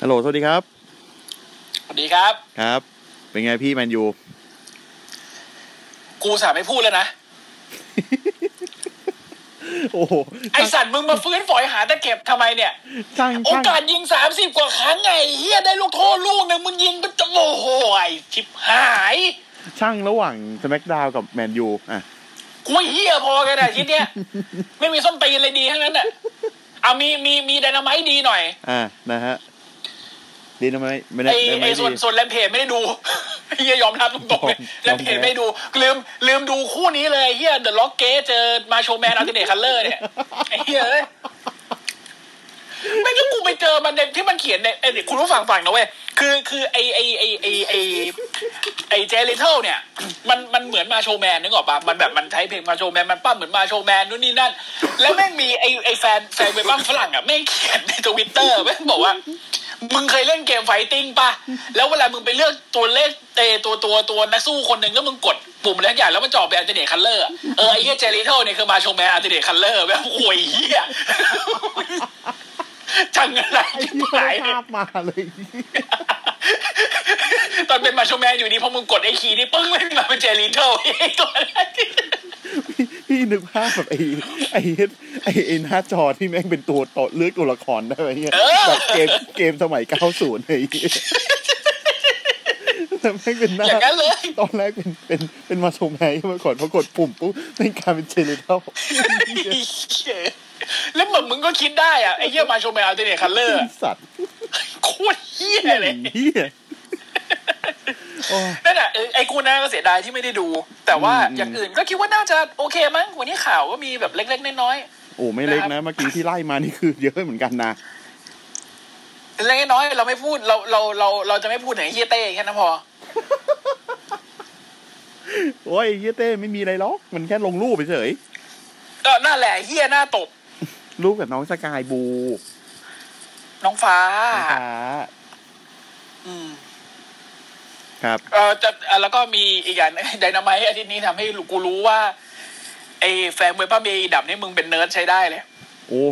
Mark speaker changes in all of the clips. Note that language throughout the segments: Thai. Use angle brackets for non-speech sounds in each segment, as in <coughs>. Speaker 1: ฮัลโหล สวัสดีครับ
Speaker 2: สวัสดีครับ
Speaker 1: ครับ เป็นไงพี่แมนยู
Speaker 2: กูสาไม่พูดแล้วนะ
Speaker 1: โอ้โห
Speaker 2: ไอสัตว์มึงมาฟื้นฝอยหาตะเก็บทำไมเนี่ย
Speaker 1: ช่าง
Speaker 2: โอ
Speaker 1: ช่าง
Speaker 2: กาสยิงสามสิบกว่าครั้งไงเฮียได้ลูกโทษลูกหนึ่งมึงยิงมันจะโมโหไอชิบหาย
Speaker 1: ช่างระหว่างสแมกดาวกับแมนยู อ่ะ
Speaker 2: กูเฮียพอกันอะทีเนี้ย ไม่มีส้นตีนเลยดีทั้งนั้นอะเอามีมีมีไดนาไมต์ดีหน่อย
Speaker 1: อ่ะ นะฮะ ดีนะไหมไม่ได้
Speaker 2: ไอ
Speaker 1: ได้ไหม
Speaker 2: ไอ
Speaker 1: ดี
Speaker 2: ส่วนส่วนแรมเพจไม่ได้ดู เฮียยอมรับตรงๆเลย
Speaker 1: ย
Speaker 2: แร
Speaker 1: อม
Speaker 2: ม
Speaker 1: แพ้
Speaker 2: เพจไม่ดู ลืมลืมดูคู่นี้เลยเฮียเดอะล็อกเกสเจอมาโชว์แมนอัลติเนทคัลเลอร์เนี่ยไอ้เฮียเอ้ย ไม่ก็กูไปเจอมันในที่มันเขียนในเอ้ยเดี๋ยวคุณผู้ฟังฟังนะเว้ย คือคือไอไอไอไอไอไอเจลิเทิลเนี่ย มันมันเหมือนมาโชว์แมนนึกออกปะมันแบบมันใช้เพลงมาโชว์แมนมันปั้มเหมือนมาโชว์แมนนู่นนี่นั่น แล้วแม่งมีไอไอแฟนแฟนเว็บบ้างฝรั่งอ่ะแม่งเขียนในทวิตเตอร์แม่งบอกว่า มึงเคยเล่นเกมไฟติ้งปะแล้วเวลามึงไปเลือกตัวเลขเตตัวตัวตัวนักสู้คนหนึ่งแล้วมึงกดปุ่มแล้วอย่างแล้วมันจะออกเป็นอัลเทเนทคัลเลอร์เออไอ้เหี้ยเจลิเทิลเนี่ยคือมาโชว์แมนอัลเทเนทคัลเลอร์แบบโอ้ยเหี้ย จังอะไร
Speaker 1: ไอ้
Speaker 2: ชิบ
Speaker 1: ที่
Speaker 2: หาย
Speaker 1: ภาพมาเลย
Speaker 2: ตอนเป็นมาโชว์แมนอยู่ดีพอมึงกดไอ้คีย์นี่ปึ้งไม่มาเป็นเจลีเทิลไอ้ตัวนั้น
Speaker 1: พี่พี่นึกภาพแบบไอ้ไอ้เฮ็ดไอ้ไอ้หน้าจอที่แม่งเป็นตัวต่อเลือกตัวละครได้ไหมเนี่ยแบบเกมเกมสมัย 90ไอ้เหี้ยแต่แม่งเป็นหน้า
Speaker 2: <laughs> อย่างนั้นเลย
Speaker 1: ตอนแรกเป็นเป็นเป็นมาโชว์แมนมาก่อนพอกดปุ่มปุ๊บเป็นกลารเป็นเจเล
Speaker 2: <laughs>
Speaker 1: เทล
Speaker 2: แล้วเหมือนมึงก็คิดได้อ่ะไอ้เหี้ยมาโชว์แมนอัลเทเนทคัลเลอร์
Speaker 1: สัตว์
Speaker 2: โคตรเหี้ยเลย
Speaker 1: เหี้ยโอ้ย
Speaker 2: นั่นแหละเออไอ้กูน่าก็เสียดายที่ไม่ได้ดู แต่ว่า
Speaker 1: อืม
Speaker 2: อย่างอื่นก็คิดว่าน่าจะโอเคมั้งวันนี้ข่าวก็มีแบบเล็กๆน้อย
Speaker 1: โอ้ไม่เล็กนะเมื่อกี้ที่ไล่มานี่คือเยอะเหมือนกันนะ
Speaker 2: เล็กๆน้อยๆเราไม่พูดเราเราเราเราจะไม่พูดถึงไอ้เฮียเต้แค่นั้นพอ
Speaker 1: โอ้ยเหี้ยเต้ไม่มีอะไรหรอกมันแค่ลงรูปเฉย
Speaker 2: ก็น่าแหละเฮียหน้าตบ
Speaker 1: รูปกับน้องสกายบู
Speaker 2: น้องฟ้า
Speaker 1: นะคะ
Speaker 2: อืม
Speaker 1: ครับ
Speaker 2: เออจะอ่ะแล้วก็มีอีกอย่าง <laughs> ไดนาไมต์อาทิตย์นี้ทำให้กูรู้ว่าไอ้แฟนเวบ้าเมย์อีดับนี่มึงเป็นเนิร์ดใช้ได้เลย
Speaker 1: โอ้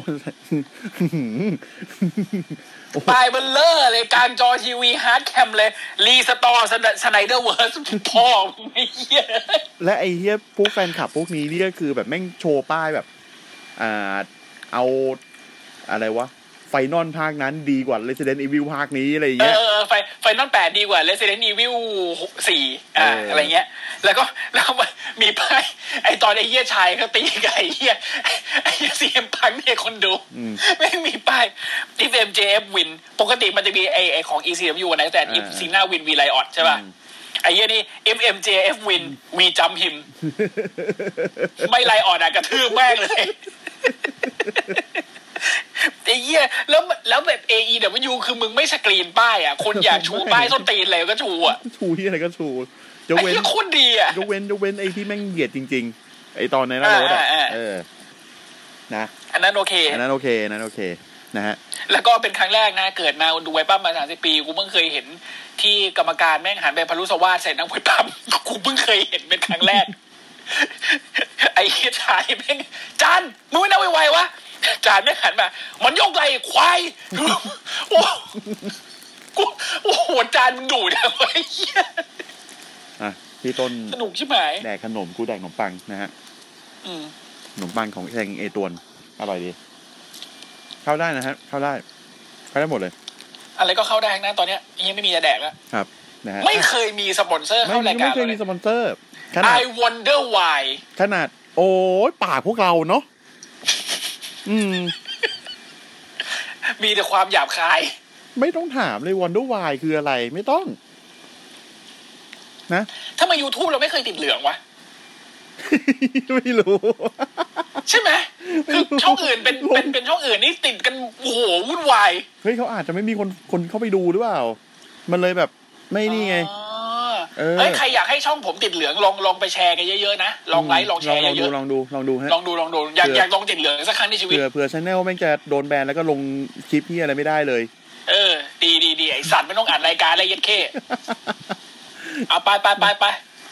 Speaker 1: โอ้
Speaker 2: ปลายเบลเลอร์เลยกลางจอทีวีฮาร์ดแคมเลย รีสตอร์สไนเดอร์เวิร์ส <laughs> พ่อมึงไอ้เหี้ย
Speaker 1: <laughs> และไอ้เหี้ยพวกแฟนคลับพวกนี้นี่ก็คือแบบแม่งโชว์ป้ายแบบ อ่า เอาอะไรวะ ไฟนอลภาคนั้นดีกว่า Resident Evil ภาคนี้ อะไรอย่าง
Speaker 2: เอ
Speaker 1: เงี้ย
Speaker 2: อไฟไฟนอลแปดดีกว่า Resident Evil สี่อ่า
Speaker 1: เอออ
Speaker 2: อะไรเงี้ย แล้วก็แล้วก็ <laughs> มีป้ายไอ้ตอนไอ้เหี้ยชายเขาตีกับไอ้เหี้ยไอ้เหี้ยซีเอ็มพังเนี่ยคนดู
Speaker 1: ม
Speaker 2: ไม่มีป้าย if MJF win ปกติมันจะมีไอไอของ ECMU นะแต่ if
Speaker 1: อ่า
Speaker 2: ซีน่า win we lion ใช่ป่ะ
Speaker 1: อืม
Speaker 2: ไอ้เหี้ยนี่ if MJF win we jump him ไม่ไลออนอะกระทืบแม่งเลยไอ้เหี้ยแล้วแล้วแบบ AEW คือมึงไม่สกรีนป้ายอะคนอยากชูป้ายส้นตีนอะไรก็ชูอะ
Speaker 1: ชูที่อะไรก็ชูยก
Speaker 2: ไอ้
Speaker 1: เว้น
Speaker 2: เหี้ยโคนดีอะ
Speaker 1: ยกเว้นยกเว้นไอ้ที่แม่งเหยียดจริง ๆ ไอ้ตอนในหน้ารถอ่ะ
Speaker 2: อ่าอ่าอ่า
Speaker 1: เออ นะ
Speaker 2: อันนั้นโอเค
Speaker 1: อันนั้นโอเคอันนั้นโอเค นะฮะ
Speaker 2: แล้วก็เป็นครั้งแรกนะ เกิดมาดูไวปั้มมาสามสิบปี กูเพิ่งเคยเห็นที่กรรมการแม่งหันไปพารุสวาสใส่นักมวยปั้ม <laughs> กูเพิ่งเคยเห็นเป็นครั้งแรก <laughs> ไอ้เหี้ยชายแม่งจานมึงไม่น่าไวๆวะจานแม่งหันมา มันยกไรควาย <laughs> โอ้กูโอ้โหจานมึงดุนะเว้ย <laughs> เหี้ย
Speaker 1: อ่ะ พี่ต้น
Speaker 2: สนุกใช่ไหม
Speaker 1: แดกขนมกูแดกขนมปังนะฮะ
Speaker 2: อืม
Speaker 1: ขนมปังของแทงเอตวน อร่อยดี เข้าได้นะฮะ เข้าได้ เข้าได้หมดเลย
Speaker 2: อะไรก็เข้าได้ทั้งนั้นตอนเนี้ยยังไม่มีจะแดกแล้ว
Speaker 1: ครับ นะฮะ
Speaker 2: ไม่เคยมีสปอนเซอร์
Speaker 1: ไม่
Speaker 2: เข้าราย
Speaker 1: ไม่
Speaker 2: การ
Speaker 1: เคย
Speaker 2: เราเล
Speaker 1: มี
Speaker 2: ย
Speaker 1: สปอนเซอร์ ขนาด
Speaker 2: I wonder why
Speaker 1: ขนาด โอ้ยปากพวกเราเนาะ อืม
Speaker 2: มีแต่ความหยาบคาย
Speaker 1: ไม่ต้องถามเลยวันดูวายคืออะไร ไม่ต้อง นะ
Speaker 2: ทำไม YouTube เราไม่เคยติดเหลืองวะ
Speaker 1: ไม่รู้ <laughs>
Speaker 2: ใช่ไหมคือช่องอื่นเป็นเป็นเป็นช่องอื่นนี่ติดกันโอ้โห วาย
Speaker 1: เฮ้ยเขาอาจจะไม่มีคนคนเข้าไปดูหรือเปล่า มันเลยแบบไม่นี่ไง
Speaker 2: อ๋อ
Speaker 1: เออ
Speaker 2: เฮ้ยใครอยากให้ช่องผมติดเหลืองลองลองไปแชร์กันเยอะๆนะลองไลค์ลองแชร์
Speaker 1: ลอง
Speaker 2: เย
Speaker 1: ดู
Speaker 2: อะ
Speaker 1: ลองดูลองดูฮะ
Speaker 2: ๆลองดูลองดูอยาก
Speaker 1: เผื่อ
Speaker 2: อ
Speaker 1: อ
Speaker 2: ยากลองติดเหลืองสักครั้งในชีวิต
Speaker 1: เผื่อเผื่อชแนลแม่งจะโดนแบนแล้วก็ลงคลิปที่อะไรไม่ได้เลย
Speaker 2: เออ ดีดีดีไอสัตว์ไม่ต้องอ่านรายการอะไรยัดเข้เอาไปไปไปไป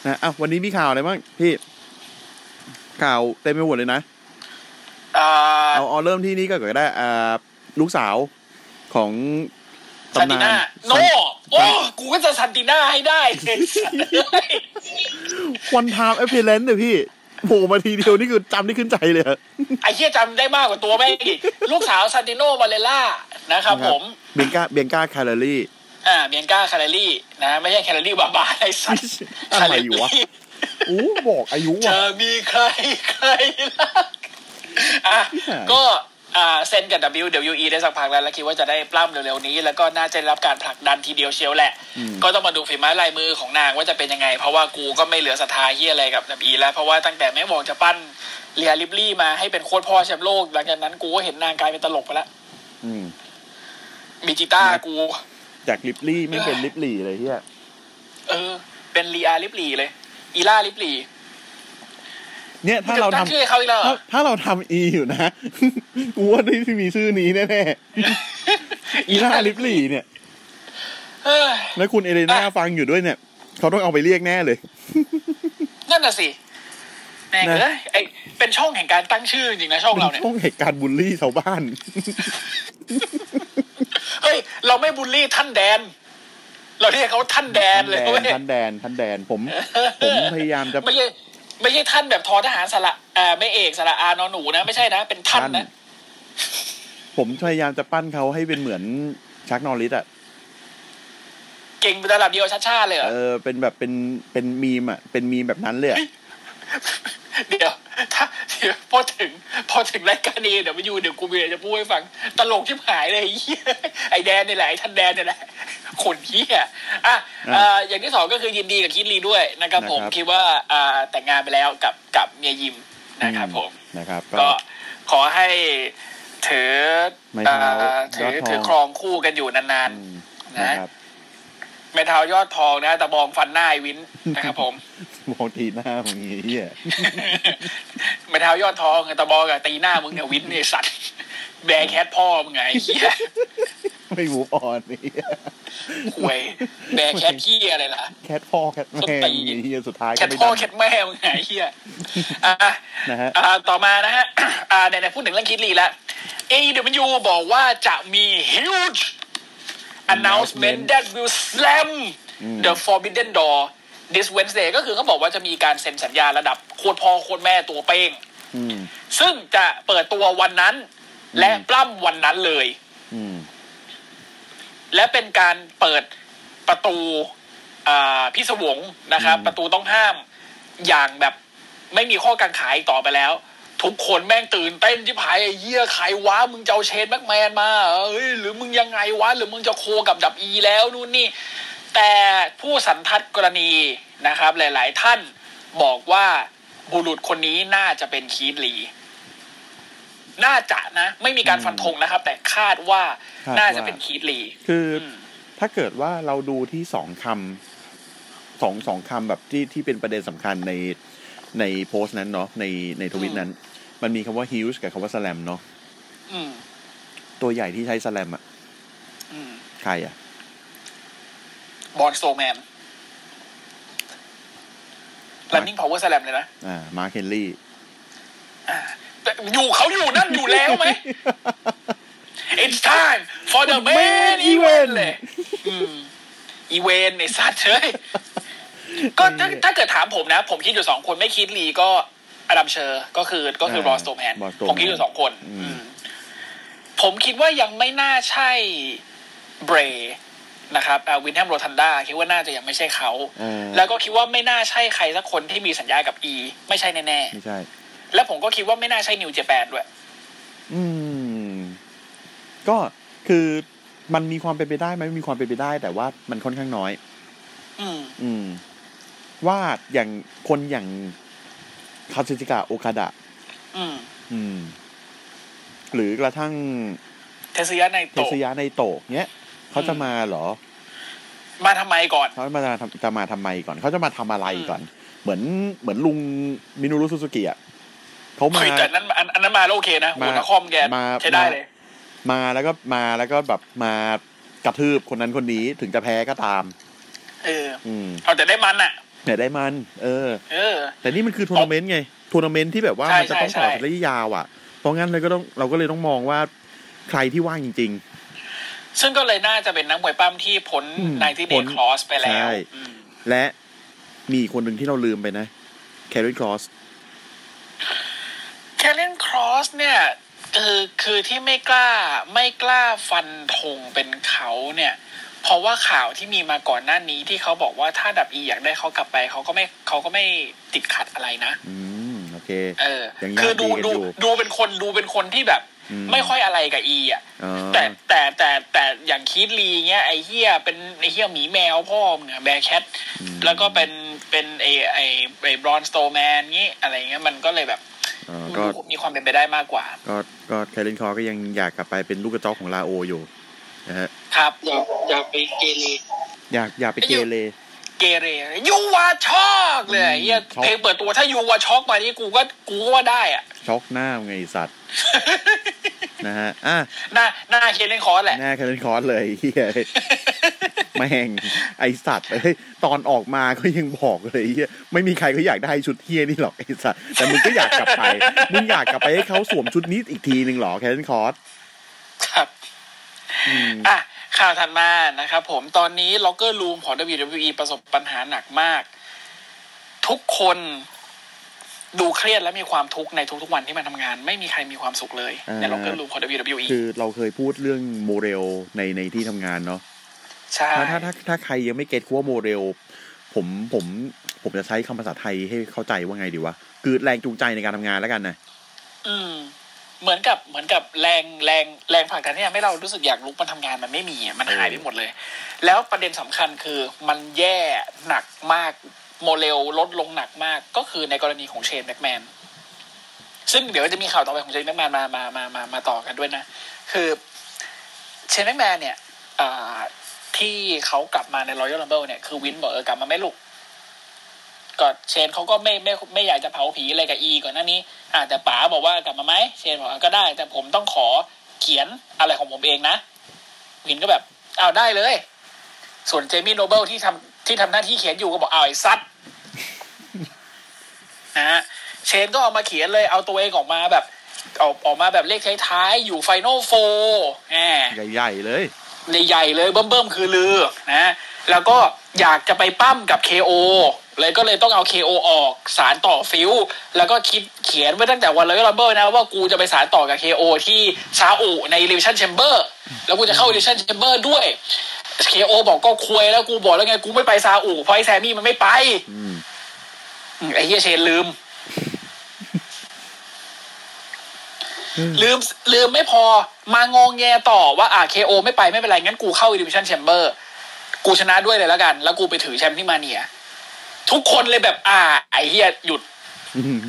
Speaker 1: นะอ่ะวันนี้มีข่าวอะไรบ้างพี่ ข่าวเต็มไปหมดเลยนะ
Speaker 2: อ่า
Speaker 1: เอาเอาเริ่มที่นี่ก็ก็ได้อ่าลูกสาวของ
Speaker 2: ซัน
Speaker 1: ตำ
Speaker 2: ติ
Speaker 1: นาน
Speaker 2: น่าโน
Speaker 1: ซัน
Speaker 2: โอ้กูก็จะซันติน่าให้ได้ <laughs> ไอ้สัตว์เอ้ย
Speaker 1: วันทามเอฟเพลนเนี่ยพี่โผล่มาทีเดียวนี่คือจำได้ขึ้นใจเลยอะ
Speaker 2: ไอ้เฮียจำได้มากกว่าตัวแม่งอีกลูกสาวซันติโนมาเลล่านะครับผม
Speaker 1: เบียงกาเบียงกาคาร์ลี่
Speaker 2: อ่าเบียนก้าแคลอรี่นะไม่ใช่แคลอรี่บาบาไอ้สัตว์
Speaker 1: อะไรอยู่วะ
Speaker 2: แคลรี่
Speaker 1: อู้บอกอายุ
Speaker 2: จะ
Speaker 1: ว่ะ
Speaker 2: มีใครใครรักอ่ะก็อ่าเซ็นกับ WWE ได้สักพักแล้วแล้วคิดว่าจะได้ปล้ำเร็วๆนี้ แล้วก็น่าจะได้รับการผลักดันทีเดียวเชียวแหละ
Speaker 1: อืม
Speaker 2: ก็ต้องมาดูฝีไม้ลายมือของนางว่าจะเป็นยังไง เพราะว่ากูก็ไม่เหลือศรัทธาเฮียอะไรกับดับอีแล้ว เพราะว่าตั้งแต่แม่วองจะปั้นเลียริบลี่มาให้เป็นโค้ชพ่อแชมป์โลกหลังจากนั้นกูก็เห็นนางกลายเป็นตลกไปแล้ว
Speaker 1: อืม
Speaker 2: มีจิต้ากู
Speaker 1: จากลิปลี่ไม่เป็นลิปหลี่เลยเฮีย
Speaker 2: เออ เป็นลีอาลิบลีเลย อีล่าลิบลี
Speaker 1: เนี่ยถ้าเรา
Speaker 2: ตั้
Speaker 1: ทำ
Speaker 2: งชื่อให้เขาอีกแล้วเหร
Speaker 1: ถ้า
Speaker 2: อ
Speaker 1: ถ้าเราทำอีอยู่นะ กูว่าได้มีชื่อนี้แน่ๆอีล่าลิปหลี่เนี่ย
Speaker 2: เอ้ย
Speaker 1: แล้วคุณเอเลนา
Speaker 2: อ่ะ
Speaker 1: ฟังอยู่ด้วยเนี่ย เขาต้องเอาไปเรียกแน่เลย
Speaker 2: นั่นน่ะสิแม่ง
Speaker 1: นะ
Speaker 2: เอ้ยไอเป็นช่องแห่งการตั้งชื่อจริงๆนะช่องเราเนี่ย
Speaker 1: ช่วงเหตุการณ์บูลลี่ชาวบ้าน
Speaker 2: เฮ้ยเราไม่บูลลี่ท่านแดน เราเรียกเขาท่านแดนเลยเว้ย
Speaker 1: ท่านแดนท่านแดนผม ผมพยายามจะ
Speaker 2: ไม่ใช่ไม่ใช่ท่านแบบทอทหารสระเอ่อไม่เอกสระอานอนหนูนะ ไม่ใช่นะ เป็นท่านนะ
Speaker 1: ผมพยายามจะปั้นเขาให้เป็นเหมือนชักนอริสอ่ะ
Speaker 2: เก่งเป็นระดับเดียวชาชาติเลยเหรอ
Speaker 1: เออ เป็นแบบเป็นเป็นมีมอ่ะ เป็นมีมแบบนั้นเลยอะ
Speaker 2: เดี๋ยว ถ้าเดี๋ยวพอถึง พอถึงรายการนี้เดี๋ยวมาอยู่เดี๋ยวกูมีอะไรจะพูดให้ฟัง ตลกชิบหายเลยไอ้เหี้ยไอ้แดนนี่แหละไอ้ท่านแดนนี่แหละคนเหี้ยอ่ะเอ่ออย่างที่สองก็คือยินดีกับคิดลีด้วยนะครับผมคิดว่าอ่าแต่งงานไปแล้วกับกับเมียยิมนะครับผม
Speaker 1: นะครับ
Speaker 2: ก็ขอให้ถือ
Speaker 1: ไม้
Speaker 2: เอ่
Speaker 1: เท้า
Speaker 2: อ
Speaker 1: อดทอง
Speaker 2: ถือยถือครองคู่กันอยู่นาน
Speaker 1: อืม
Speaker 2: ๆ
Speaker 1: นะ
Speaker 2: นะครับ ไม่เท้ายอดทองนะ แต่บองฟันหน้าไอ้วินนะครับผม
Speaker 1: มองทีหน้ามึงไอ้เหี้ย <laughs>
Speaker 2: ไม่เท้ายอดทองแต่บองกับตีหน้ามึงเนี่ยวินไอ้สัตว์แบร์แคทพ่อมึงไงไอ้เหี้ย
Speaker 1: ไม่มูฟออนไอ้เหี้ย
Speaker 2: หวยแบร์แคทเหี้ยอะไรล่ะ
Speaker 1: แคทพ่อแคทแม่ไอ้เหี้ยสุดท้าย
Speaker 2: แค
Speaker 1: ก็
Speaker 2: ท
Speaker 1: ไม่
Speaker 2: พ่อ
Speaker 1: ดัง
Speaker 2: แคทแม่มึงไงไอ้เหี้ยอ่ะ
Speaker 1: นะฮะ
Speaker 2: อ่าต่อมานะฮะ อ่าไหนๆพูดถึงเรื่องคิดลีแล้ว AEW บอกว่าจะมี huge announcement that will slam
Speaker 1: อืม
Speaker 2: the forbidden door this Wednesday ก็คือเขาบอกว่าจะมีการเซ็นสัญญาระดับโคตรพ่อโคตรแม่ตัวเป้ง
Speaker 1: อืม
Speaker 2: ซึ่งจะเปิดตัววันนั้น และปล้ำวันนั้นเลย
Speaker 1: อืม
Speaker 2: และเป็นการเปิดประตูอ่าพิศวงนะครับ
Speaker 1: อืม
Speaker 2: ประตูต้องห้ามอย่างแบบไม่มีข้อกังขายต่อไปแล้ว ทุกคนแม่งตื่นเต้นที่ผายไอ้เหี้ยใครวะมึงจะเอาเชนแม็กแมนมาเหรอเอ้ยหรือมึงยังไงวะ หรือมึงจะโคกับดับอีแล้วนู่นนี่ แต่ผู้สันทัดกรณีนะครับ หลาย ๆ ท่านบอกว่าบุรุษคนนี้น่าจะเป็นคีดลี น่าจะนะ ไม่มีการฟันธงนะครับ แต่คาดว่า
Speaker 1: คาด
Speaker 2: น่าจะ
Speaker 1: ว่า
Speaker 2: เป็นคีดลี
Speaker 1: คืออ
Speaker 2: ม
Speaker 1: ถ้าเกิดว่าเราดูที่สองคำสองสองคำแบบที่ที่เป็นประเด็นสำคัญในในโพสต์นั้นเนาะในในทวิตนั้น มันมีคำว่า huge กับคำว่า slam เนาะ
Speaker 2: อืม
Speaker 1: ตัวใหญ่ที่ใช้ slam อ่ะ
Speaker 2: อืม
Speaker 1: ใครอ่ะ
Speaker 2: บอลโซแมน รันนิ่งพาวเวอร์สแลมเลยนะ
Speaker 1: อ่า มาร์คเฮนรี่
Speaker 2: แต่อยู่เขาอยู่นั่นอยู่แล้ว
Speaker 1: <laughs>
Speaker 2: ไหม It's time for the main
Speaker 1: Main
Speaker 2: event
Speaker 1: event
Speaker 2: เลยอืมอีเวนในสัตว์เอ้ย
Speaker 1: <laughs>
Speaker 2: ก็ถ้าถ้าเกิดถามผมนะ ผมคิดอยู่สองคนไม่คิดลีก็อดัมเชอร์ก็คือก็คือ
Speaker 1: อ่าร
Speaker 2: อสโตแมน
Speaker 1: Ross Strowman
Speaker 2: ผมคิดอยู่สองคน
Speaker 1: อืม
Speaker 2: อืม ผมคิดว่ายังไม่น่าใช่เบรนะครับอ่าวินแฮมโรทันดาคิดว่าน่าจะยังไม่ใช่เขา
Speaker 1: อ่า
Speaker 2: แล้วก็คิดว่าไม่น่าใช่ใครสักคนที่มีสัญญากับ E ไม่ใช่แน่
Speaker 1: ไม่ใช่
Speaker 2: ๆ แล้วผมก็คิดว่าไม่น่าใช่นิวเจแปนด้วย
Speaker 1: อืม ก็คือมันมีความเป็นไปได้ไหมมีความเป็นไปได้ แต่ว่ามันค่อนข้างน้อย
Speaker 2: อืม
Speaker 1: อืม ว่าอย่างคนอย่างคาซึจิกะโอคาดะ
Speaker 2: อืม
Speaker 1: อืม หรือกระทั่ง
Speaker 2: เท เทสยาใน
Speaker 1: เท
Speaker 2: โตะ
Speaker 1: สยาในโตะเนี้ยเขาจะมาเหรอ
Speaker 2: มาทำไมก่อน
Speaker 1: เขาจะมาทำจะมาทำไมก่อนเขาจะมาทำอะไรก่อน เหมือนเหมือนลุงมินูรุซูซูกิอ่ะเขามา
Speaker 2: คือแต่นั้นอันอันนั้นมาแล้วโอเคนะโอ้
Speaker 1: มา
Speaker 2: โหนคอมแก
Speaker 1: มา
Speaker 2: ใช้ได้
Speaker 1: มา
Speaker 2: เลย
Speaker 1: มาแล้วก็มาแล้วก็แบบมากระทืบคนนั้นคนนี้ถึงจะแพ้ก็ตาม
Speaker 2: เออ
Speaker 1: อืม
Speaker 2: เอาแต่ได้มันอ่ะ
Speaker 1: เนี่ยได้มัน เออ
Speaker 2: เออ
Speaker 1: แต่นี่มันคือทัวร์นาเมนต์ไงทัวร์นาเมนต์ที่แบบว่า
Speaker 2: ใช่
Speaker 1: มันจะต้อง
Speaker 2: ใช่
Speaker 1: ต่อ
Speaker 2: ใช่
Speaker 1: ระยะยาวอ่ะเพราะงั้นเลยก็ต้องเราก็เลยต้องมองว่าใครที่ว่างจริง
Speaker 2: ซึ่งก็เลยน่าจะเป็นนักมวยปั้มที่พ้น
Speaker 1: อืม
Speaker 2: นายที่เด
Speaker 1: พ้
Speaker 2: น
Speaker 1: น
Speaker 2: คลอสไปแล้ว
Speaker 1: ใช่
Speaker 2: อืม
Speaker 1: ๆ และมีอีกคนหนึ่งที่เราลืมไปนะแคริครอส
Speaker 2: แคเลนครอสเนี่ยคือคือที่ไม่กล้าไม่กล้าฟันธงเป็นเขาเนี่ย เพราะว่าข่าวที่มีมาก่อนหน้านี้ที่เขาบอกว่าถ้าดับอีอยากได้เขากลับไปเขาก็ไม่เขาก็ไม่ติดขัดอะไรนะ
Speaker 1: อืม โอเค
Speaker 2: เออ
Speaker 1: ยัง
Speaker 2: คือดู
Speaker 1: ญาติดีกัน
Speaker 2: ดู
Speaker 1: อยู่
Speaker 2: ดูเป็นคนดูเป็นคนที่แบบ
Speaker 1: อืม
Speaker 2: ไม่ค่อยอะไรกับอีอ่ะ
Speaker 1: อ๋อ
Speaker 2: แต่แต่แต่แต่อย่างคีดลีเงี้ยไอเฮียเป็นไอเฮียหมีแมวพ่อมึงอะแบร์แคทแล้วก็เป็นเป็นไอไอไอบรอนสโตแมนงี้อะไรเงี้ยมันก็เลยแบบ
Speaker 1: อ๋อ
Speaker 2: มัน
Speaker 1: ก็
Speaker 2: ดูมีความเป็นไปได้มากกว่า
Speaker 1: ก็ก็แคริครอสก็ยังอยากกลับไปเป็นลูกกระจอกของลาโออยู่นะฮะ
Speaker 2: ครับ
Speaker 3: อยากอยากไปเกเร
Speaker 1: อยากอยากไปเกเร
Speaker 2: เกเรยูวาชอกเลยไอ้เฮีย
Speaker 1: ช็อก
Speaker 2: เพลงเปิดตัวถ้ายูวาชอกมานี่กูก็กูก็ว่าได้อ่ะ
Speaker 1: ช็อกหน้าไงไอ้สัตว์
Speaker 2: <laughs>
Speaker 1: นะฮะอ่ะ
Speaker 2: หน้าหน้าเคนเลนคอร์สแหละ
Speaker 1: หน้าแคริครอสเลยเฮีย แม่งไอสัตว์เอ้ยตอนออกมาก็ยังบอกเลยเฮียไม่มีใครเขาอยากได้ชุดเฮียนี่หรอกไอสัตว์แต่มึงก็อยากกลับไป มึงอยากกลับไปให้เขาสวมชุดนี้อีกทีหนึ่งเหรอแคทเธนคอร์ส
Speaker 2: ครับ
Speaker 1: อืม
Speaker 2: อ่ะ ข่าวถัดมานะครับผม ตอนนี้ล็อกเกอร์รูมของ WWE ประสบปัญหาหนักมาก ทุกคนดูเครียดและมีความทุกข์ในทุกๆวันที่มาทำงาน ไม่มีใครมีความสุขเลย ในล็อกเกอร์รูมของ WWE
Speaker 1: คือเราเคยพูดเรื่องโมเดลในในที่ทำงานเนาะ
Speaker 2: ใช่
Speaker 1: ถ้าถ้าถ้าถ้าใครยังไม่เก็ตว่าโมเดลผมผมผมจะใช้คำภาษาไทยให้เข้าใจว่าไงดีวะคือแรงจูงใจในการทำงานแล้วกันนะ
Speaker 2: อืม เหมือนกับเหมือนกับแรงแรงแรงผลักดันที่ทำให้เรารู้สึกอยากลุกมาทำงานมันไม่มีอะมันหายไปหมดเลย แล้วประเด็นสำคัญคือมันแย่หนักมากโมเดลลดลงหนักมากก็คือในกรณีของเชนแบ็กแมน ซึ่งเดี๋ยวจะมีข่าวต่อไปของเชนแม็กแมนมามามามามาต่อกันด้วยนะ คือเชนแม็กแมนเนี่ยอ่าที่เขากลับมาในรอยัลลัมเบิลเนี่ยคือวินบอกเออกลับมาไหม่ลูกก็เชนเขาก็ไม่ไม่ไม่อยากจะเผาผีอะไรกับอีก่อนหน้านี้อ่าแต่ป๋าบอกว่ากลับมาไหมเชนบอกอ่ะก็ได้ แต่ผมต้องขอเขียนอะไรของผมเองนะ วินก็แบบอ้าวได้เลย ส่วนเจมี่โนเบิลที่ทำที่ทำหน้าที่เขียนอยู่ก็บอกอ้าวไอ้ซัด <laughs> นะฮะเชนก็ออกมาเขียนเลยเอาตัวเองออกมาแบบออกออกมาแบบเลขท้ายๆ อยู่ไฟนอลโฟแหม
Speaker 1: ใหญ่ๆเลย
Speaker 2: ใหญ่ๆเลยเบิ่มๆ คือลือนะแล้วก็อยากจะไปปั้มกับ KO เลยก็เลยต้องเอา KO ออกสารต่อฟิว แล้วก็คิดเขียนไว้ตั้งแต่วันเลยลัมเบอร์นะว่ากูจะไปสารต่อกับ KO ที่ซาอุใน r ิ v ชั่นแชมเบอร์แล้วกูจะเข้า r ิ v ชั่นแชมเบอร์ด้วย KO บอกก็ควยแล้วกูบอกแล้วไงกูไม่ไปซาอุเพราะไอ้แซมมี่มันไม่ไป
Speaker 1: อืม
Speaker 2: อืมไอ้เฮียเชนลืม ลืมลืมไม่พอมางองแงต่อว่าอ่าเคโอไม่ไปไม่เป็นไร งั้นกูเข้าดิวิชั่นแชมเบอร์กูชนะด้วยเลยแล้วกัน แล้วกูไปถือแชมป์ที่มาเนีย ทุกคนเลยแบบ อ่า ไอ้เฮียหยุด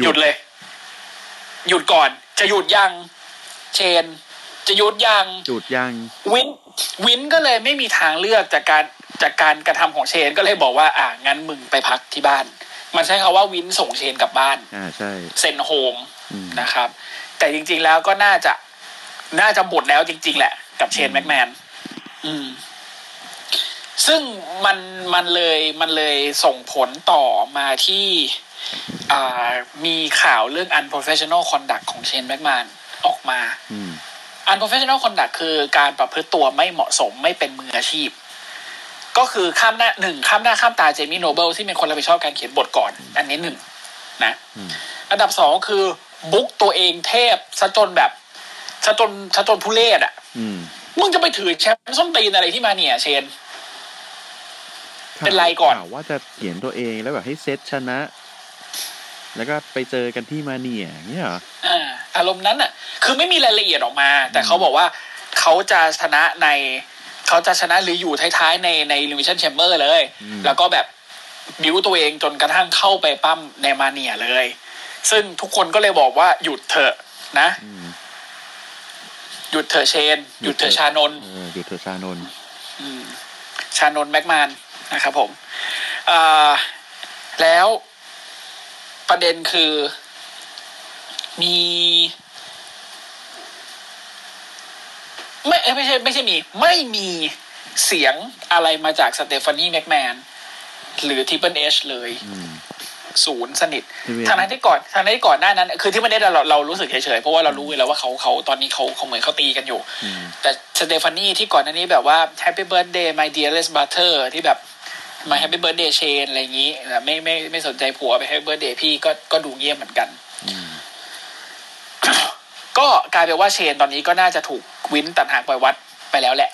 Speaker 2: หยุดเลย หยุดก่อน จะหยุดยัง เชน จะหยุดยัง
Speaker 1: จุดยัง
Speaker 2: วินวินก็เลยไม่มีทางเลือกจากการจากการกระทำของเชนก็เลยบอกว่า อ่างั้นมึงไปพักที่บ้าน มันใช้คาว่าวินส่งเชนกลับบ้าน
Speaker 1: อ่าใช่
Speaker 2: เซนโฮม
Speaker 1: อืม
Speaker 2: นะครับ แต่จริง ๆแล้วก็น่าจะน่าจะหมดแล้วจริง ๆ แหละ กับเชนแม็กแมนอืม ซึ่งมันมันเลยมันเลยส่งผลต่อมาที่อ่ามีข่าวเรื่อง unprofessional conduct ของเชนแม็กแมนออกมา
Speaker 1: อืม
Speaker 2: อัน professional conduct คือการประพฤติตัวไม่เหมาะสมไม่เป็นมืออาชีพ ก็คือข้ามหน้าหนึ่งข้ามหน้าข้ามตาเจมี่โนเบิลที่เป็นคนรับผิดชอบการเขียนบทก่อน อันนี้หนึ่งนะ
Speaker 1: อืม
Speaker 2: อันดับสองคือบุ๊กตัวเองเทพซะจนแบบซะจนซะจนผู้เล่ดอ่ะ
Speaker 1: อืม
Speaker 2: มึงจะไปถือแชมป์ส้นตีนอะไรที่มาเนี่ยเชน เป็นไรก่อน
Speaker 1: ข่าวว่าจะเขียนตัวเองแล้วแบบให้เซตชนะ แล้วก็ไปเจอกันที่มาเนียอย่างเงี้ยเหรอ
Speaker 2: อ่าอารมณ์นั้นอ่ะ คือไม่มีรายละเอียดออกมา แต่เขาบอกว่าเขาจะชนะในเขาจะชนะหรืออยู่ท้ายๆ ในในลิมิชันแชมเบอร์เลย
Speaker 1: อืม
Speaker 2: แล้วก็แบบบิวตัวเองจนกระทั่งเข้าไปปั้มในมาเนียเลย ซึ่งทุกคนก็เลยบอกว่าหยุดเถอะนะ
Speaker 1: อืม
Speaker 2: หยุดเถอะเชน หยุดเถอะชานนท์
Speaker 1: เออหยุดเถอะชานนท์
Speaker 2: ชานนท์แม็กมานนะครับผมเอ่อแล้วประเด็นคือ มี ไม่เอ้ยไม่ใช่ ไม่ใช่มี ไม่มีเสียงอะไรมาจากสเตฟานีแม็กแมน หรือทริปเปิลเอชเลย
Speaker 1: อืม
Speaker 2: ศูนย์สนิท
Speaker 1: ที่เวียด
Speaker 2: ทางนั้นที่ก่อนทางนั้นที่ก่อนหน้านั้น คือที่มันได้เราเรารู้สึกเฉยๆ เพราะว่าเรารู้อยู่แล้วว่าเขาเขาตอนนี้เขาเขาเหมือนเขาตีกันอยู่
Speaker 1: อืม
Speaker 2: แต่สเตฟานีที่ก่อนหน้านี้แบบว่า Happy Birthday my dearest butter ที่แบบ มา Happy Birthday Shane อะไรอย่างนี้แต่ไม่ไม่ไม่สนใจผัวไป Happy Birthday พี่ก็ก็ดูเงียบเหมือนกัน
Speaker 1: อืม
Speaker 2: ก็กลายเป็นว่าเชนตอนนี้ก็น่าจะถูกวินตัดหางปล่อยวัดไปแล้วแหละ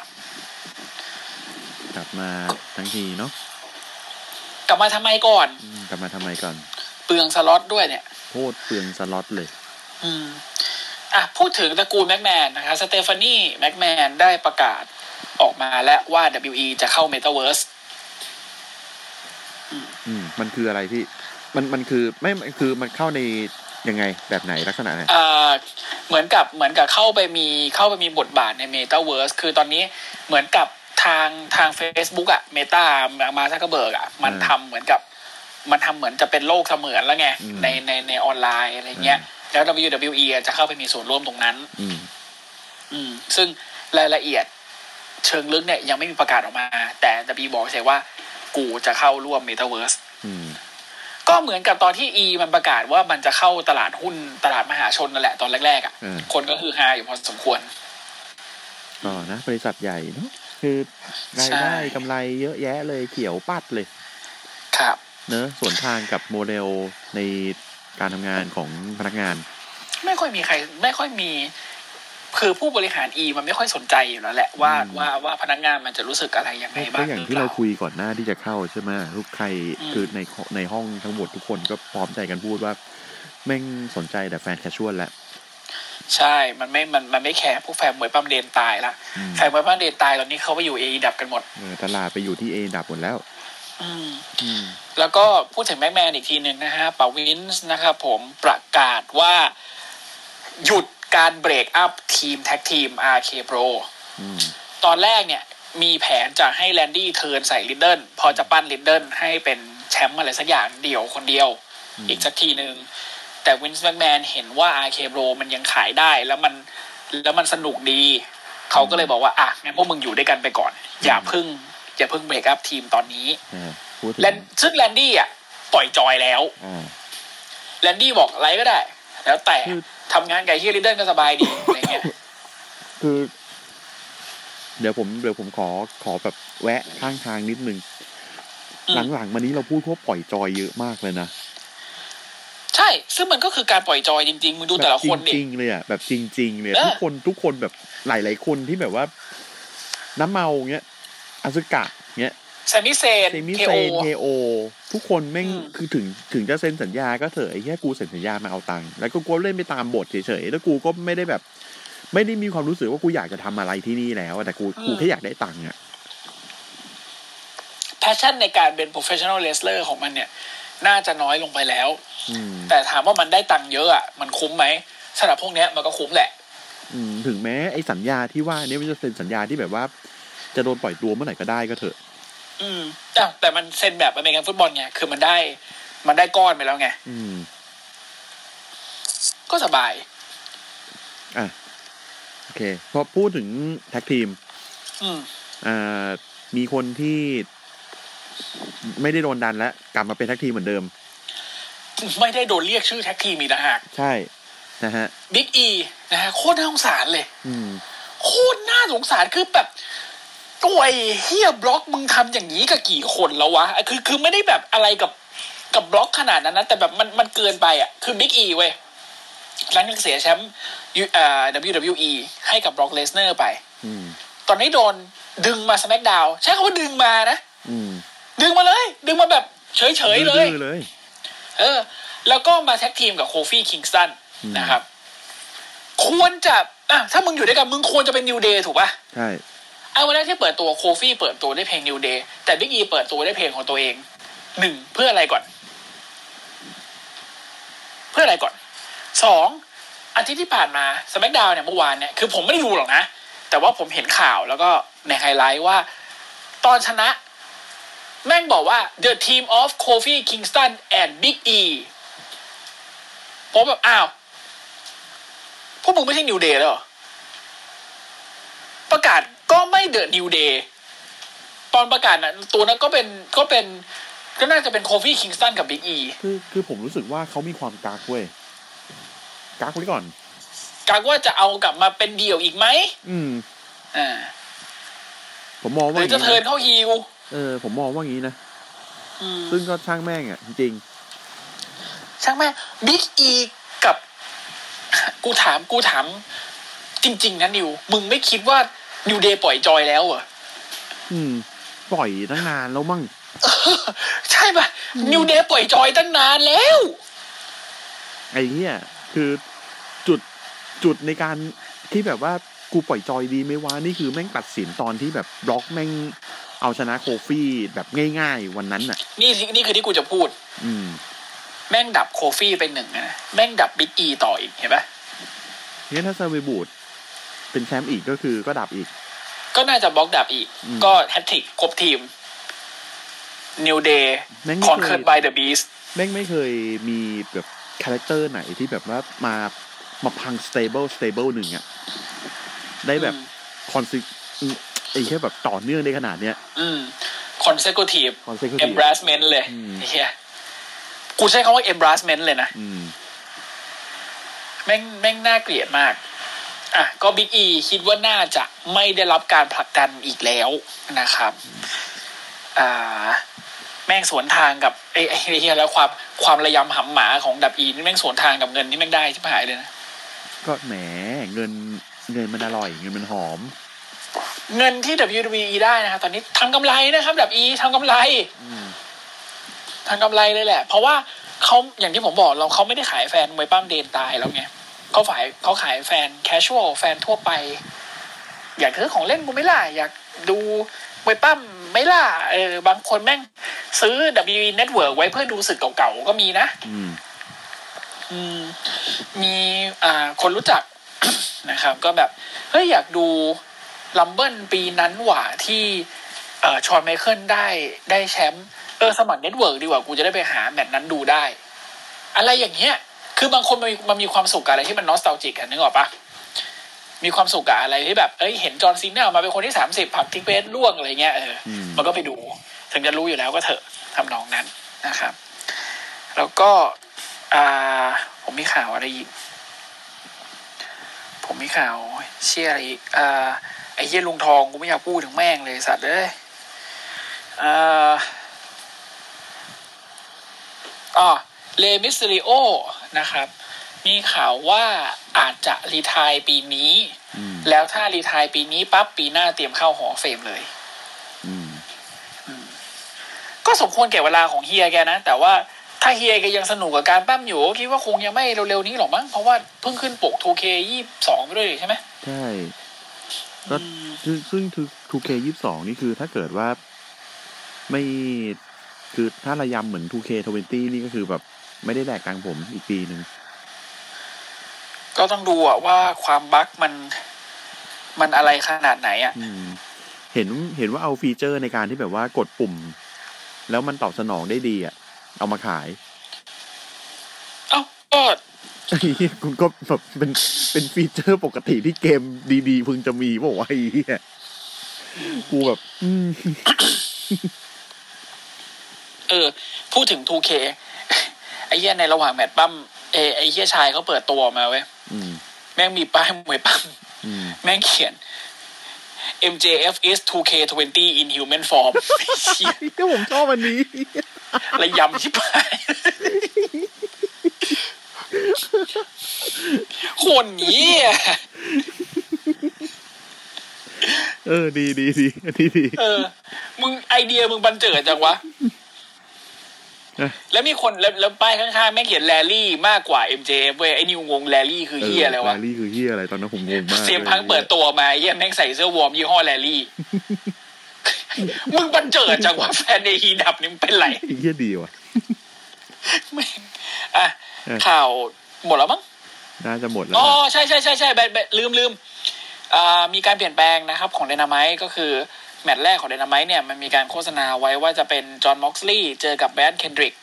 Speaker 1: กลับมาทั้งทีเนาะ
Speaker 2: กลับมาทำไมก่อน
Speaker 1: อืมกลับมาทำไมก่อน
Speaker 2: เปลืองสล็อตด้วยเนี่ย
Speaker 1: โคตรเปลืองสล็อตเลย
Speaker 2: อืมอ่ะพูดถึงตระกูลแม็กแมนนะคะสเตฟานีแม็กแมนได้ประกาศออกมาแล้วว่า WE จะเข้า Metaverse
Speaker 1: อืม มันคืออะไรพี่ มันมันคือไม่มันคือมันเข้าในยังไงแบบไหนลักษณะไหน
Speaker 2: เอ่อเหมือนกับเหมือนกับเข้าไปมีเข้าไปมีบทบาทใน Metaverse คือตอนนี้เหมือนกับทางทาง Facebook อะ Meta มาซักกเบิร์กอะมันทำเหมือนกับ มันทำเหมือนจะเป็นโลกเสมือนแล้วไง ในในในออนไลน์อะไรเงี้ยแล้ว WWE อะจะเข้าไปมีส่วนร่วมตรงนั้น
Speaker 1: อืม
Speaker 2: อืมซึ่งรายละเอียดเชิงลึกเนี่ยยังไม่มีประกาศออกมา แต่แต่บีบอกเฉยว่ากูจะเข้าร่วมเมตาเวิร์ส
Speaker 1: อืม
Speaker 2: ก็เหมือนกับตอนที่ E มันประกาศว่ามันจะเข้าตลาดหุ้นตลาดมหาชนนั่นแหละตอนแรกๆอะ่ะ
Speaker 1: อืม
Speaker 2: คนก็คือฮาอยู่พอสมควร
Speaker 1: ก็นะบริษัทใหญ่เนาะคือรายได้
Speaker 2: ใช่
Speaker 1: กำไรเยอะแยะเลยเขียวปัดเลย
Speaker 2: ครับ
Speaker 1: เนอะสวนทางกับโมเดลในการทำงานของพนักงาน
Speaker 2: ไม่ค่อยมีใคร ไม่ค่อยมี คือผู้บริหาร E มันไม่ค่อยสนใจอยู่แล้วแหละว่า
Speaker 1: อืม
Speaker 2: ว่าว่าพนักงานมันจะรู้สึกอะไรยังไง
Speaker 1: ก็
Speaker 2: บ้าง
Speaker 1: อย่าง
Speaker 2: ห
Speaker 1: ที่
Speaker 2: ปล่
Speaker 1: เราคุยก่อนหน้าที่จะเข้าใช่ไหมทุกใคร
Speaker 2: อืม
Speaker 1: คือในในห้องทั้งหมดทุกคนก็พร้อมใจกันพูดว่า แม่งสนใจแต่แฟนแคชชวลแหละ
Speaker 2: ใช่ มันไม่มันมันไม่แคร์พวกแฟนมวยปั้มเดนตายละ
Speaker 1: อืม
Speaker 2: แฟนมวยปั้มเดนตายตอนนี้เขาไปอยู่เอดับกันหมด
Speaker 1: เออตลาดไปอยู่ที่เอดับหมดแล้ว
Speaker 2: อืม
Speaker 1: อืม
Speaker 2: แล้วก็พูดถึงแม็กแมนอีกทีหนึ่งนะฮะปาวินส์นะครับผมประกาศว่า หยุดการเบรกอัพทีมแท็กทีม RK Pro
Speaker 1: อืม
Speaker 2: ตอนแรกเนี่ย มีแผนจะให้แลนดี้เทิร์นใส่ลิดเดิลพอจะปั้นลิดเดิลให้เป็นแชมป์อะไรสักอย่างเดี่ยวคนเดียว อีกสักทีหนึ่งแต่วินส์แม็กแมนเห็นว่า RK Pro มันยังขายได้แล้วมันแล้วมันสนุกดี เขาก็เลยบอกว่า อ่ะงั้นพวกมึงอยู่ด้วยกันไปก่อน อย่าเพึ่งอย่าเพึ่งเบรกอัพทีมตอนนี้
Speaker 1: อ่าพูดถึง
Speaker 2: แลนซึ่งแลนดี้อ่ะปล่อยจอยแล้ว
Speaker 1: อ่า
Speaker 2: แลนดี้บอกอะไรก็ได้ แล้วแต่
Speaker 1: คือ
Speaker 2: ทำงานไก่เฮียริดเดิลก็สบาย
Speaker 1: <laughs>
Speaker 2: ดีอะไรเงี้ย
Speaker 1: คือ เดี๋ยวผมเดี๋ยวผมขอขอแบบแวะข้างทางนิดนึง
Speaker 2: อืม
Speaker 1: หลังๆมานี้เราพูดว่าปล่อยจอยเยอะมากเลยนะ
Speaker 2: ใช่ ซึ่งมันก็คือการปล่อยจอยจริง ๆ มึงดูแต่ละคน
Speaker 1: แบบ
Speaker 2: ดิ
Speaker 1: จริงๆเลยอ่ะแบบจริง ๆ เลยอะ
Speaker 2: เออ
Speaker 1: ทุกคนทุกคนแบบหลายๆคนที่แบบว่า น้ำเมาเงี้ยอสุกะเงี้ย
Speaker 2: แซมมิเซน
Speaker 1: เซมิ
Speaker 2: เค
Speaker 1: เซ
Speaker 2: โอ
Speaker 1: นเทโอ ทุกคนแม่ง
Speaker 2: อืม
Speaker 1: คือถึงถึงจะเซ็นสัญญาก็เถอะไอ้แค่กูเซ็นสัญญามาเอาตังค์แล้วก็กูเล่นไปตามบทเฉยๆแล้วกูก็ไม่ได้แบบ ไม่ได้มีความรู้สึกว่ากูอยากจะทำอะไรที่นี่แล้วอะแต่กูกูแค่อยากได้ตังค์อ่ะ
Speaker 2: แพชชั่นในการเป็น professional wrestler ของมันเนี่ย น่าจะน้อยลงไปแล้ว
Speaker 1: อืม
Speaker 2: แต่ถามว่ามันได้ตังค์เยอะอ่ะ มันคุ้มไหมสำหรับพวกเนี้ยมันก็คุ้มแหละ
Speaker 1: อืมถึงแม้ไอ้สัญญาที่ว่าเนี่ยมันจะเป็นสัญญาที่แบบว่า จะโดนปล่อยตัวเมื่อไหร่ก็ได้ก็เถอะ
Speaker 2: อืมอ้าวแต่มันเซ็นแบบอเมริกันฟุตบอลไงคือมันได้ มันได้ก้อนไปแล้วไง
Speaker 1: อืม
Speaker 2: ก็สบาย
Speaker 1: โอเค พอพูดถึงแท็กทีม
Speaker 2: อืม
Speaker 1: อ่ามีคนที่ ไม่ได้โดนดันแล้ว กลับมาเป็นแท็กทีมเหมือนเดิม
Speaker 2: ไม่ได้โดนเรียกชื่อแท็กทีมอีกนะฮะ
Speaker 1: ใช่ นะฮะ
Speaker 2: บิ๊กอีนะฮะโคตรน่าสงสารเลย
Speaker 1: อืม
Speaker 2: โคตรน่าสงสารคือแบบตัวไอ้เฮียบล็อกมึงทำอย่างนี้กับกี่คนแล้ววะอ่ะคือคือไม่ได้แบบอะไรกับกับบล็อกขนาดนั้นนะแต่แบบมันมันเกินไปอ่ะ คือบิ๊กอีเว้ยหลังจากเสียแชมป์ยูเอ่อ WWE ให้กับบล็อกเลสเนอร์ไป
Speaker 1: อืม
Speaker 2: ตอนนี้โดนดึงมาส c k กดาวใช้คำว่าดึงมานะ
Speaker 1: อืม
Speaker 2: ดึงมาเลย ดึงมาแบบเฉยๆเลย
Speaker 1: ดื้อเลย
Speaker 2: เออ แล้วก็มาแท็กทีมกับโคฟี่คิงสตัน
Speaker 1: อืม
Speaker 2: นะครับ ควรจะอ่ะถ้ามึงอยู่ด้วยกันมึงควรจะเป็นนิวเดย์ถูกปะ
Speaker 1: ใช่
Speaker 2: ไอ้วันแรกที่เปิดตัวโคฟี่เปิดตัวด้วยเพลง New Day แต่บิ๊กอีเปิดตัวด้วยเพลงของตัวเองหนึ่งเพื่ออะไรก่อน เพื่ออะไรก่อนสอง อาทิตย์ที่ผ่านมาสมักดาวเนี่ยเมื่อวานเนี่ยคือผมไม่ได้ดูหรอกนะ แต่ว่าผมเห็นข่าวแล้วก็ในไฮไลท์ว่า ตอนชนะ แม่งบอกว่า the team of Kofi Kingston and Big E ผมแบบ อ้าว พวกมึงไม่ใช่ New Day แล้วเหรอ ประกาศก็ไม่ The New Day ตอนประกาศน่ะตัวนั้นก็เป็นก็เป็นก็น่าจะเป็นโคฟี่คิงสตันกับบิ๊กอี
Speaker 1: คือคือผมรู้สึกว่าเขามีความกักเว้ยกักไว้ก่อน
Speaker 2: กากว่าจะเอากลับมาเป็นเดี่ยวอีกไหม
Speaker 1: อืม
Speaker 2: อ่า
Speaker 1: ผมมอง
Speaker 2: ห
Speaker 1: ว่า
Speaker 2: รือจะ
Speaker 1: ย่าง
Speaker 2: เทิร์น
Speaker 1: งี้นะ
Speaker 2: เข้าฮิล
Speaker 1: เออผมมองว่าอย่างนี้นะ
Speaker 2: อืม
Speaker 1: ซึ่งก็ช่างแม่งอ่ะจริง
Speaker 2: ช่างแม่บิ๊กอีกับ กูถามกูถาม จริง ๆนะนิว มึงไม่คิดว่านิวเดย์ปล่อยจอยแล้วเหรอ <laughs>
Speaker 1: ๆอืม ปล่อยตั้งนานแล้วมั่ง
Speaker 2: ใช่ป่ะนิวเดย์ปล่อยจอยตั้งนานแล้ว
Speaker 1: ไอ้เนี้ยคือจุดจุดในการที่แบบว่ากูปล่อยจอยดีไหม่ว่านี่คือแม่งตัดสินตอนที่แบบบล็อกแม่งเอาชนะโคฟี่แบบง่ายๆ วันนั้นน่ะ
Speaker 2: นี่นี่คือที่กูจะพูด
Speaker 1: อืม
Speaker 2: แม่งดับโคฟี่ไปหนึ่งนะแม่งดับบิ๊กอีต่ออีกเห็นปะ
Speaker 1: งั้นถ้าเซอร์เวบูดเป็นแชมป์อีกก็คือก็ดับอีก
Speaker 2: ก็น่าจะบล็อกดับอีก
Speaker 1: อืม
Speaker 2: ก็แฮตทริกครบทีมนิวเดย์
Speaker 1: แม่ง
Speaker 2: ค
Speaker 1: ไม่
Speaker 2: อน
Speaker 1: เค
Speaker 2: เคิ
Speaker 1: ย
Speaker 2: ร์ดบายเดอะบีส
Speaker 1: แม่งไม่เคยมีแบบคาแรคเตอร์ไหนที่แบบว่ามามาพังสเตเบิลสเตเบิลหนึ่งอะได้แบบคอนซิไอ้แค่แบบต่อเนื่องได้ขนาดเนี้ย
Speaker 2: อืมคอนเซค u ทีฟ
Speaker 1: คอนเซ็ปต์
Speaker 2: เอมบรสเมนต์เลย
Speaker 1: อืม
Speaker 2: ไอ้เฮียกูใช้คำว่าเอมบรสเมนต์เลยนะ
Speaker 1: อืม
Speaker 2: แม่งแม่งน่าเกลียดมาก อ่ะ ก็บิ๊กอีคิดว่าน่าจะไม่ได้รับการผลักดันอีกแล้วนะครับ อ่า แม่งสวนทางกับไอ้ไอ้ไอ้เฮียแล้วความความระยำหำหมาของดับอีนี่แม่งสวนทางกับเงินนี่แม่งได้ชิบหายเลยนะ
Speaker 1: ก็แหมเงินเงินมันอร่อย เงินมันหอม
Speaker 2: เงินที่ WWE ได้นะครับตอนนี้ทำกำไรนะครับ ดับอีทำกำไร
Speaker 1: อืม
Speaker 2: ทำกำไรเลยแหละ เพราะว่าเขาอย่างที่ผมบอกเราเขาไม่ได้ขายแฟนมวยปั้มเดนตายแล้วไงเขาขายเขาขายแฟนแคชชวลแฟนทั่วไป อยากซื้อของเล่นกูไหม่ล่ะอยากดูมวยปั้มไหม่ล่ะเออบางคนแม่งซื้อ WWE Network ไว้เพื่อดูสึกเก่าๆก็มีนะ
Speaker 1: อืม
Speaker 2: อืมมีอ่าคนรู้จัก <coughs> นะครับ ก็แบบ เฮ้ย อยากดูลัมเบิลปีนั้นหว่าที่เอ่อชอนไมเคิลได้ได้แชมป์เออสมัครเน็ตเวิร์กดีกว่า กูจะได้ไปหาแมตช์นั้นดูได้ อะไรอย่างเงี้ย คือบางคนมันมีมันมีความสุขกับอะไรที่มันนอสตาจิกอะนึกออกปะมีความสุขกับอะไรที่แบบ เอ้ยเห็นจอห์นซีน่ามาเป็นคนที่สามสิบผักทิ้งเพสล่วงอะไรเงี้ยเอออ
Speaker 1: ม
Speaker 2: มันก็ไปดู ถึงจะรู้อยู่แล้วก็เถอะทำนองนั้นนะครับ แล้วก็ อ่า ผมมีข่าวอะไรอีก ผมมีข่าวเชี่ยอะไรอีกอ่าไอ้เยี่ยลุงทองกูไม่อยากพูดถึงแม่งเลยสัตว์เอ้ยอ่าอ๋อเลมิสริโอนะครับ มีข่าวว่าอาจจะรีไทายปีนี้
Speaker 1: อืม
Speaker 2: แล้วถ้ารีไทายปีนี้ปั๊บปีหน้าเตรียมเข้าหอเฟรมเลย
Speaker 1: อืม
Speaker 2: ก็สมควรแก่เวลาของเฮียแกนะ แต่ว่าถ้าเฮียแกยังสนุกกับการปั้มอยู่ก็คิดว่าคงยังไม่เร็วๆนี้หรอกมั้งเพราะว่าเพิ่งขึ้นปก 2K 22ไปด้วยใช่ไหม
Speaker 1: ใช่ ก็ซึ่งซึ่งทูเคยี่สองนี่คือถ้าเกิดว่าไม่คือถ้าระยำเหมือนทูเคทเวนตี้นี่ก็คือแบบไม่ได้แดกกลางผมอีกปีหนึ่ง
Speaker 2: ก็ต้องดูอะว่าความบั๊กมัน มันอะไรขนาดไหนอะ
Speaker 1: อืม เห็นเห็นว่าเอาฟีเจอร์ในการที่แบบว่ากดปุ่ม แล้วมันตอบสนองได้ดีอ่ะ เอามาขาย <laughs>
Speaker 2: เอ้าก็
Speaker 1: ไอ้เหี้ยคุณก็แบบเป็นเป็นฟีเจอร์ปกติที่เกมดีๆพึงจะมีบอกว่าวะไอ้เหี้ยกูแบบ อืม
Speaker 2: เออ พูดถึง 2K ไอ้เฮียในระหว่างแมตช์ปั้มเออไอ้เฮียชายเขาเปิดตัวออกมาเว้ย
Speaker 1: อืม
Speaker 2: แม่งมีป้ายมวยปั้ม
Speaker 1: อืม
Speaker 2: แม่งเขียน MJF is 2K20 in human form ไอ้เหี้ย
Speaker 1: ก็ผมชอบวันนี้
Speaker 2: ระยำชิบหายคนนี้อะ
Speaker 1: เออ ดีดีดีอันนี้ดี
Speaker 2: เออ มึงไอเดียมึงบันเจิดจังวะ
Speaker 1: เอ้ย
Speaker 2: แล้วมีคนแล้วแล้วป้ายข้างๆ แม่งเขียนแรลลี่มากกว่า MJ เว้ยไอ้นิวงงแรลลี่คือเฮียอะไรวะ
Speaker 1: ลารี่คือเฮียอะไรตอนนั้นผมงงมาก
Speaker 2: เสียงพังเปิดตัวมาเฮียแม่งใส่เสื้อวอร์มยี่ห้อแรลลี่ มึงบันเจิดจังวะแฟนในฮีดับนี่มึงเป็นไร
Speaker 1: ไอ้เฮียดีว่ะ
Speaker 2: แม่งอ่ะ
Speaker 1: เออ
Speaker 2: ข่าวหมดแล้วมั้ง
Speaker 1: น่าจะหมดแล้ว
Speaker 2: อ๋อ
Speaker 1: นะ
Speaker 2: ใช่ใช่ใช่ใช่แบแบลืมลืมอ่ามีการเปลี่ยนแปลงนะครับของเดน m ม t e ก็คือ แมตช์แรกของเดน m ม t e เนี่ยมันมีการโฆษณาไว้ว่าจะเป็นจอห์นม็อกซ์ลีย์เจอกับแบรนด์เคนดริก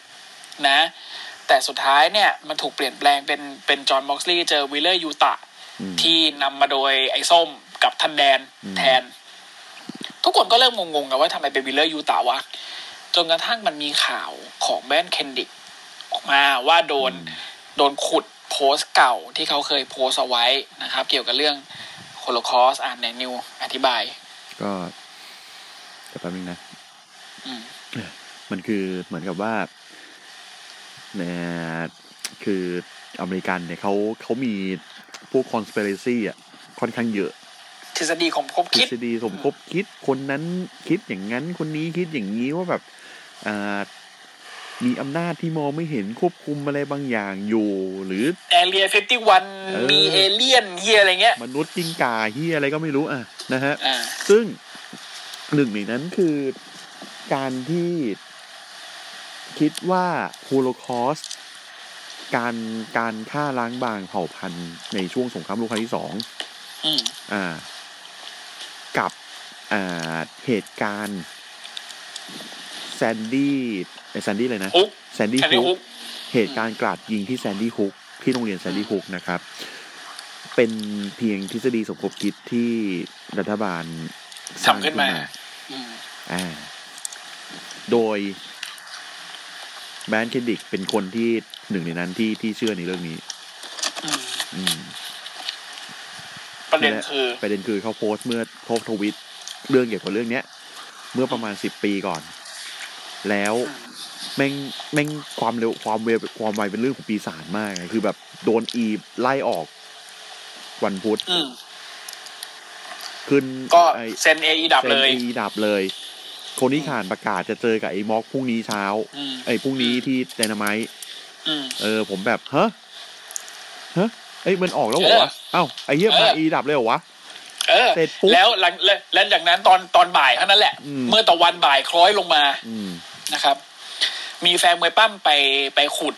Speaker 2: นะ แต่สุดท้ายเนี่ย มันถูกเปลี่ยนแปลงเป็นเป็นจอห์นม็อกซ์ลีย์เจอวิลเลอร์ยูตะ
Speaker 1: อืม
Speaker 2: ที่นำมาโดยไอ้ส้มกับทันแดน
Speaker 1: อืม
Speaker 2: แทน ทุกคนก็เริ่มงงๆกันว่าทำไมเป็นวิลเลอร์ยูตาวะ จนกระทั่งมันมีข่าวของแบรนด์เคนดิกออกมาว่าโดน โดนขุดโพสต์เก่าที่เขาเคยโพสต์เอาไว้นะครับ เกี่ยวกับเรื่องโ o โลคอสอ่านในนิวอธิบาย
Speaker 1: ก็เดี๋ยวแป๊บนึงนะ
Speaker 2: อืม
Speaker 1: มันคือเหมือนกับว่าเนี่ยคืออเมริกันเนี่ยเขาเขามีพวกคอน spiracy อ่ะ ค่อนข้างเยอะ
Speaker 2: ทฤษฎีของคบ
Speaker 1: ทฤ
Speaker 2: คิด
Speaker 1: ษฎีสมคบคิดคนนั้นคิดอย่างนั้นคนนี้คิดอย่างนี้ว่าแบบอ่ามีอำนาจที่มองไม่เห็นควบคุมอะไรบางอย่างอยู่ หรือ
Speaker 2: แอเรียฟิฟตี้วัน
Speaker 1: เออ
Speaker 2: มีเอเลี่ยนเฮียอะไรเงี้ย
Speaker 1: มนุษย์กิ้งก่าเฮียอะไรก็ไม่รู้อ่ะนะฮะ
Speaker 2: อ่า
Speaker 1: ซึ่งหนึ่งในนั้นคือการที่คิดว่าโฮโลคอสต์การการฆ่าล้างบางเผ่าพันธุ์ในช่วงสงครามโลกครั้งที่สอง
Speaker 2: อืม
Speaker 1: อ่า กับอ่าเหตุการณ์แซนดี้แซนดี้เลยนะ
Speaker 2: ฮุก
Speaker 1: แซนดี้
Speaker 2: แอนดี้ฮุ
Speaker 1: ฮุ
Speaker 2: ก
Speaker 1: กเหตุการณ์กราดยิงที่แซนดี้ฮุกที่โรงเรียนแซนดี้ฮุกนะครับ เป็นเพียงทฤษฎีสมคบคิดที่รัฐบาลสร้าง
Speaker 2: ทำขึ้นมาอืม
Speaker 1: อ่า โดยแบรนด์เคนดิกเป็นคนที่หนึ่งในนั้นที่ที่เชื่อในเรื่องนี้
Speaker 2: อืม
Speaker 1: อืม
Speaker 2: ประเด็นคือ
Speaker 1: ประเด็นคือเขาโพสต์เมื่อโพสต์ทวิตเรื่องเกี่ยวกับเรื่องเนี้ย เมื่อประมาณสิบปีก่อน แล้วแม่งแม่งความเร็วความเวความไวเป็นเรื่องของปีศาจมากไงคือแบบโดนอีไล่ออกวันพุธ
Speaker 2: อืม
Speaker 1: ขึ้น
Speaker 2: ก็
Speaker 1: ไอ้
Speaker 2: เซ็นเออีดับเลย
Speaker 1: ซ็นอีดับเลย คนที่ขานประกาศจะเจอกับไอ้ม็อกพรุ่งนี้เช้า
Speaker 2: อืม
Speaker 1: ไอ้พรุ่งนี้ที่ไดนาไมต์
Speaker 2: อืม
Speaker 1: เออ ผมแบบฮะฮะเอ้ยมันออกแล้วเหรอวะเอ้าไอ้เหี้ยมา
Speaker 2: เออ
Speaker 1: อีดับเลยเหรอวะ
Speaker 2: เออ
Speaker 1: เสร็จปุ๊บ
Speaker 2: แล้วหลังแล้วแล้วจากนั้นตอนตอนบ่ายเท่านั้นแหละ
Speaker 1: อืม
Speaker 2: เมื่อตะวันบ่ายคล้อยลงมา
Speaker 1: อืม
Speaker 2: นะครับ มีแฟนมวยปั้มไปไปขุด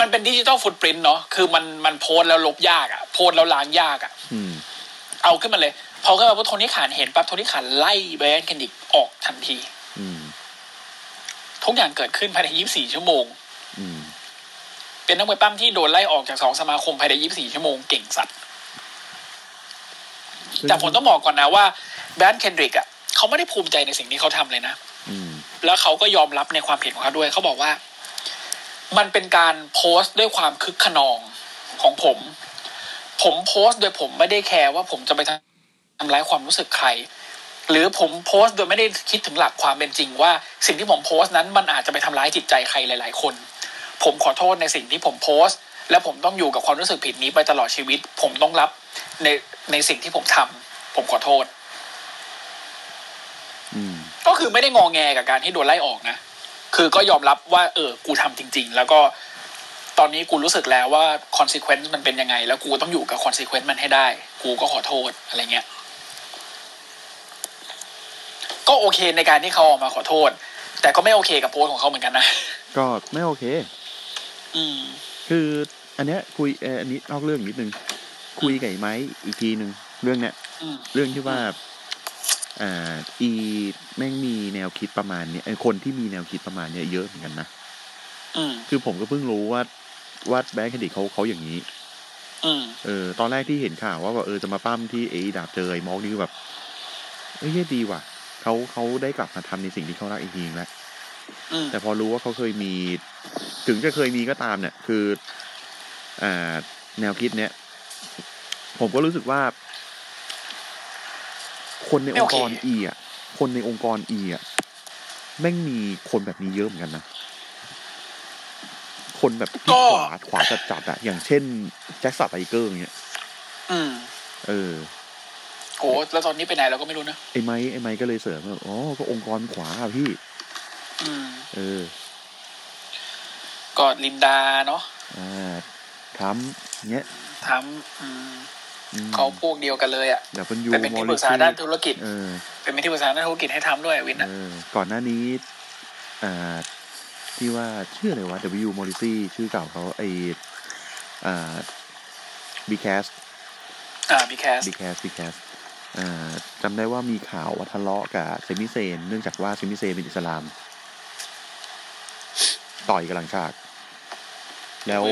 Speaker 2: มันเป็นดิจิตอลฟุตปรินต์เนาะ คือมันมันโพสต์แล้วลบยากอะโพสต์แล้วล้างยากอะ
Speaker 1: อืม
Speaker 2: เอาขึ้นมาเลย พอขึ้นมาปุ๊บโทนี่ขานเห็นปั๊บโทนี่ขานไล่แบรนด์เคนดิกออกทันที
Speaker 1: อืม
Speaker 2: ทุกอย่างเกิดขึ้นภายใน 24 ชั่วโมง
Speaker 1: อืม
Speaker 2: เป็นนักมวยปั้มที่โดนไล่ออกจากสองสมาคมภายใน 24 ชั่วโมงเก่งสัตว์ แต่ผมต้องบอกก่อนนะว่าแบรนด์เคนดิกอะเขาไม่ได้ภูมิใจในสิ่งที่เขาทำเลยนะ
Speaker 1: อืม
Speaker 2: แล้วเขาก็ยอมรับในความผิดของเขาด้วย เขาบอกว่า มันเป็นการโพสต์ด้วยความคึกขนองของผม ผมโพสต์โดยผมไม่ได้แคร์ว่าผมจะไปทำทำร้ายความรู้สึกใคร หรือผมโพสต์โดยไม่ได้คิดถึงหลักความเป็นจริง ว่าสิ่งที่ผมโพสต์นั้นมันอาจจะไปทำร้ายจิตใจใครหลาย ๆ คน ผมขอโทษในสิ่งที่ผมโพสต์ และผมต้องอยู่กับความรู้สึกผิดนี้ไปตลอดชีวิต ผมต้องรับในในสิ่งที่ผมทำผมขอโทษ
Speaker 1: อืม
Speaker 2: ก็คือไม่ได้งอแงกับการที่โดนไล่ออกนะ คือก็ยอมรับว่า เออ กูทำจริง ๆ แล้วก็ตอนนี้กูรู้สึกแล้วว่า consequence มันเป็นยังไง แล้วกูต้องอยู่กับ consequence มันให้ได้ กูก็ขอโทษอะไรเงี้ย ก็โอเคในการที่เขาออกมาขอโทษ แต่ก็ไม่โอเคกับโพสต์ของเขาเหมือนกันนะ
Speaker 1: ก็ไม่โอเค
Speaker 2: อืม
Speaker 1: คือ อันเนี้ยคุยเอ่ออันนี้นอกเรื่องนิดนึง คุยกับไอ้ไม้อีกทีหนึ่งเรื่องเนี้ย
Speaker 2: อืม
Speaker 1: เรื่องที่ว่าอ่าอีแม่งมีแนวคิดประมาณเนี้ยเอ้ยคนที่มีแนวคิดประมาณเนี้ยเยอะเหมือนกันนะ
Speaker 2: อืม
Speaker 1: คือผมก็เพิ่งรู้ว่าว่าแบงค์คดีเขาเขาอย่างนี้
Speaker 2: อืม
Speaker 1: เออ ตอนแรกที่เห็นข่าวว่าแบบเออจะมาปั้มที่เอดาบเจอไอ้มอกนี่คือแบบเอ้ยเหี้ยดีว่ะเขาเขาได้กลับมาทำในสิ่งที่เขารักอีกทีนึงแล้ว
Speaker 2: อืม
Speaker 1: แต่พอรู้ว่าเขาเคยมี ถึงจะเคยมีก็ตามเนี่ย คือ อ่า แนวคิดเนี้ย ผมก็รู้สึกว่า คนในอ
Speaker 2: ไม่โอง
Speaker 1: ค์
Speaker 2: เค
Speaker 1: กรอีอ่ะ คนในองค์กรอีอ่ะ แม่งมีคนแบบนี้เยอะเหมือนกันนะ คนแบบที่ขวาขวาจัดจัดๆอะอย่างเช่น แจ็คสันไบเกอร์เนี่ย
Speaker 2: อืม
Speaker 1: เออ
Speaker 2: โหแล้วตอนนี้ไปไหนเราก็ไม่รู้นะ
Speaker 1: ไอ้ไม้ไอ้ไม้ก็เลยเสริมว่าอ๋อ ก็องค์กรขวาอะพี่
Speaker 2: อืม
Speaker 1: เออ
Speaker 2: ก็ลินดาเนาะ
Speaker 1: อ่าทรัมป์เนี้ย
Speaker 2: ทำอืม
Speaker 1: อืม
Speaker 2: เขาพวกเดียวกันเลยอะ
Speaker 1: ดับเบิลยู
Speaker 2: แต่เป็นที่ปรึกษา
Speaker 1: ริตี้
Speaker 2: ด้านธุรกิจ
Speaker 1: เออ
Speaker 2: เป็นที่ปรึกษาด้านธุรกิจให้ทำด้วยวิน
Speaker 1: เอ
Speaker 2: นะ
Speaker 1: อ ก่อนหน้านี้ อ่า ที่ว่าชื่ออะไรวะ W. Morrissey ชื่อเก่าเขาไออ่า บีแคส
Speaker 2: อ่าบีแคส
Speaker 1: บีแคสบีแคสจำได้ว่ามีข่าวว่าทะเลาะกับเซมิเซน เนื่องจากว่าเซมิเซนเป็นอิสลาม ต่อยกันหลังฉาก แล้ว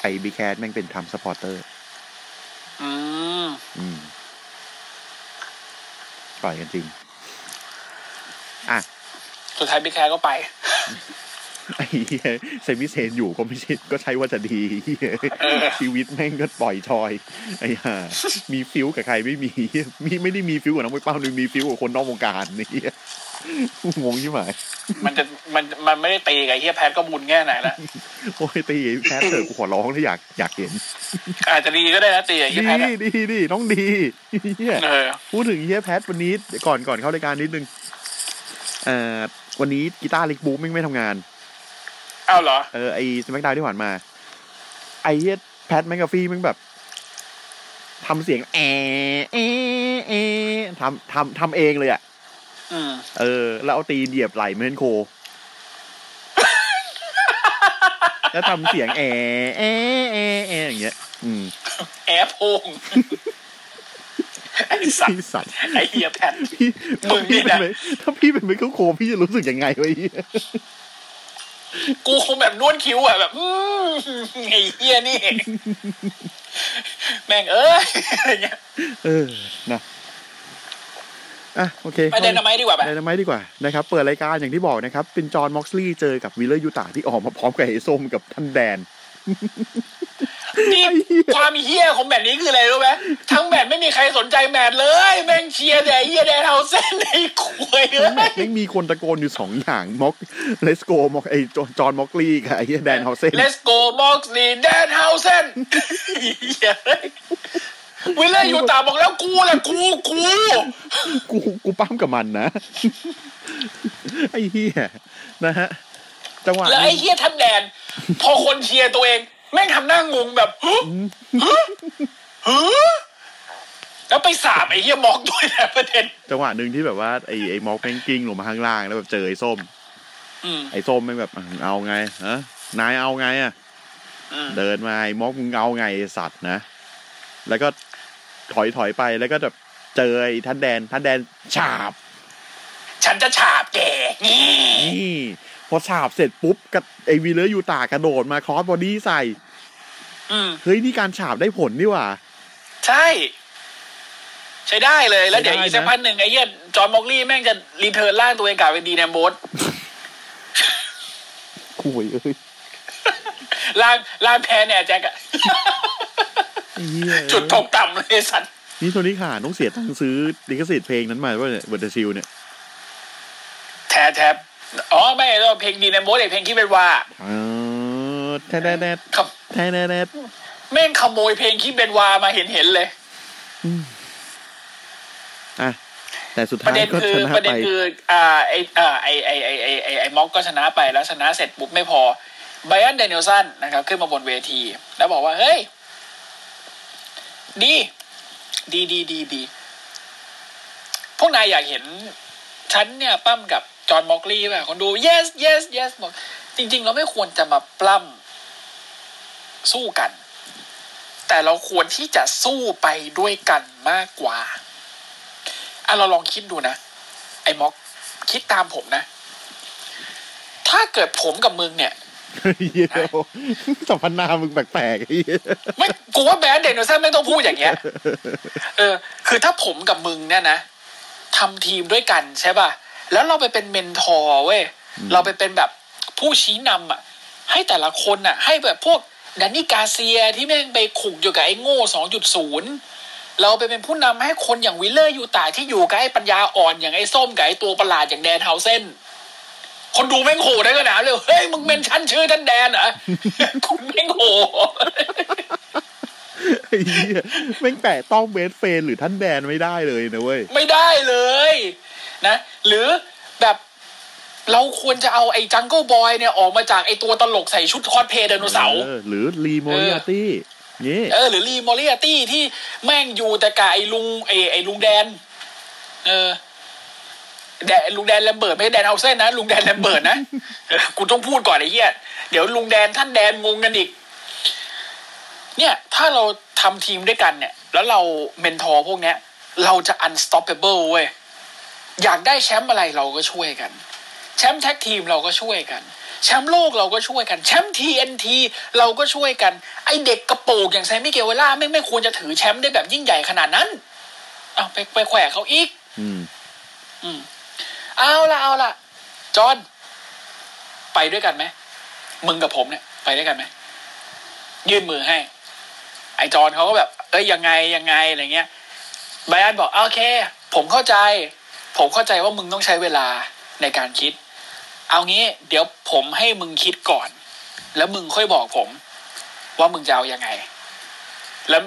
Speaker 1: ไอ้บีแคสแม่งเป็นทำสปอร์เตอร์
Speaker 2: อืม
Speaker 1: อืมต่อยกันจริง <laughs> อ่ะ
Speaker 2: สุดท้ายบิ๊กแคร์ก็ไป
Speaker 1: ไอ้เหี้ยเซมิเซนอยู่ก็ไม่ใช่ก็ใช่ว่าจะดี <laughs> เหี้ยชีวิตแม่งก็ปล่อยทอย ไอ้ห่ามีฟิวกับใครไม่มี <laughs> เหี้ยมีไม่ได้มีฟิวกับนักมวยเป้านึงมีฟิวกับคนนอกวงการ <laughs> นี่เหี้ยงงใช่ไหม
Speaker 2: มันจะมันมันไม่ได้ตีกับไอ้เฮียแพทก็บุญแง่ไหน
Speaker 1: <laughs>
Speaker 2: ละ
Speaker 1: โอ้ยตีไอ้แพทเถอะกูขอร้องเลยอยากอยากเห็น
Speaker 2: อาจจะดีก็ได้นะตีกับไอ้เฮีย
Speaker 1: ดี
Speaker 2: แพทอะ
Speaker 1: ดีดีน้องดีเหี้ย
Speaker 2: เออ
Speaker 1: พูดถึงเฮียแพทวันนี้เดี๋ยวก่อนก่อนเข้ารายการนิดนึงเอ่อวันนี้กีตาร์ลิกบูมแม่งไม่ทำงาน
Speaker 2: เอ้าเหรอ
Speaker 1: เออไอ้สมักดาวที่ผ่านมา ไอ้เฮียแพทแมกกาฟี่มันแบบทำเสียงแอะแอะแอะทำทำทำเองเลยอ่ะ
Speaker 2: อืม
Speaker 1: เออ แล้วเอาตีนเหยียบไหล่เมนโค แล้วทำเสียงแอะแอะแอะแอะอย่างเงี้ย อืม
Speaker 2: แอปโพงไอ้สัตว์
Speaker 1: พี่สัตว์
Speaker 2: ไอ้เฮียแพท
Speaker 1: พี่
Speaker 2: มึ
Speaker 1: ถ้าง
Speaker 2: นี่
Speaker 1: พี่เป็
Speaker 2: นะ
Speaker 1: นถ้าพี่เป็นเมนโคพี่จะรู้สึกยังไงวะไอ้เหี้ย
Speaker 2: กูคงแบบนวดคิ้วอ่ะแบบอืมไอ้เฮียนี่ <laughs> แม่งเอ้ย <laughs> อะไรเงี้ย
Speaker 1: เออ นะ อ่ะ โอเค
Speaker 2: ไปเดินทำไมดีกว่าไป
Speaker 1: ไดนาไมต์ดีกว่า นะครับ เปิดรายการอย่างที่บอกนะครับ เป็นจอห์นม็อกซ์ลีย์เจอกับวิลเลอร์ยูตาที่ออกมาพร้อมกับไอ้ส้มกับท่านแดน
Speaker 2: นี่ความเฮียของแมตช์นี้คืออะไรรู้ไหมทั้งแมตช์ไม่มีใครสนใจแมตช์เลย แม่งเชียร์แต่ไอ้เฮียแดนเฮาเซนไอ้คุยเล
Speaker 1: แม่
Speaker 2: ย
Speaker 1: งไม่มีคนตะโกนอยู่สองอย่าง ม็อก เลสโก ม็อกไอ้จอจอห์นม็อกลีย์กับไอ้เหี้ยแดนเฮาเซน
Speaker 2: Let's go Moxley Dan Housen วิลเลอร์อยู่ตาบอกแล้วกูแหละกูกู
Speaker 1: กู กูปั้มกับมันนะ ไอ้เหี้ย นะฮะ จังหวะ
Speaker 2: แล้วไอ้
Speaker 1: นี้
Speaker 2: เฮียท่านแดน พอคนเชียร์ตัวเอง แม่งทำหน้างงแบบฮึฮึฮึแล้วไปสาบไอ้เฮียมอกด้วยนะประเด็น
Speaker 1: จังหวะหนึ่งที่แบบว่าไอ้ไอ้ม็อกแม่งกิ้งลงมาข้างล่างแล้วแบบเจอไอ้ส้ม
Speaker 2: อืม
Speaker 1: ไอ้ส้มแม่งแบบเอาไงฮะนายเอาไงอ่ะ
Speaker 2: อืม
Speaker 1: เดินมาไอ้ม็อกมึงเอาไงไอ้สัตว์นะ แล้วก็ถอยถอยไปแล้วก็แบบเจอไอ้ท่านแดนท่านแดนฉาบ
Speaker 2: ฉันจะฉาบแกนี่
Speaker 1: นี่พอฉาบเสร็จปุ๊บกับไอ้วีเลอร์ยูตากระโดดมาครอสบอดี้ใส่
Speaker 2: อืม
Speaker 1: เฮ้ยนี่การฉาบได้ผลนี่หว่า
Speaker 2: ใช่ ใช้ได้เลย แล้วเดี๋ยว
Speaker 1: ใช้ได้
Speaker 2: อีกสัก
Speaker 1: นะ
Speaker 2: พักหนึ่งไอ้เหี้ยจอห์นมอกลี่แม่งจะรีเทิร์นร่างตัวเองกลับเป็นดีแนมโบส
Speaker 1: คุยเอ้ย
Speaker 2: ร่างร่างแพ้แน่แจ็คอะ
Speaker 1: ไอ้เหี้ย
Speaker 2: จุดตกต่ำเลยสัตว์
Speaker 1: นี่โทนี่ขาต้องเสียตังค์ซื้อลิขสิทธิ์เพลงนั้นมาว่าเนี่ยเวอร์ชิลเนี่ย
Speaker 2: แทบแทบอ๋อ ไม่เราเพลงดีในโมเดลเพลงคิดเป็นว่า
Speaker 1: อ๋อแท้แท้แท้
Speaker 2: ขบ
Speaker 1: แท้แท้แท้
Speaker 2: แม่งขโมยเพลงคิดเป็นว่ามาเห็นเห็นๆเลย
Speaker 1: อ่ะแต่สุด
Speaker 2: ป
Speaker 1: ท้าย
Speaker 2: ระเด็น
Speaker 1: ก็
Speaker 2: คื
Speaker 1: ช
Speaker 2: อ
Speaker 1: นะ
Speaker 2: ประเด็
Speaker 1: ไป
Speaker 2: นคืออ่าไออ่าไอไอไอไอไอไอม็อกก็ชนะไปแล้วชนะเสร็จปุ๊บไม่พอไบรอันเดนิลสันนะครับ ขึ้นมาบนเวที แล้วบอกว่า เฮ้ย ดีดีดีดีดีพวกนายอยากเห็น ฉันเนี่ย ปั้มกับจอห์นม็อกลีป่ะ คนดู yes yes yes บอก จริง ๆ เราไม่ควรจะมาปล้ำสู้กัน แต่เราควรที่จะสู้ไปด้วยกันมากกว่า อ่ะเราลองคิดดูนะ ไอ้ม็อกคิดตามผมนะ ถ้าเกิดผมกับมึงเนี่ย
Speaker 1: เหี้ยสัมพนามึงแปลกๆไอ้เหี้ย
Speaker 2: ไม่กูว่าแบรนด์เดนเนอร์สันไม่ต้องพูดอย่างเงี้ย เออ คือถ้าผมกับมึงเนี่ยนะทำทีมด้วยกันใช่ป่ะ แล้วเราไปเป็นเมนทอร์เว้ย เราไปเป็นแบบผู้ชี้นำอ่ะ ให้แต่ละคนอ่ะ ให้แบบพวกแดนนี่กาเซียที่แม่งไปขุกอยู่กับไอ้โง่สองจุดศูนย์เราไปเป็นผู้นำให้คนอย่างวิลเลอร์อยู่ตาที่อยู่กับไอ้ปัญญาอ่อนอย่างไอ้ส้มกับไอ้ตัวประหลาดอย่างแดนเฮาเซนคนดูแม่งโหได้ก็หนาวเลยเฮ้ยมึงเป็นชั้นชื่อท่านแดนเหรอ <laughs> คุณแม่งโห
Speaker 1: ไอ้เหี้ยแม่งแปะต้องเบสเฟนหรือท่านแดนไม่ได้เลยนะเว้ย
Speaker 2: ไม่ได้เลยนะ หรือแบบเราควรจะเอาไอ้จังเกิลบอยเนี่ย ออกมาจากไอ้ตัวตลกใส่ชุดคอสเพลย์ไดโนเสาร์
Speaker 1: ออหรือรีโมริอาตี้นี่
Speaker 2: เออ หรือรีมอริอาตี้ที่แม่งอยู่แต่กับไอ้ลุงไอ้ไอ้ลุงแดน เออแดนลุงแดนแลมเบิร์ตไม่ใช่แดนเฮาเซนนะ ลุงแดนแลมเบิร์ตนะเออกูต้องพูดก่อนไอ้เหี้ยเดี๋ยวลุงแดนท่านแดนงงกันอีก เนี่ย ถ้าเราทำทีมด้วยกันเนี่ย แล้วเราเมนทอร์พวกเนี้ย เราจะ unstoppable เว้ย อยากได้แชมป์อะไรเราก็ช่วยกัน แชมป์แท็กทีมเราก็ช่วยกัน แชมป์โลกเราก็ช่วยกัน แชมป์ TNT เราก็ช่วยกัน ไอเด็กกระโปรงอย่างแซมมี่เกเวล่าไม่งไม่ควรจะถือแชมป์ได้แบบยิ่งใหญ่ขนาดนั้นเอาไปไปแขวะเขาอีก
Speaker 1: อืม
Speaker 2: เอาละเอาละจอห์นไปด้วยกันไหมมึงกับผมเนี่ย ไปด้วยกันไหมยื่นมือให้ ไอจอห์นเขาก็แบบ เอ้ยยังไงยังไงอะไรเงี้ยไบรอันบอกโอเค ผมเข้าใจ ผมเข้าใจว่ามึงต้องใช้เวลาในการคิด เอางี้ เดี๋ยวผมให้มึงคิดก่อน แล้วมึงค่อยบอกผม ว่ามึงจะเอายังไง แล้ว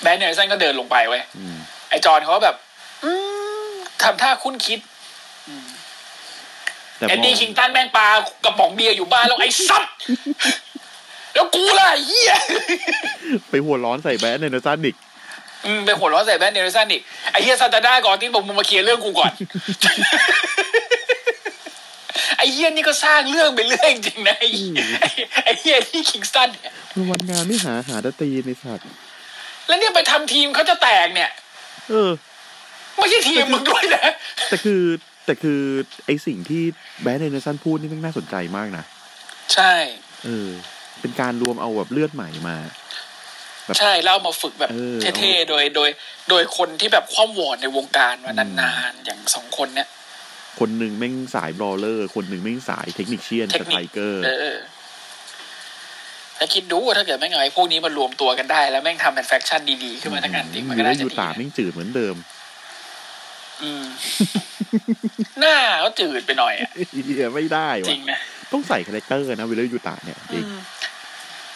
Speaker 2: แบรนด์เนอร์สันก็เดินลงไปเว้ย
Speaker 1: อืม
Speaker 2: ไอจอห์นเขาก็แบบ อืมทำท่าคุ้นคิด
Speaker 1: แต่ม
Speaker 2: แอน
Speaker 1: อ
Speaker 2: ดี้
Speaker 1: ง
Speaker 2: คิงตันแม่งปลากระป๋องเบียร์อยู่บ้าน <laughs> แล้วไอ้สัตว์ แล้วกูล่ะไอ้เหี้ย <laughs>
Speaker 1: ไปหัวร้อนใส่แบนในนาซาดิก
Speaker 2: อืมไปหัวเร้อนใส่แบนเนลสันอีกไอ้เหี้ยซานตาด้าก่อนที่บอกมึงมาเคลียร์เรื่องกูก่อน <laughs> ไอ้เหี้ยนี่ก็สร้างเรื่องไปเรื่อยจริงนะไอ้เหี้ย <laughs> ไอ้เหี้ยที่คิงสตันเนี่ย
Speaker 1: วันงานไม่หาหาดนตรีในสัตว์
Speaker 2: แล้วเนี่ยไปทำทีมเขาจะแตกเนี่ย
Speaker 1: เออ
Speaker 2: ไม่ใช่ทีมมึงด้วยนะ <laughs>
Speaker 1: แต่คือแต่คือไอสิ่งที่แบนในนาซันพูดนี่แม่งน่าสนใจมากนะ
Speaker 2: ใช่
Speaker 1: เออ เป็นการรวมเอาแบบเลือดใหม่มา
Speaker 2: ใช่แล้วเอามาฝึกแบบ
Speaker 1: เออ
Speaker 2: เท่ๆโดยโดย โดยคนที่แบบคว่ำวอดในวงการมานานๆอย่างสองคนเนี่ย
Speaker 1: คนหนึ่งแม่งสายบรอเลอร์ คนหนึ่งแม่งสายเทคนิคเชียนกับไทเกอร์
Speaker 2: เออเออถ้าคิดดูว่าถ้าเกิดแม่งเอาไอ้พวกนี้มารวมตัวกันได้ แล้วแม่งทำเป็นแฟคชั่นดีๆขึ้นมาทั้งกันจริงมันก็น่า
Speaker 1: อ
Speaker 2: จะ
Speaker 1: ยู่
Speaker 2: ดี
Speaker 1: ตา
Speaker 2: นะ
Speaker 1: แม่งจืดเหมือนเดิม <laughs>
Speaker 2: อืม หน้าเขาจืดไปหน่อยอะ
Speaker 1: เหี้ยไม่ได้
Speaker 2: จ
Speaker 1: ว่ะ
Speaker 2: ริงนะ
Speaker 1: ต้องใส่คาแรคเตอร์นะวิลเลอร์ยูตาเนี่ยจริง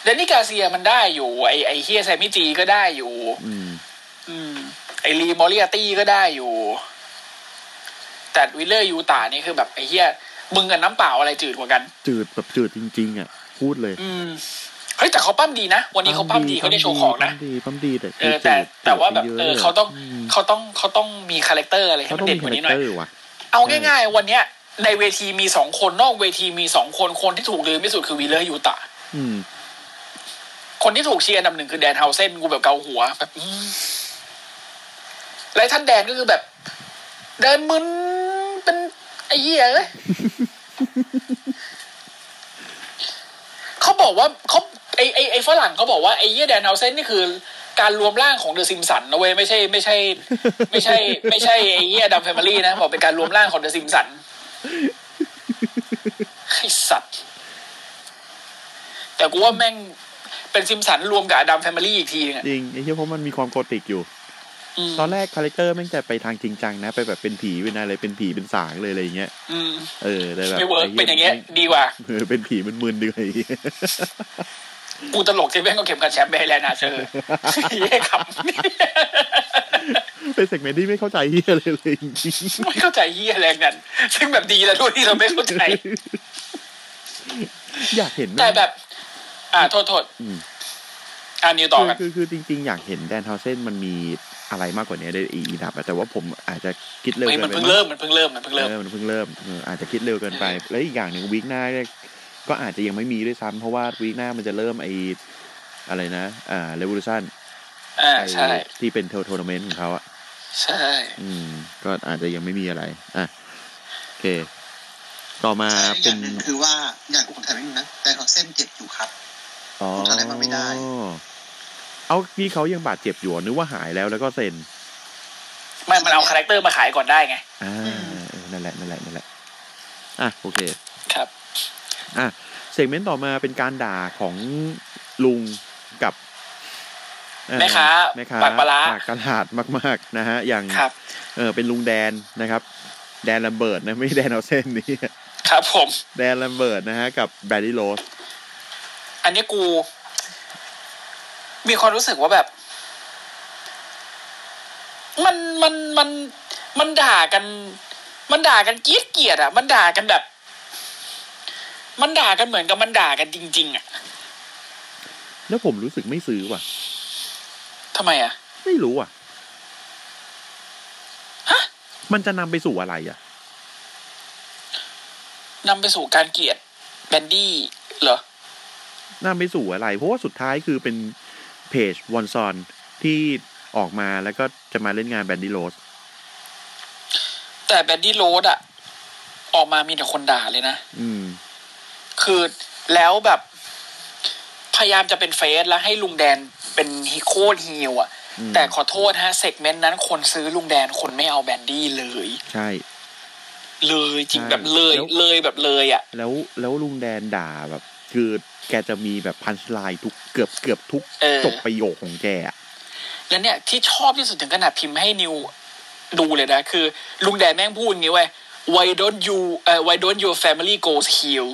Speaker 2: แดนนี่กาเซียมันได้อยู่ ไอไอเฮียแซมมี่จีก็ได้อยู่
Speaker 1: อืม
Speaker 2: อืม ไอรีมอริอาตี้ก็ได้อยู่ แต่วิลเลอร์ยูตานี่คือแบบไอเฮียมึงกับน้ำเปล่าอะไรจืดกว่ากัน
Speaker 1: จืดแบบจืดจริง ๆ อ่ะ พูดเลย
Speaker 2: อืมเฮ้ยแต่เขาปั้มดีนะวันนี้เขาปั้มดีเขาได้โชว์ของนะ
Speaker 1: ปั้มดีปั้มดีแต่
Speaker 2: เออแต่
Speaker 1: จืด
Speaker 2: แต่ว่าแบบ
Speaker 1: จืดไป
Speaker 2: เอ
Speaker 1: เย
Speaker 2: อ
Speaker 1: อะ
Speaker 2: เขาต้อง
Speaker 1: ม
Speaker 2: เขาต้องเขาต้องมีคาแรคเตอร์อะไรให้
Speaker 1: เขา
Speaker 2: มั
Speaker 1: ต้อน ง
Speaker 2: เด่
Speaker 1: มี
Speaker 2: นก
Speaker 1: คาแรค
Speaker 2: ว่านี้หน่อย
Speaker 1: เตอร์ว่ะ
Speaker 2: เอาง่ายๆ วันเนี้ย ในเวทีมีสองคนนอกเวทีมีสองคนคนที่ถูกลืมที่สุดคือวีเลอร์ยูตะ
Speaker 1: อืม
Speaker 2: คนที่ถูกเชียร์อันดับหนึ่งคือแดนเฮาเซนกูแบบเกาหัวแบบอืมและท่านแดนก็คือแบบ เดินมึนเป็นไอ้เหี้ยเอ้ย <laughs> เขาบอกว่าเขาไอไอไอฝรั่งเขาบอกว่าไอ้เหี้ยแดนเฮาเซนนี่คือ การรวมร่างของเดอะซิมสันนะเว้ยไม่ใช่ไม่ใช่ ไม่ใช่ ไม่ใช่ไอ้เหี้ยดัมแฟมิลี่นะบอกเป็นการรวมร่างของเดอะซิมสันไอสัตว์ แต่กูว่าแม่งเป็นซิมสันรวมกับอดัมแฟมิลี่อีกทีนึงอะ
Speaker 1: จริงไอ้เหี้ยเพราะมันมีความโกติกอยู่
Speaker 2: อืม
Speaker 1: ตอนแรกคาแรคเตอร์แม่งจะไปทางจริงจังนะ ไปแบบเป็นผีเป็นอะไรเป็นผีเป็นสางเลยอะไรอย่างเงี้ย
Speaker 2: อืม
Speaker 1: เออได้แบบ
Speaker 2: ไม่เวิร์ก
Speaker 1: ไหี้
Speaker 2: เป็นอย่างเงี้ย
Speaker 1: แม่
Speaker 2: ดีกว่า
Speaker 1: <laughs> เออเป็นผีมันมึนๆดึงไอ้เหี้ย <laughs>
Speaker 2: กูตลกที่แม่งก็เข็มขัดแชมป์ไปให้แล้วนะเธอ
Speaker 1: <laughs>
Speaker 2: เย้ <laughs> ครับ
Speaker 1: เป็นเซกเมนต์ที่ไม่เข้าใจเหี้ยเลยเลย <laughs> จริง
Speaker 2: ไม่เข้าใจเฮียอะไรกันซึ่งแบบดีแล้วด้วยที่เราไม่เข้าใจ
Speaker 1: ๆอยากเห็นม่ง
Speaker 2: แต่แบบ อ่าโทษโทษ
Speaker 1: อืม
Speaker 2: อ่านิวต่อกัน
Speaker 1: คือคือคือจริง ๆ อยากเห็นแดนเทาเส้นมันมีอะไรมากกว่านี้ได้อีกดับอะแต่ว่าผมอาจจะคิดเร็ว
Speaker 2: เฮ้ย
Speaker 1: เกิ
Speaker 2: มัน
Speaker 1: นไป
Speaker 2: เพิ่งเริ่มมันเพิ่งเริ่มมันเพิ่งเริ่ม
Speaker 1: เออมันเพิ่งเริ่มเอออาจจะคิดเร็วเกินไป แล้วอีกอย่างหนึ่งวีคหน้าเนี่ยก็อาจจะยังไม่มีด้วยซ้ำเพราะว่าวีคหน้ามันจะเริ่มไออะไรนะอ่าเรวูชัน
Speaker 2: อ่าใช่
Speaker 1: ที่เป็นโทร์นาเมนต์ของเขาอะ
Speaker 2: ใช่
Speaker 1: อืม ก็อาจจะยังไม่มีอะไรอ่ะโอเค ต่อมา
Speaker 3: ใช่อ
Speaker 1: เป็
Speaker 3: ย่าน งหนึ่งคือว่าอย่างอุปถัมภ์นิดนึงนะแต่เขาเส้นเจ็บอยู่ครับ
Speaker 1: อ๋อ
Speaker 3: ผมทำอะไรมันไม่ได้
Speaker 1: เอาที่เขายังบาดเจ็บอยู่อะนึกว่าหายแล้วแล้วก็เซ็น
Speaker 2: ไม่มันเอาคาแรคเตอร์มาขายก่อนได้ไง
Speaker 1: อ่าเออนั่นแหละนั่นแหละนั่นแหละอ่ะโอเค
Speaker 2: ครับ
Speaker 1: อ่ะเซกเมนต์ต่อมาเป็นการด่าของลุงกับเอ่อ
Speaker 2: แม่ค้า
Speaker 1: แม่ค้า
Speaker 2: ปากปลาร้า
Speaker 1: ปากกระดาดมาก ๆ นะฮะ อย่าง
Speaker 2: ครับ
Speaker 1: เออเป็นลุงแดนนะครับ แดนลัมเบิร์ดนะไม่ใช่แดนเอาเส้น <laughs> นี่
Speaker 2: ครับผม
Speaker 1: แดนลัมเบิร์ดนะฮะ กับแบรดี้โรส
Speaker 2: อันนี้กู มีความรู้สึกว่าแบบ มันมันมันมันด่ากัน มันด่ากันเกลียดเกลียดอ่ะ มันด่ากันแบบ มันด่ากันเหมือนกับมันด่ากันจริง ๆ อ่ะ
Speaker 1: แล้วผมรู้สึกไม่ซื้อว่ะ
Speaker 2: ทำไมอ่ะ
Speaker 1: ไม่รู้อ่ะมันจะนำไปสู่อะไรอ่ะ
Speaker 2: นำไปสู่การเกลียดแบนดี้เหรอ
Speaker 1: น่าไปสู่อะไร เพราะว่าสุดท้ายคือเป็น เพจวอนซอนที่ออกมาแล้วก็จะมาเล่นงานแบนดี้โรส
Speaker 2: แต่แบดดี้โรดอะออกมามีแต่คนด่าเลยนะ
Speaker 1: อืม
Speaker 2: คือแล้วแบบพยายามจะเป็นเฟสแล้วให้ลุงแดนเป็นฮิโคดฮิวอะ
Speaker 1: อืม
Speaker 2: แต่ขอโทษฮะเซกเมนต์นั้นคนซื้อลุงแดนคนไม่เอาแบนดี้เลย
Speaker 1: ใช่
Speaker 2: เลยจริง
Speaker 1: ใช่
Speaker 2: แบบเลย
Speaker 1: แล้ว
Speaker 2: เลยแบบเลยอะ
Speaker 1: แล้วแล้วลุงแดนด่าแบบ คือแกจะมีแบบพันชลายทุกเกือบเกือบทุก
Speaker 2: เออ
Speaker 1: จบประโยคของแกอะ
Speaker 2: แล้วเนี่ยที่ชอบที่สุดถึงขนาดพิมพ์ให้นิวดูเลยนะ คือ ลุงแดนแม่งพูดอย่างนี้เว้ย why don't you เอ่อ why don't your family goes heal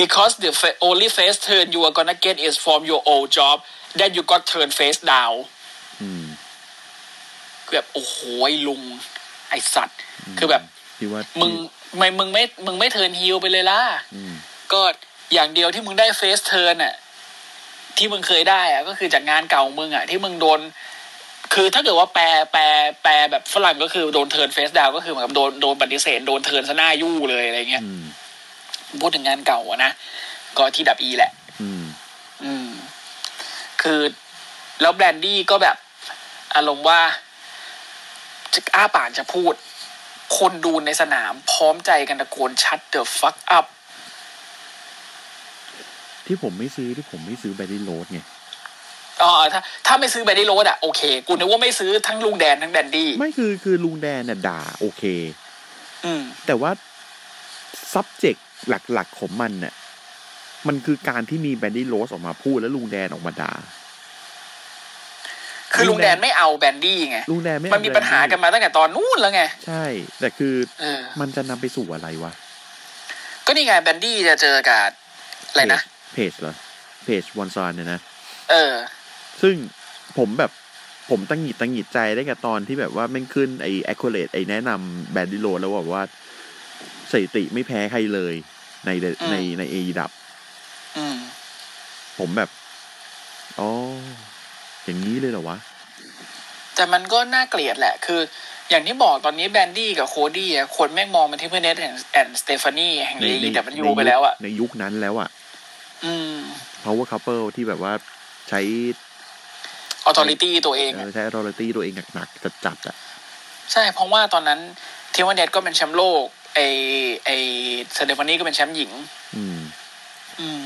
Speaker 2: because the fa- only face turn you are gonna get is from your old job that you got turn face down
Speaker 1: อืม
Speaker 2: คือแบบโอ้โหยลุง ไอสัตว์ คือแบบ
Speaker 1: ที่ว่า
Speaker 2: มึ
Speaker 1: มึ
Speaker 2: งไม่มึงไม่มึงไม่เทิร์นฮิลไปเลยล่ะ
Speaker 1: อืม
Speaker 2: ก็อย่างเดียวที่มึงได้เฟสเทิร์นอ่ะ ที่มึงเคยได้อ่ะ ก็คือจากงานเก่ามึงอ่ะ ที่มึงโดน คือถ้าเกิดว่าแปลแปลแปลแบบฝรั่งก็คือโดนเทิร์นเฟสดาวก็คือเหมือนกับโดนโดนปฏิเสธโดนเทิร์นซะหน้ายู่เลยอะไรเงี้ย
Speaker 1: อืม
Speaker 2: พูดถึงงานเก่าอะนะก็ที่ดับอีแหละ
Speaker 1: อืม
Speaker 2: อืม คือ แล้วแบรนดี้ก็แบบ อารมณ์ว่าจะอ้าปากจะพูด คนดูในสนามพร้อมใจกันตะโกนชัดเดอะฟักอัพ
Speaker 1: ที่ผมไม่ซื้อที่ผมไม่ซื้อแบนดี้โรสไง
Speaker 2: อ๋อถ้าถ้าไม่ซื้อแบนดี้โรดอะโอเคกูนึกว่าไม่ซื้อทั้งลุงแดนทั้งแดนดี้
Speaker 1: ไม่คือคือลุงแดนน่ะด่า โอเค
Speaker 2: อืม
Speaker 1: แต่ว่า subject หลักๆของมันน่ะ มันคือการที่มีแบนดี้โรสออกมาพูดแล้วลุงแดนออกมาด่า
Speaker 2: คือลุงแดนไม่เอาแบนดี้ไง
Speaker 1: ลุงแดนไม่เอ
Speaker 2: มันมีปัญหากันมาตั้งแต่ตอนนู้นแล้วไง
Speaker 1: ใช่ แต่คือ
Speaker 2: เออ
Speaker 1: มันจะนำไปสู่อะไรวะ
Speaker 2: ก็นี่ไงแบนดี้จะเจอกับอะไรนะ
Speaker 1: เพจเหรอ เพจวอนซอนเนี่ยนะ
Speaker 2: เออ
Speaker 1: ซึ่งผมแบบผมตั้งหงิดตั้งหงิดใจได้กับตอนที่แบบว่าแม่งขึ้นไอแอคโคเลตไอแนะนำแบนดิโลแล้วบอกว่าสถิติไม่แพ้ใครเลยในเด
Speaker 2: อืม
Speaker 1: ในในเอดับ
Speaker 2: อืม
Speaker 1: ผมแบบอ๋ออย่างนี้เลยเหรอวะ
Speaker 2: แต่มันก็น่าเกลียดแหละ คือ อย่างที่บอกตอนนี้แบนดี้กับโคดี้อะคนแม่งมองมาที่เพื่อนเนทแอนสเตฟานีแห่ง
Speaker 1: ใน
Speaker 2: เอ
Speaker 1: ใน
Speaker 2: แต่มันยูไป
Speaker 1: ในค
Speaker 2: แล้วอะ
Speaker 1: ในยุคนั้นแล้วอะ
Speaker 2: อืม
Speaker 1: power couple ที่แบบว่าใช้
Speaker 2: ออโตริตี้ตัวเอง
Speaker 1: เอ่
Speaker 2: อะ
Speaker 1: อใช้ authority ตัวเองหนักๆจัดๆอะ
Speaker 2: ใช่ เพราะว่าตอนนั้นเทวเนทก็เป็นแชมป์โลก ไอไอสเตฟานีก็เป็นแชมป์หญิง
Speaker 1: อืม
Speaker 2: อืม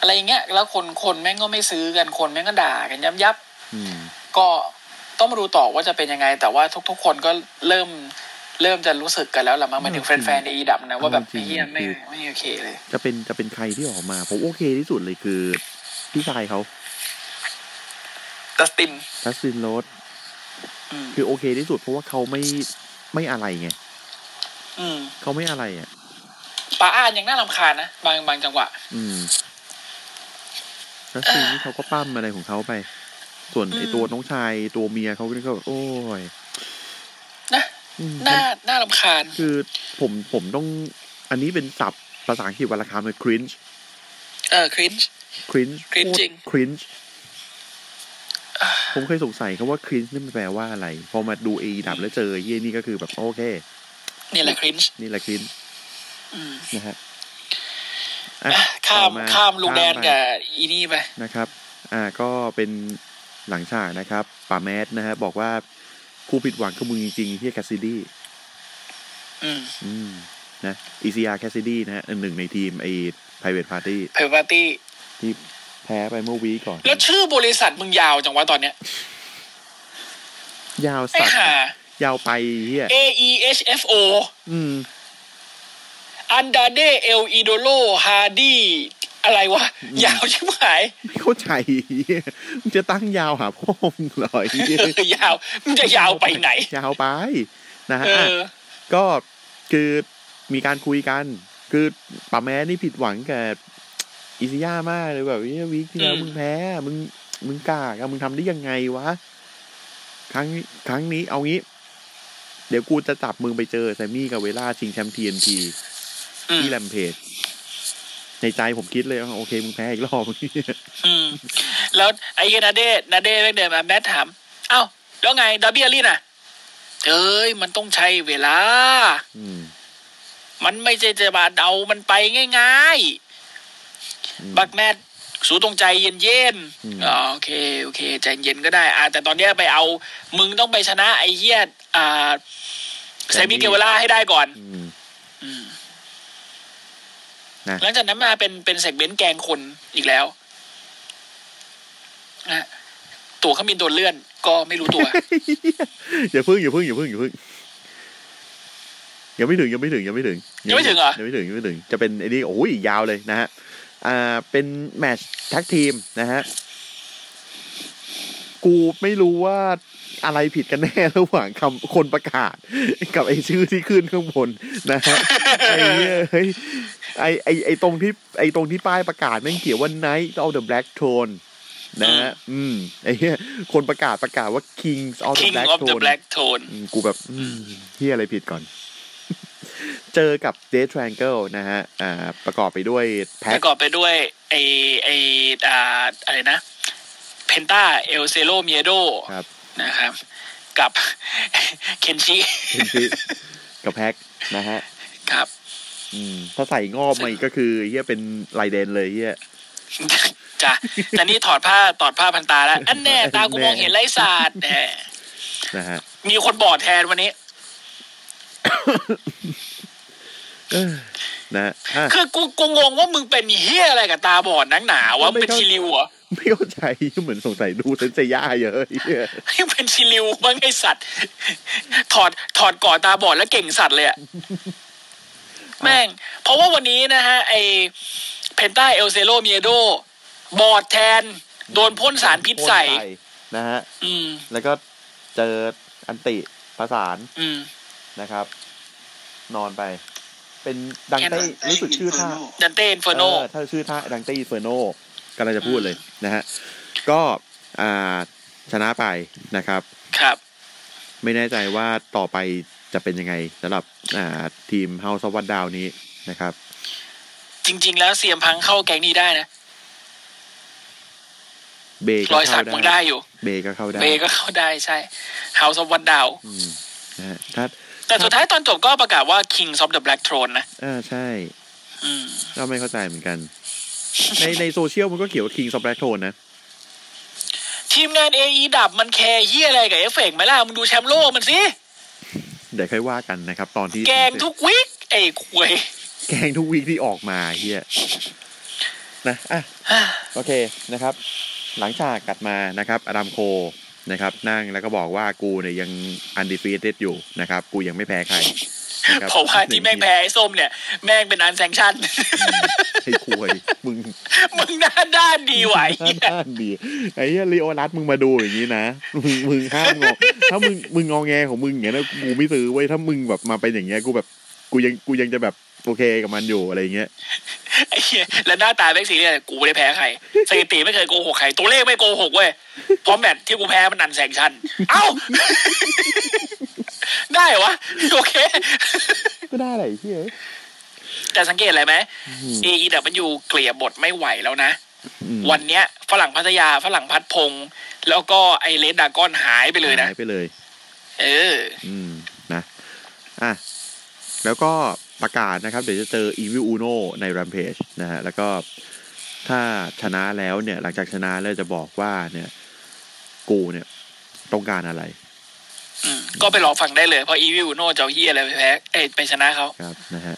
Speaker 2: อะไรอย่างเงี้ยแล้วคนคนแม่งก็ไม่ซื้อกันคนแม่งก็ด่ากันยับยับ
Speaker 1: อืม
Speaker 2: ก็ต้องมาดูต่อว่าจะเป็นยังไง แต่ว่าทุก ๆ คนก็เริ่ม เริ่มจะรู้สึกกันแล้วล่ะมั้งหมายถึงแฟนๆในอีดับนะว่าแบบ
Speaker 1: จริงๆ
Speaker 2: เฮียไม่
Speaker 1: คือ
Speaker 2: ไม่โอเคเลย
Speaker 1: จะเป็นจะเป็นใครที่ออกมา ผมโอเคที่สุดเลยคือพี่ชายเขา
Speaker 2: ดัสติน
Speaker 1: ทัสซินโรส
Speaker 2: อืม
Speaker 1: คือโอเคที่สุดเพราะว่าเขาไม่ไม่อะไรไง
Speaker 2: อืม
Speaker 1: เขาไม่อะไรอ่ะ
Speaker 2: ปาอานยังน่ารำคาญนะบางบางจังหวะ
Speaker 1: อืมแล้วซีนี่เขาก็ปั้มอะไรของเขาไป ส่วนไอ
Speaker 2: อืม
Speaker 1: ตัวน้องชายตัวเมียเขานี่ก็แบบโอ้ย
Speaker 2: นะ
Speaker 1: อืม
Speaker 2: น่าน่ารำคาญ
Speaker 1: คือผมผมต้อง อันนี้เป็นศัพท์ภาษาอังกฤษวรรณคำเลย cringe
Speaker 2: เออครินช์
Speaker 1: cringe
Speaker 2: cringe จริง
Speaker 1: cringe ผมเคยสงสัยเขาว่า cringe นี่มันแปลว่าอะไร พอมาดูเอดับแล้วเจอไอ้เยี่ยนี่ก็คือแบบโอเค
Speaker 2: นี่แหละครินช์
Speaker 1: นี่แหละ cringe
Speaker 2: อืม
Speaker 1: นะฮะอ่ะ
Speaker 2: ข้าม
Speaker 1: ต่อ
Speaker 2: ข้ามลุงแดน
Speaker 1: ข้ามไป
Speaker 2: กับอีนี่ไป
Speaker 1: นะครับ อ่า ก็เป็นหลังฉากนะครับ ป่าแมสนะฮะ บอกว่าผู้ผิดหวังคือมึงจริงๆที่แคสซิดี้
Speaker 2: อืม
Speaker 1: อืม นะอีซีอาแคสซิดี้นะฮะหนึ่งในทีมไอ้ private party
Speaker 2: เพอร์ปาร์ตี้
Speaker 1: ที่แพ้ไปเมื่อวีคก่อน
Speaker 2: แล้วชื่อบริษัทมึงยาวจังวะตอนเนี้ย
Speaker 1: ยาว
Speaker 2: ไอ้
Speaker 1: สัตว์
Speaker 2: ห่า
Speaker 1: ยาวไปเฮีย
Speaker 2: A E H F O
Speaker 1: อืม
Speaker 2: อันดาเดเอลอีโดโลฮาร์ดี้อะไรวะ ยาวชิบหาย
Speaker 1: ไม่เข้าใจเหี้ยมึงจะตั้งยาวหาพ่อมึงเหรอเหี้ย
Speaker 2: ยาวมันจะยาวไปไหน
Speaker 1: ยาวไปนะฮะ
Speaker 2: เอ
Speaker 1: อ่ะ
Speaker 2: อ
Speaker 1: ก็คือมีการคุยกัน คือป่าแม้นี่ผิดหวังกับอิซิย่ามากเลยแบบเฮ้ยวีคที่แล้ว
Speaker 2: อืม
Speaker 1: มึงแพ้อะมึงมึงกากอะมึงทำได้ยังไงวะ ครั้งครั้งนี้เอางี้ เดี๋ยวกูจะจับมึงไปเจอแซมมี่กับเวล่าชิงแชมป์ทีเอ็นที
Speaker 2: อืม
Speaker 1: ที่แรมเพจในใจผมคิดเลยว่าโอเค มึงแพ้อีกรอบ <laughs>
Speaker 2: อืมแล้วไอ้เหี้ยนาเดนาเดแม่งเดินมาแมทถาม เอ้า แล้วไงดาเบียลี่น่ะ เอ้ย มันต้องใช้เวลา
Speaker 1: อืม
Speaker 2: มันไม่ใช่จะมาเดามันไปง่าย
Speaker 1: อืม
Speaker 2: ๆ บักแมท สู้ตรงใจเย็นเย็นๆอ๋อโอเคโอเค ใจเย็นก็ได้อ่าแต่ตอนเนี้ยไปเอา มึงต้องไปชนะไอ้เฮียอ่าเซมิเกเวล่าให้ได้ก่อน
Speaker 1: อืม
Speaker 2: หลังจากนั้นมาเป็นเป็นเซกเมนต์แกงคนอีกแล้วนะตั๋วเครื่องบินโดนเลื่อน ก็ไม่รู้ตัว
Speaker 1: อย่าพึ่งอย่าพึ่งอย่าพึ่งอย่าพึ่งยังไม่ถึงยังไม่ถึงยังไม่ถึง
Speaker 2: ยังไม่ถึงเหรอ
Speaker 1: ยังไม่ถึงยังไม่ถึงจะเป็นไอ้นี่โอ้ยอีกยาวเลยนะฮะอ่าเป็นแมตช์แท็กทีมนะฮะกูไม่รู้ว่าอะไรผิดกันแน่ระหว่างคำคนประกาศ กับไอ้ชื่อที่ขึ้นข้างบนนะฮะไอ้เหี้ยเฮ้ยไอ้ไอ้ไอ้ตรงที่ไอ้ตรงที่ป้ายประกาศแม่งเขียนว่า Night of the Black Throne นะฮะอืมไอ้เหี้ยคนประกาศประกาศว่า Kings <laughs> of the
Speaker 2: King
Speaker 1: Black
Speaker 2: of the
Speaker 1: Throne
Speaker 2: Black Tone
Speaker 1: อืมกูแบบอืมเฮียอะไรผิดก่อน เจอกับ Death Triangle นะฮะ อ่า ประกอบไปด้วย
Speaker 2: ป
Speaker 1: แพ็ค
Speaker 2: ระกอบไปด้วยไอไออ่าอะไรนะ เพนต้าเอลเซโลเมียโด
Speaker 1: ครับ
Speaker 2: นะครับ กับ <laughs> เคนชิ
Speaker 1: เคนชิ <laughs> กับแพ็คนะฮะ
Speaker 2: ครับ <laughs>
Speaker 1: อืม ถ้าใส่งอบมาอีกก็คือเฮียเป็นลายเดนเลยเฮีย
Speaker 2: จ้ะแต่นี่ถอดผ้าถอดผ้าพันตาแล้ว อันแน่ ตากู
Speaker 1: แน่
Speaker 2: มองเห็นไรศาสตร์แหม
Speaker 1: นะฮะ
Speaker 2: มีคนบอดแทนวันนี้
Speaker 1: นะฮะอ่ะ <laughs>
Speaker 2: <laughs> คือกูกูงงว่ามึงเป็นเฮียอะไรกับตาบอดนักหนาวะ
Speaker 1: <laughs> ไม่
Speaker 2: มึงเป็น
Speaker 1: เข้า
Speaker 2: ชิลิวเหรอ <laughs>
Speaker 1: ไม่เข้าใจเหมือนสงสัยดูเซนเซย่าเยอะเฮีย
Speaker 2: มึงเป็นชิลิวมั้งไอสัตว์ <laughs> ถอดถอดก่อตาบอดแล้วเก่งสัต
Speaker 1: <laughs>
Speaker 2: ว์เลยอะแม่ง เพราะว่าวันนี้นะฮะ ไอเพนต้าเอลเซโลเมียโด บอดแทน โดนพ่นสารพิษใส่
Speaker 1: นะฮะ
Speaker 2: อืม
Speaker 1: แล้วก็เจออันติประสาน
Speaker 2: อืม
Speaker 1: นะครับ นอนไป เป็นดัง
Speaker 2: แค่นั้
Speaker 1: เต้
Speaker 2: น
Speaker 1: รู้สึกชื่อท่า
Speaker 2: ดันเต้นเฟอร์โน
Speaker 1: เออถ้าชื่อท่าดังตี้เฟอร์โนกำลังจะพูดเลยนะฮะ ก็อ่าชนะไปนะครับ
Speaker 2: ครับ
Speaker 1: ไม่แน่ใจว่าต่อไปจะเป็นยังไงสำหรับอ่าทีมเฮาส์วัดดาวนี้นะครับ
Speaker 2: จริง ๆ แล้วเสียมพังเข้าแก๊งนี้ได้นะ
Speaker 1: เบย์
Speaker 2: ร
Speaker 1: ก็
Speaker 2: อยสั
Speaker 1: เข้าก
Speaker 2: มึง
Speaker 1: ได้
Speaker 2: ได้อยู่
Speaker 1: เบย์ก็เข้าได้
Speaker 2: เบย์ก็เข้าได้ใช่เฮาส์วัดดาว
Speaker 1: อืมนะฮะถ้า
Speaker 2: แต่สุดท้ายตอนจบก็ประกาศว่า King of the Black Throne นะ
Speaker 1: อ่าใช่
Speaker 2: อืม
Speaker 1: เราไม่เข้าใจเหมือนกัน ในในโซเชียลมันก็เขียนว่าคิงซอมแบล็กโทนนะ
Speaker 2: ทีมงาน AE ดับมันแคร์เฮียอะไรกับเอฟเฟกต์ไหมล่ะ มึงดูแชมป์โลกมันสิ
Speaker 1: เดี๋ยวค่อยว่ากันนะครับ ตอนที่
Speaker 2: แกงทุกวิกไอ้ควย
Speaker 1: แกงทุกวีคที่ออกมาเฮียนะอ่ะ โอเคนะครับ หลังจากกลับมานะครับอารามโคนะครับ นั่งแล้วก็บอกว่ากูเนี่ยยังอันดิฟีเดอยู่นะครับ กูยังไม่แพ้ใครนคบ
Speaker 2: <laughs> เพราะว่าที่แม่งแพ้ไอ้ส้มเนี่ย แม่งเป็นอันแซงชั่น <laughs>
Speaker 1: ไอ้คุยมึง
Speaker 2: มึงหน้าด้านดีไหว
Speaker 1: ห้ามด้านดีไอ้เหี้ยลีโอรัสมึงมาดูอย่างนี้นะมึงมึงห้ามงอถ้ามึงมึงงอแงของมึงอย่างนี้ยนะกูไม่ซื้อไว้ยถ้ามึงแบบมาเป็นอย่างเงี้ยกูแบบกูยังกูยังจะแบบโอเคกับมันอยู่อะไรอย่างเงี้ย
Speaker 2: ไอ้เหี้ยแล้วหน้าตาแม่งสีเนี่ยกูไม่ได้แพ้ใครสถิติไม่เคยโกหกใคร ตัวเลขไม่โกหกเว้ยเพราะแมตช์ที่กูแพ้มันอันแซงชั่น เอ้า <laughs> ได้เหรอวะ โอเค
Speaker 1: ก็ได้อะไรเหี้ย
Speaker 2: แต่สังเกตอะไรไหมเอไอดับมันอยู่เกลี่ยบทไม่ไหวแล้วนะ
Speaker 1: อืม
Speaker 2: วันเนี้ย ฝรั่งพัทยาฝรั่งพัดพงษ์แล้วก็ไอเลนดากอนหายไปเลยนะ
Speaker 1: หายไปเลย
Speaker 2: เออ
Speaker 1: อืมนะอ่ะแล้วก็ประกาศนะครับ เดี๋ยวจะเจอ Evil Uno ใน Rampage นะฮะ แล้วก็ถ้าชนะแล้วเนี่ย หลังจากชนะแล้วจะบอกว่าเนี่ย กูเนี่ยต้องการอะไร
Speaker 2: อืมก็ไปลองฟังได้เลย เพราะอีวิวโน่เจ้าเฮียอะไรไปแพ้เอ้ยไปชนะเขา
Speaker 1: ครับนะฮะ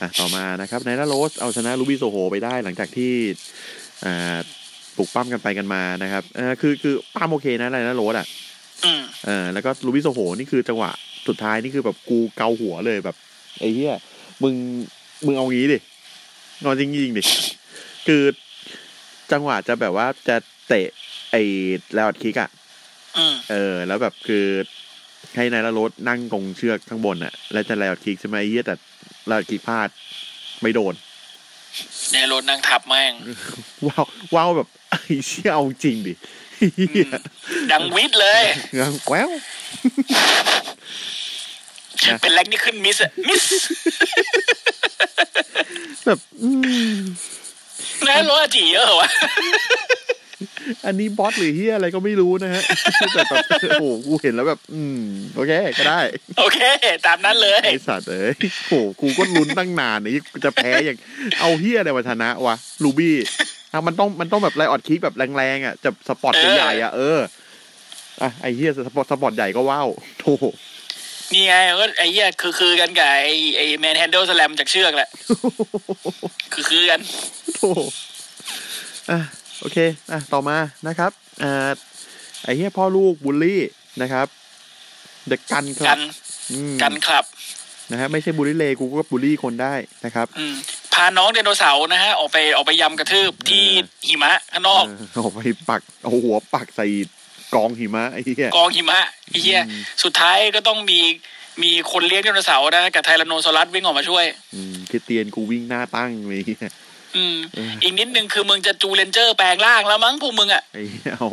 Speaker 1: อ่ะต่อมานะครับไนล่าโรสเอาชนะลูบี้โซโฮไปได้หลังจากที่อ่าปลุกปั้มกันไปกันมานะครับเออคือคือปั้มโอเคนะไนล่าโรสอ่ะ
Speaker 2: อืม
Speaker 1: เออแล้วก็ลูบี้โซโฮนี่คือจังหวะสุดท้ายนี่คือแบบกูเกาหัวเลยแบบไอ้เหี้ย มึงมึงเอางี้ดิ นอนจริงจริงๆดิ คือจังหวะจะแบบว่าจะเตะไอ้แล้วอัดคิกอะ
Speaker 2: อืม
Speaker 1: เออ แล้วแบบคือให้นายละรถนั่งตรงเชือกข้างบนอะแล้วจะแล้วอัดคิกใช่ไหมไอ้เฮียแต่แล้วอัดคิกพลาด ไม่โดน
Speaker 2: ในรถนางทับแม่ง
Speaker 1: <laughs> ว้าวว้าวแบบ <laughs> ไอ้เชี่ยเอาจริงดิ
Speaker 2: อืมดังวิทย์
Speaker 1: <laughs>
Speaker 2: เลย
Speaker 1: เงื้อแวว นะ
Speaker 2: เป็นแรกนี่ขึ้นมิสอะมิส <laughs>
Speaker 1: แบบอืม
Speaker 2: นะรถอาจีเยอะเหรอวะ <laughs>
Speaker 1: อันนี้บอสหรือเฮียอะไรก็ไม่รู้นะฮ <laughs> ะแต่แบบโอ้โหกูเห็นแล้วแบบ อืม โอเค ก็ได้
Speaker 2: โอเค ตามนั้นเลย
Speaker 1: ไอสัตว์เอ้ยโหกูก็ลุ้นตั้งนานนี่จะแพ้อย่าง เอาเฮียอะไรมาชนะวะ ลูบี้ อ่ะมันต้องมันต้องแบบไลออดคิกแบบแรงๆอ่ะจะสปอต
Speaker 2: เออ
Speaker 1: ใหญ่ๆอ่ะเอออ่ะไอ้เหี้ยสปอตสปอตใหญ่ก็ว้าวโธ่
Speaker 2: นี่ไงก็ไอ้เหี้ยคือคือกันกับไอ้ไอ้แมนแฮนเดิลสแลมจากเชือกแหละ
Speaker 1: <laughs>
Speaker 2: คือคือกัน
Speaker 1: โธ่อ่ะโอเคอ่ะต่อมานะครับอ่าไอ้เหี้ยพ่อลูกบูลลี่นะครับเด็กกันครั
Speaker 2: กั
Speaker 1: บ
Speaker 2: น
Speaker 1: อืม
Speaker 2: กันครับ
Speaker 1: นะฮะไม่ใช่บูลลี่เลยกูก็บูลลี่คนได้นะครับ
Speaker 2: อืมพาน้องไดโนเสาร์นะฮะ ออกไปออกไปยำกระทืบที่หิมะข้างนอก
Speaker 1: เออเอาไปปักเอาหัวปักใส่กองหิมะไอ้เหี้ย
Speaker 2: กองหิมะไอ้เหี้ย
Speaker 1: อืม
Speaker 2: สุดท้ายก็ต้องมีมีคนเลี้ยงไดโนเสาร์นะกับไทแรนโนซอรัสวิ่งออกมาช่วย
Speaker 1: อืมคริสเตียนกูวิ่งหน้าตั้งเลยไอ้เหี้ย
Speaker 2: อืม
Speaker 1: เอออี
Speaker 2: อีกนิดนึงคือมึงจะจูเลนเจอร์แปลงร่างแล้วมั้งพวกมึงอ่ะ
Speaker 1: ไอ้เหี้ยเอา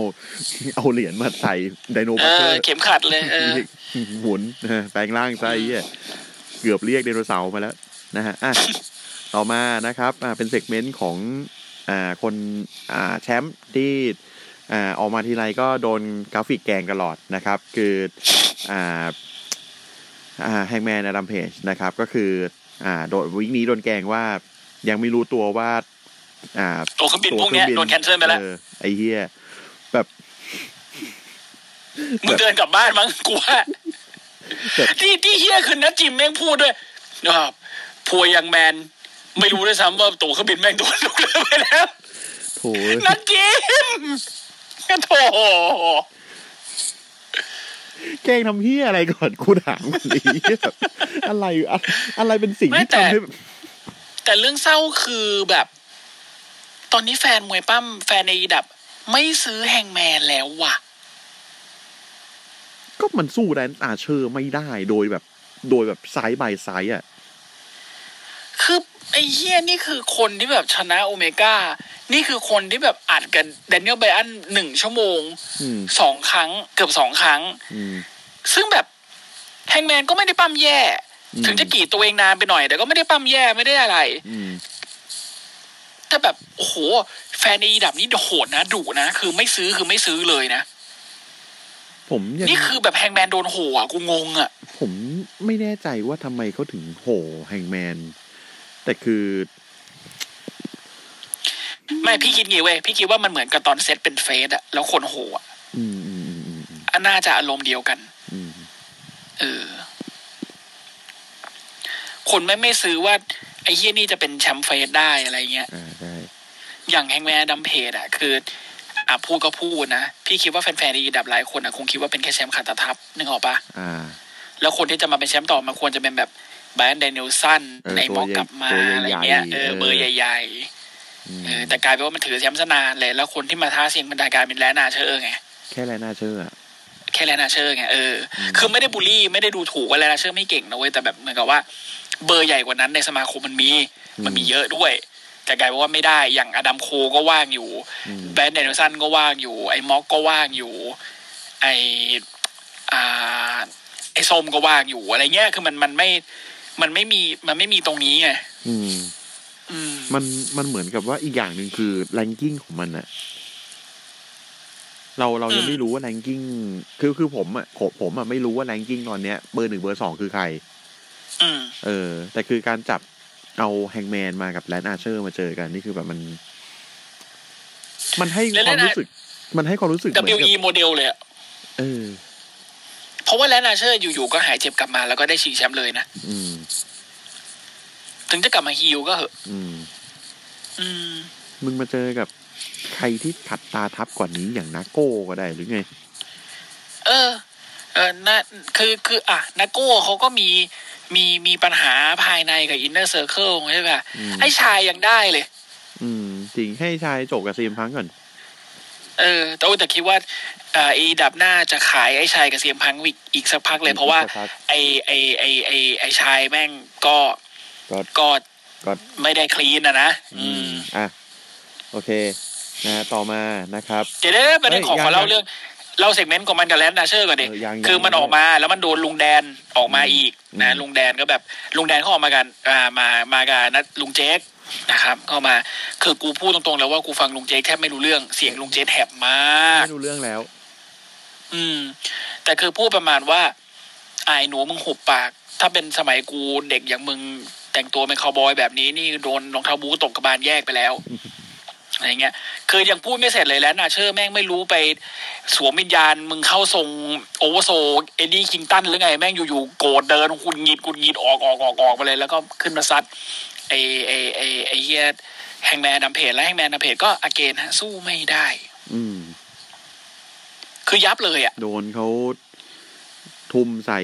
Speaker 1: เอาเหรียญมาใส่ไดโน
Speaker 2: เอ
Speaker 1: บัตเตอ
Speaker 2: อ
Speaker 1: ร์
Speaker 2: เข็มขัดเลยเออ
Speaker 1: หมุน <laughs> นะฮะแปลงร่างใส่ไอ้เหี้ยเกือบเรียกไดโนเสาร์มาแล้วนะฮะอ่ะต่อมานะครับอ่าเป็นเซกเมนต์ของอ่าคนอ่าแชมป์ที่อ่าออกมาทีไรก็โดนกราฟิกแกล้งตลอดนะครับ คืออ่า อ่าแฮงแมนอดัมเพจนะครับ ก็คือ อ่าโดนวิกนี้โดนแกล้งว่ายังไม่รู้ตัวว่า อ่า
Speaker 2: ตัวเครื่องบินพวกเนี้ยโดน cancel ไปแล้ว
Speaker 1: ออไอ้เหี้ยแบบ
Speaker 2: มึงเดินกลับบ้านมั้งกูว่า
Speaker 1: แบบ
Speaker 2: ที่ที่เฮี้ยคือนัดจิมแม่งพูดด้วยนะครับพัวยังแมน ไม่รู้ด้วยซ้ำว่าตั๋วเครื่องบินแม่งโดนลุกเรือไปแล้ว
Speaker 1: โถ
Speaker 2: นัดจิมก็โถ
Speaker 1: แกล้งทำเหี้ยอะไรก่อนกูถามก่อนไอ้เหี้ยแบบอะไรอะอะไรเป็นสิ่งที่ทำให้แบบ
Speaker 2: แต่เรื่องเศร้าคือแบบ ตอนนี้แฟนมวยปั้มแฟนในอีดับ ไม่ซื้อแฮงแมนแล้วว่ะ
Speaker 1: ก็มันสู้แดนอาเชอร์ไม่ได้โดยแบบ โดยแบบไซส์บายไซส์อ่ะ
Speaker 2: คือไอ้เฮียนี่คือคนที่แบบชนะโอเมก้า นี่คือคนที่แบบอัดกันแดเนียลไบอันหนึ่งชั่วโมง
Speaker 1: อืม
Speaker 2: สองครั้ง เกือบสองครั้ง
Speaker 1: อืม
Speaker 2: ซึ่งแบบแฮงแมนก็ไม่ได้ปั้มแย่
Speaker 1: อืม
Speaker 2: ถึงจะกรีดตัวเองนานไปหน่อย แต่ก็ไม่ได้ปั้มแย่ไม่ได้อะไร
Speaker 1: อืม
Speaker 2: แต่แบบ โอ้โห แฟนในอีดับนี่โหดนะดุนะ คือไม่ซื้อคือไม่ซื้อเลยนะ
Speaker 1: ผมยัง
Speaker 2: นี่คือแบบแฮงแมนโดนโหอ่ะ กูงงอ่ะ
Speaker 1: ผมไม่แน่ใจว่าทำไมเขาถึงโห่แฮงแมน แต่คือ
Speaker 2: ไม่พี่คิดงี้เว้ย พี่คิดว่ามันเหมือนกับตอนเซตเป็นเฟสอะแล้วคนโหอ่ะ
Speaker 1: อืมอืมอืมอืมอืม
Speaker 2: อันน่าจะอารมณ์เดียวกัน
Speaker 1: อืม
Speaker 2: เออ คนไม่ไม่ซื้อว่า ไอ้เฮียนี่จะเป็นแชมป์เฟสได้อะไรเงี้ย
Speaker 1: อ่าได้
Speaker 2: อย่างแฮงแมนดัมเพจอะคืออ่ะพูดก็พูดนะ พี่คิดว่าแฟนๆในอีดับหลายคนอะคงคิดว่าเป็นแค่แชมป์ขาตาทับนึกออกปะ
Speaker 1: อ่า
Speaker 2: แล้วคนที่จะมาเป็นแชมป์ต่อมาควรจะเป็นแบบไบรอันไดเนลสัน
Speaker 1: เออ
Speaker 2: ในม
Speaker 1: ตั
Speaker 2: อ
Speaker 1: ว
Speaker 2: ก
Speaker 1: ใหญ่
Speaker 2: กลับมา
Speaker 1: ตัว
Speaker 2: อะไร
Speaker 1: ใหญ่
Speaker 2: เงี้ย
Speaker 1: ๆ
Speaker 2: เออเบอร์ใหญ่
Speaker 1: อื
Speaker 2: ๆเอ
Speaker 1: ม
Speaker 2: อแต่กลายเป็นว่ามันถือแชมป์ซะนานเลยแล้วคนที่มาท้าเสียงมันกลายเป็นแลนาเชอร์ไง
Speaker 1: แค่แลน่าเชื่ออะ
Speaker 2: แค่แลนาเชอร์ไงเอออ
Speaker 1: ม
Speaker 2: คือไม่ได้บูลลี่ไม่ได้ดูถูกว่าแลนาเชอร์ไม่เก่งนะเว้ยแต่แบบเหมือนกับว่า เบอร์ใหญ่กว่านั้นในสมาคมมันมี มันมีเยอะด้วย แต่กลายเป็นว่าไม่ได้อย่างอดัมโคก็ว่างอยู่
Speaker 1: อืม
Speaker 2: แบรนด์แดนเนลสันก็ว่างอยู่ ไอ้ม็อกก็ว่างอยู่ ไอ้อ่าไอ้ส้มก็ว่างอยู่อะไรเงี้ยคือมันมันไม่มันไม่มีมันไม่มีตรงนี้ไง
Speaker 1: อืม
Speaker 2: อืม
Speaker 1: มันมันเหมือนกับว่าอีกอย่างหนึ่งคือแรงกิ้งของมันอะเราเรายังไม่รู้ว่าแรงกิ้งคือคือผมอะผมผมอะไม่รู้ว่าแรงกิ้งตอนเนี้ยเบอร์หนึ่งเบอร์สองคือใคร
Speaker 2: อืม
Speaker 1: เออ แต่คือการจับเอาแฮงแมนมากับแลนอาเชอร์มาเจอกันนี่คือแบบมัน มันให้ความรู้สึก มันให้ความรู้สึกเหมือน
Speaker 2: ดัิ
Speaker 1: กับ
Speaker 2: โมเดลเลยอะ
Speaker 1: เออ
Speaker 2: เพราะว่าแลนนาเชอร์อยู่ๆก็หายเจ็บกลับมาแล้วก็ได้ชิงแชมป์เลยนะ
Speaker 1: อืม
Speaker 2: ถึงจะกลับมาฮิลก็เหอะ
Speaker 1: อืม
Speaker 2: อืม
Speaker 1: มึงมาเจอกับใครที่ขัดตาทับกว่านี้อย่างนาโก้ก็ได้หรือไง
Speaker 2: เออ เออนะคือ คือ อ่ะนาโก้เขาก็มี มี มีปัญหาภายในกับอินเนอร์เซอร์เคิลใช่ป่ะ
Speaker 1: อืม
Speaker 2: ไอ้ชายยังได้เลย
Speaker 1: อืม จริงให้ชายโจกกับซีมพังก่อน
Speaker 2: เออ แต่โอ้ยแต่คิดว่าอ่าไอีดับหน้าจะขายไอ้ชายกับเซียมพังอีกอีกสักพักเลย เพราะว่า
Speaker 1: อีกสักพัก
Speaker 2: ไอ้ไอ้ไอ้ไอ้ไอ้ชายแม่งก็
Speaker 1: ก็
Speaker 2: ก็
Speaker 1: ก็
Speaker 2: ไม่ได้คลีนนะนะ อืม
Speaker 1: อ่ะ โอเค นะ ต่อมานะครับ
Speaker 2: เดี๋ยวเดี๋ยวประเด็นขอ
Speaker 1: เฮ้ย
Speaker 2: ขอเล่า
Speaker 1: ยัง
Speaker 2: เรื่องเล่าเซกเมนต์ของมันกับแลนด์นาเชอร์ก่อนดิ
Speaker 1: เออยัง
Speaker 2: คือ
Speaker 1: ยัง
Speaker 2: มันออกมาแล้วมันโดนลุงแดนออกมาอีกนะ
Speaker 1: อืม
Speaker 2: ลุงแดนก็แบบลุงแดนเขาออกมากันอ่ามามากันนะลุงเจ๊กนะครับเข้ามาคือกูพูดตรงๆแล้วว่ากูฟังลุงเจ๊กแทบไม่รู้เรื่องเสียงลุงเจ๊กแหบมาก
Speaker 1: ไม่รู้เรื่องแล้ว
Speaker 2: อืม แต่คือพูดประมาณว่าไอ้หนูมึงหุบปาก ถ้าเป็นสมัยกูเด็กอย่างมึงแต่งตัวเป็นคาวบอยแบบนี้นี่โดนรองเท้าบู๊ตกกระบาลแยกไปแล้ว <laughs> อะไรเงี้ย คือยังพูดไม่เสร็จเลยแล้วนะเชื่อแม่งไม่รู้ไปสวมวิญญาณมึงเข้าทรงโอเวอร์โซเอ็ดดี้คิงตันหรือไง แม่งอยู่ๆโกรธเดินคุณหงิดคุณหงิดออกออกออกออกไปเลย แล้วก็ขึ้นมาซัดไอไอไอไอเฮียแฮงแมนดัมเพจและแฮงแมนดัมเพจก็อเกนฮะสู้ไม่ได้
Speaker 1: อืม
Speaker 2: คือยับเลยอ่ะ
Speaker 1: โดนเขาทุ่มใส่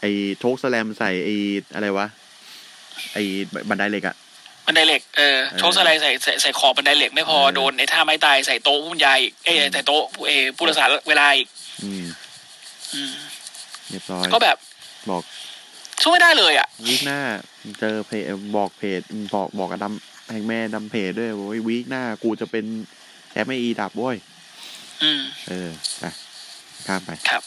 Speaker 1: ไอ้โชคสแลมใส่ไอ้อะไรวะ ไอ้บันไดเหล็กอะ
Speaker 2: บันไดเหล็ก เออ โชคสไลด์ใส่ใส่ใส่ขอบบันไดเหล็กไม่พอ
Speaker 1: เออ
Speaker 2: โดนไอ้ท่าไม้ตายใส่โต๊ะผู้บรรยายอีกเอ้ยใส่โต๊ะผู้เออผู้รักษาเวลาอีก
Speaker 1: อืม
Speaker 2: อืม
Speaker 1: เรียบร้อย
Speaker 2: ก็แบบ
Speaker 1: บอก
Speaker 2: สู้ไม่ได้เลยอ่ะ
Speaker 1: วีคหน้า เจอเพจบอกเพจบอกบอกกับดำแห่งแม่ดำเพจด้วยโว้ยวีคหน้ากูจะเป็นแชมป์ไออีดับโว้ย
Speaker 2: อืม
Speaker 1: เอออ่ะข้ามไป
Speaker 2: ครับ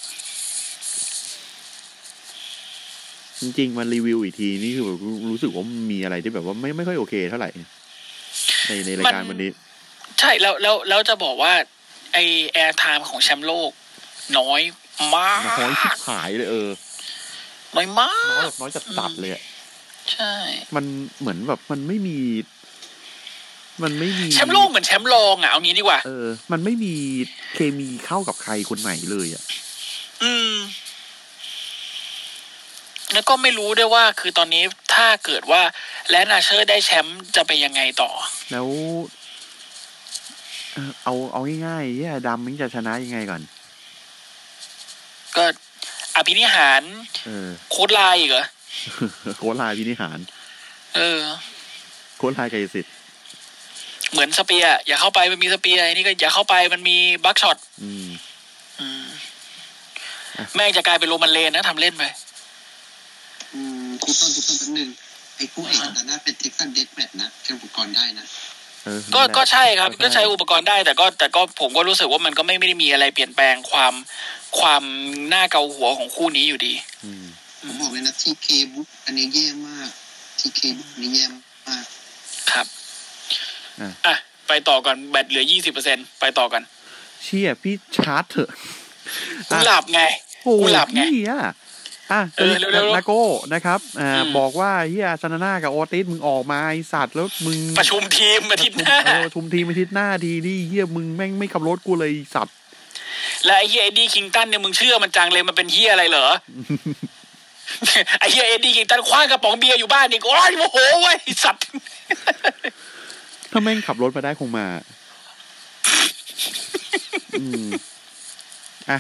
Speaker 1: จริงๆ มันรีวิวอีกทีนี่คือแบบรู้สึกว่ามันมีอะไรที่แบบว่าไม่ไม่ค่อยโอเคเท่าไหร่ ในในรายการ
Speaker 2: มัน
Speaker 1: วันนี้
Speaker 2: ใช่แล้วแล้วแล้วจะบอกว่า ไอแอร์ไทม์ของแชมป์โลก น้อยมาก
Speaker 1: น้อยชิบหายเลยเออ
Speaker 2: น้อยมา
Speaker 1: น้อยแบ
Speaker 2: ก
Speaker 1: บน้อยจัดจัดๆเลยอะ
Speaker 2: ใช่
Speaker 1: มันเหมือนแบบมันไม่มี มันไม่มี
Speaker 2: แชมป์โลกเหมือนแชมป์รองอ่ะเอางี้ดีกว่า
Speaker 1: เออ มันไม่มีเคมีเข้ากับใครคนไหนเลยอ่ะ
Speaker 2: อืม แล้วก็ไม่รู้ด้วยว่า คือตอนนี้ถ้าเกิดว่าแลนนาเชอร์ได้แชมป์จะไปยังไงต่อ
Speaker 1: แล้ว เออเอาเอาง่ายๆเนี่ยดำมันจะชนะยังไงก่อน
Speaker 2: ก็อภินิหาร
Speaker 1: เอ <laughs> อ
Speaker 2: โค้ดไลน์อีกเหรอ
Speaker 1: โคชลายพินิหาร
Speaker 2: เออ
Speaker 1: โคชลายไกยสิทธิ์
Speaker 2: เหมือนสเปียร์อย่าเข้าไปมันมีสเปียร์ไอ้นี่ก็อย่าเข้าไปมันมีบัคช็อต
Speaker 1: อืม
Speaker 2: อืม แม่งจะกลายเป็นโรมันเลนนะทำเล่นไป
Speaker 3: อืมครูต้นครูต้นแป๊บนึงไอ้คู่เอกนะเป็นเท็กซันเดดแมทนะใช้อุปกรณ์ได้นะ
Speaker 1: เออ
Speaker 2: ก็
Speaker 1: นั่นแหละ
Speaker 2: ก็ใช่ครับ
Speaker 1: ก็
Speaker 2: ก็ใช้อุปกรณ์ได้แต่ก็ แต่ก็ผมก็รู้สึกว่ามันก็ไม่ไม่ได้มีอะไรเปลี่ยนแปลงความความหน้าเกาหัวของคู่นี้อยู่ดี
Speaker 1: อืม
Speaker 3: ผมบอกเลยนะทีเคบุ๊กอันนี้แย่มากทีเคบุ๊กอันนี้แย่มาก
Speaker 2: ครับ
Speaker 1: อ่ะ
Speaker 2: อ่ะไปต่อก่อนแบตเหลือยี่สิบเปอร์เซ็นไปต่อกัน
Speaker 1: เชี่ยพี่ชาร์จเถอะ
Speaker 2: กู
Speaker 1: อ่ะ
Speaker 2: หลับไง
Speaker 1: โอ้
Speaker 2: กูหลับไง
Speaker 1: พี่อ่ะอ่ะ
Speaker 2: เออเร็วๆเร็วๆ
Speaker 1: นาโก้นะครับอ่า
Speaker 2: อืม
Speaker 1: บอกว่าเฮียชนะหน้ากับออติสมึงออกมาไอสัตว์แล้วมึง
Speaker 2: ประชุมทีมอาทิตย์หน้า
Speaker 1: เออชุมทีมอาทิตย์หน้าดีนี่เฮียมึงแม่งไม่ขับรถกูเลยไอ้สัตว์
Speaker 2: และไอ้เฮียเอ็ดดี้คิงตันเนี่ยมึงเชื่อมันจังเลยมันเป็นเฮียอะไรเหรอ ไอ้เฮียเอ็ดดี้คิงตันคว้างกระป๋องเบียร์อยู่บ้านอีกโอ้ยโมโหเว้ยไอ้สัตว์
Speaker 1: ถ้าแม่งขับรถมาได้คงมา อืมอ่ะ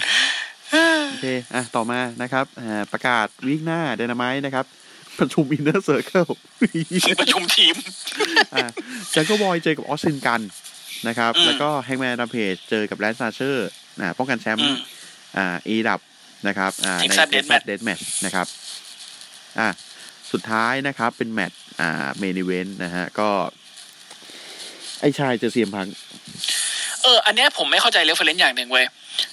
Speaker 1: โอเคอ่ะต่อมานะครับอ่าประกาศวีคหน้าเดนามายนะครับ ประชุมอินเนอร์เซอร์เคิล
Speaker 2: <laughs> ประชุมทีม
Speaker 1: จังก็บอยเจอกับออสซินกันนะครับ
Speaker 2: อืม
Speaker 1: แล้วก็แฮงแมนดามเพจเจอกับแลนซ์ซาเชอร์นะป้องกันแชม
Speaker 2: อื
Speaker 1: ป์
Speaker 2: ม
Speaker 1: อ่าอีดับนะครับอ่าใน
Speaker 2: Texas Death Match
Speaker 1: เดดแมทนะครับอ่ะสุดท้ายนะครับเป็นแมตช์อ่าเมนิเวนนะฮะ ก็ ไอชายเจอเซียมพัง
Speaker 2: เออ อันเนี้ยผมไม่เข้าใจเรฟเฟรนซ์อย่างหนึ่งเว้ย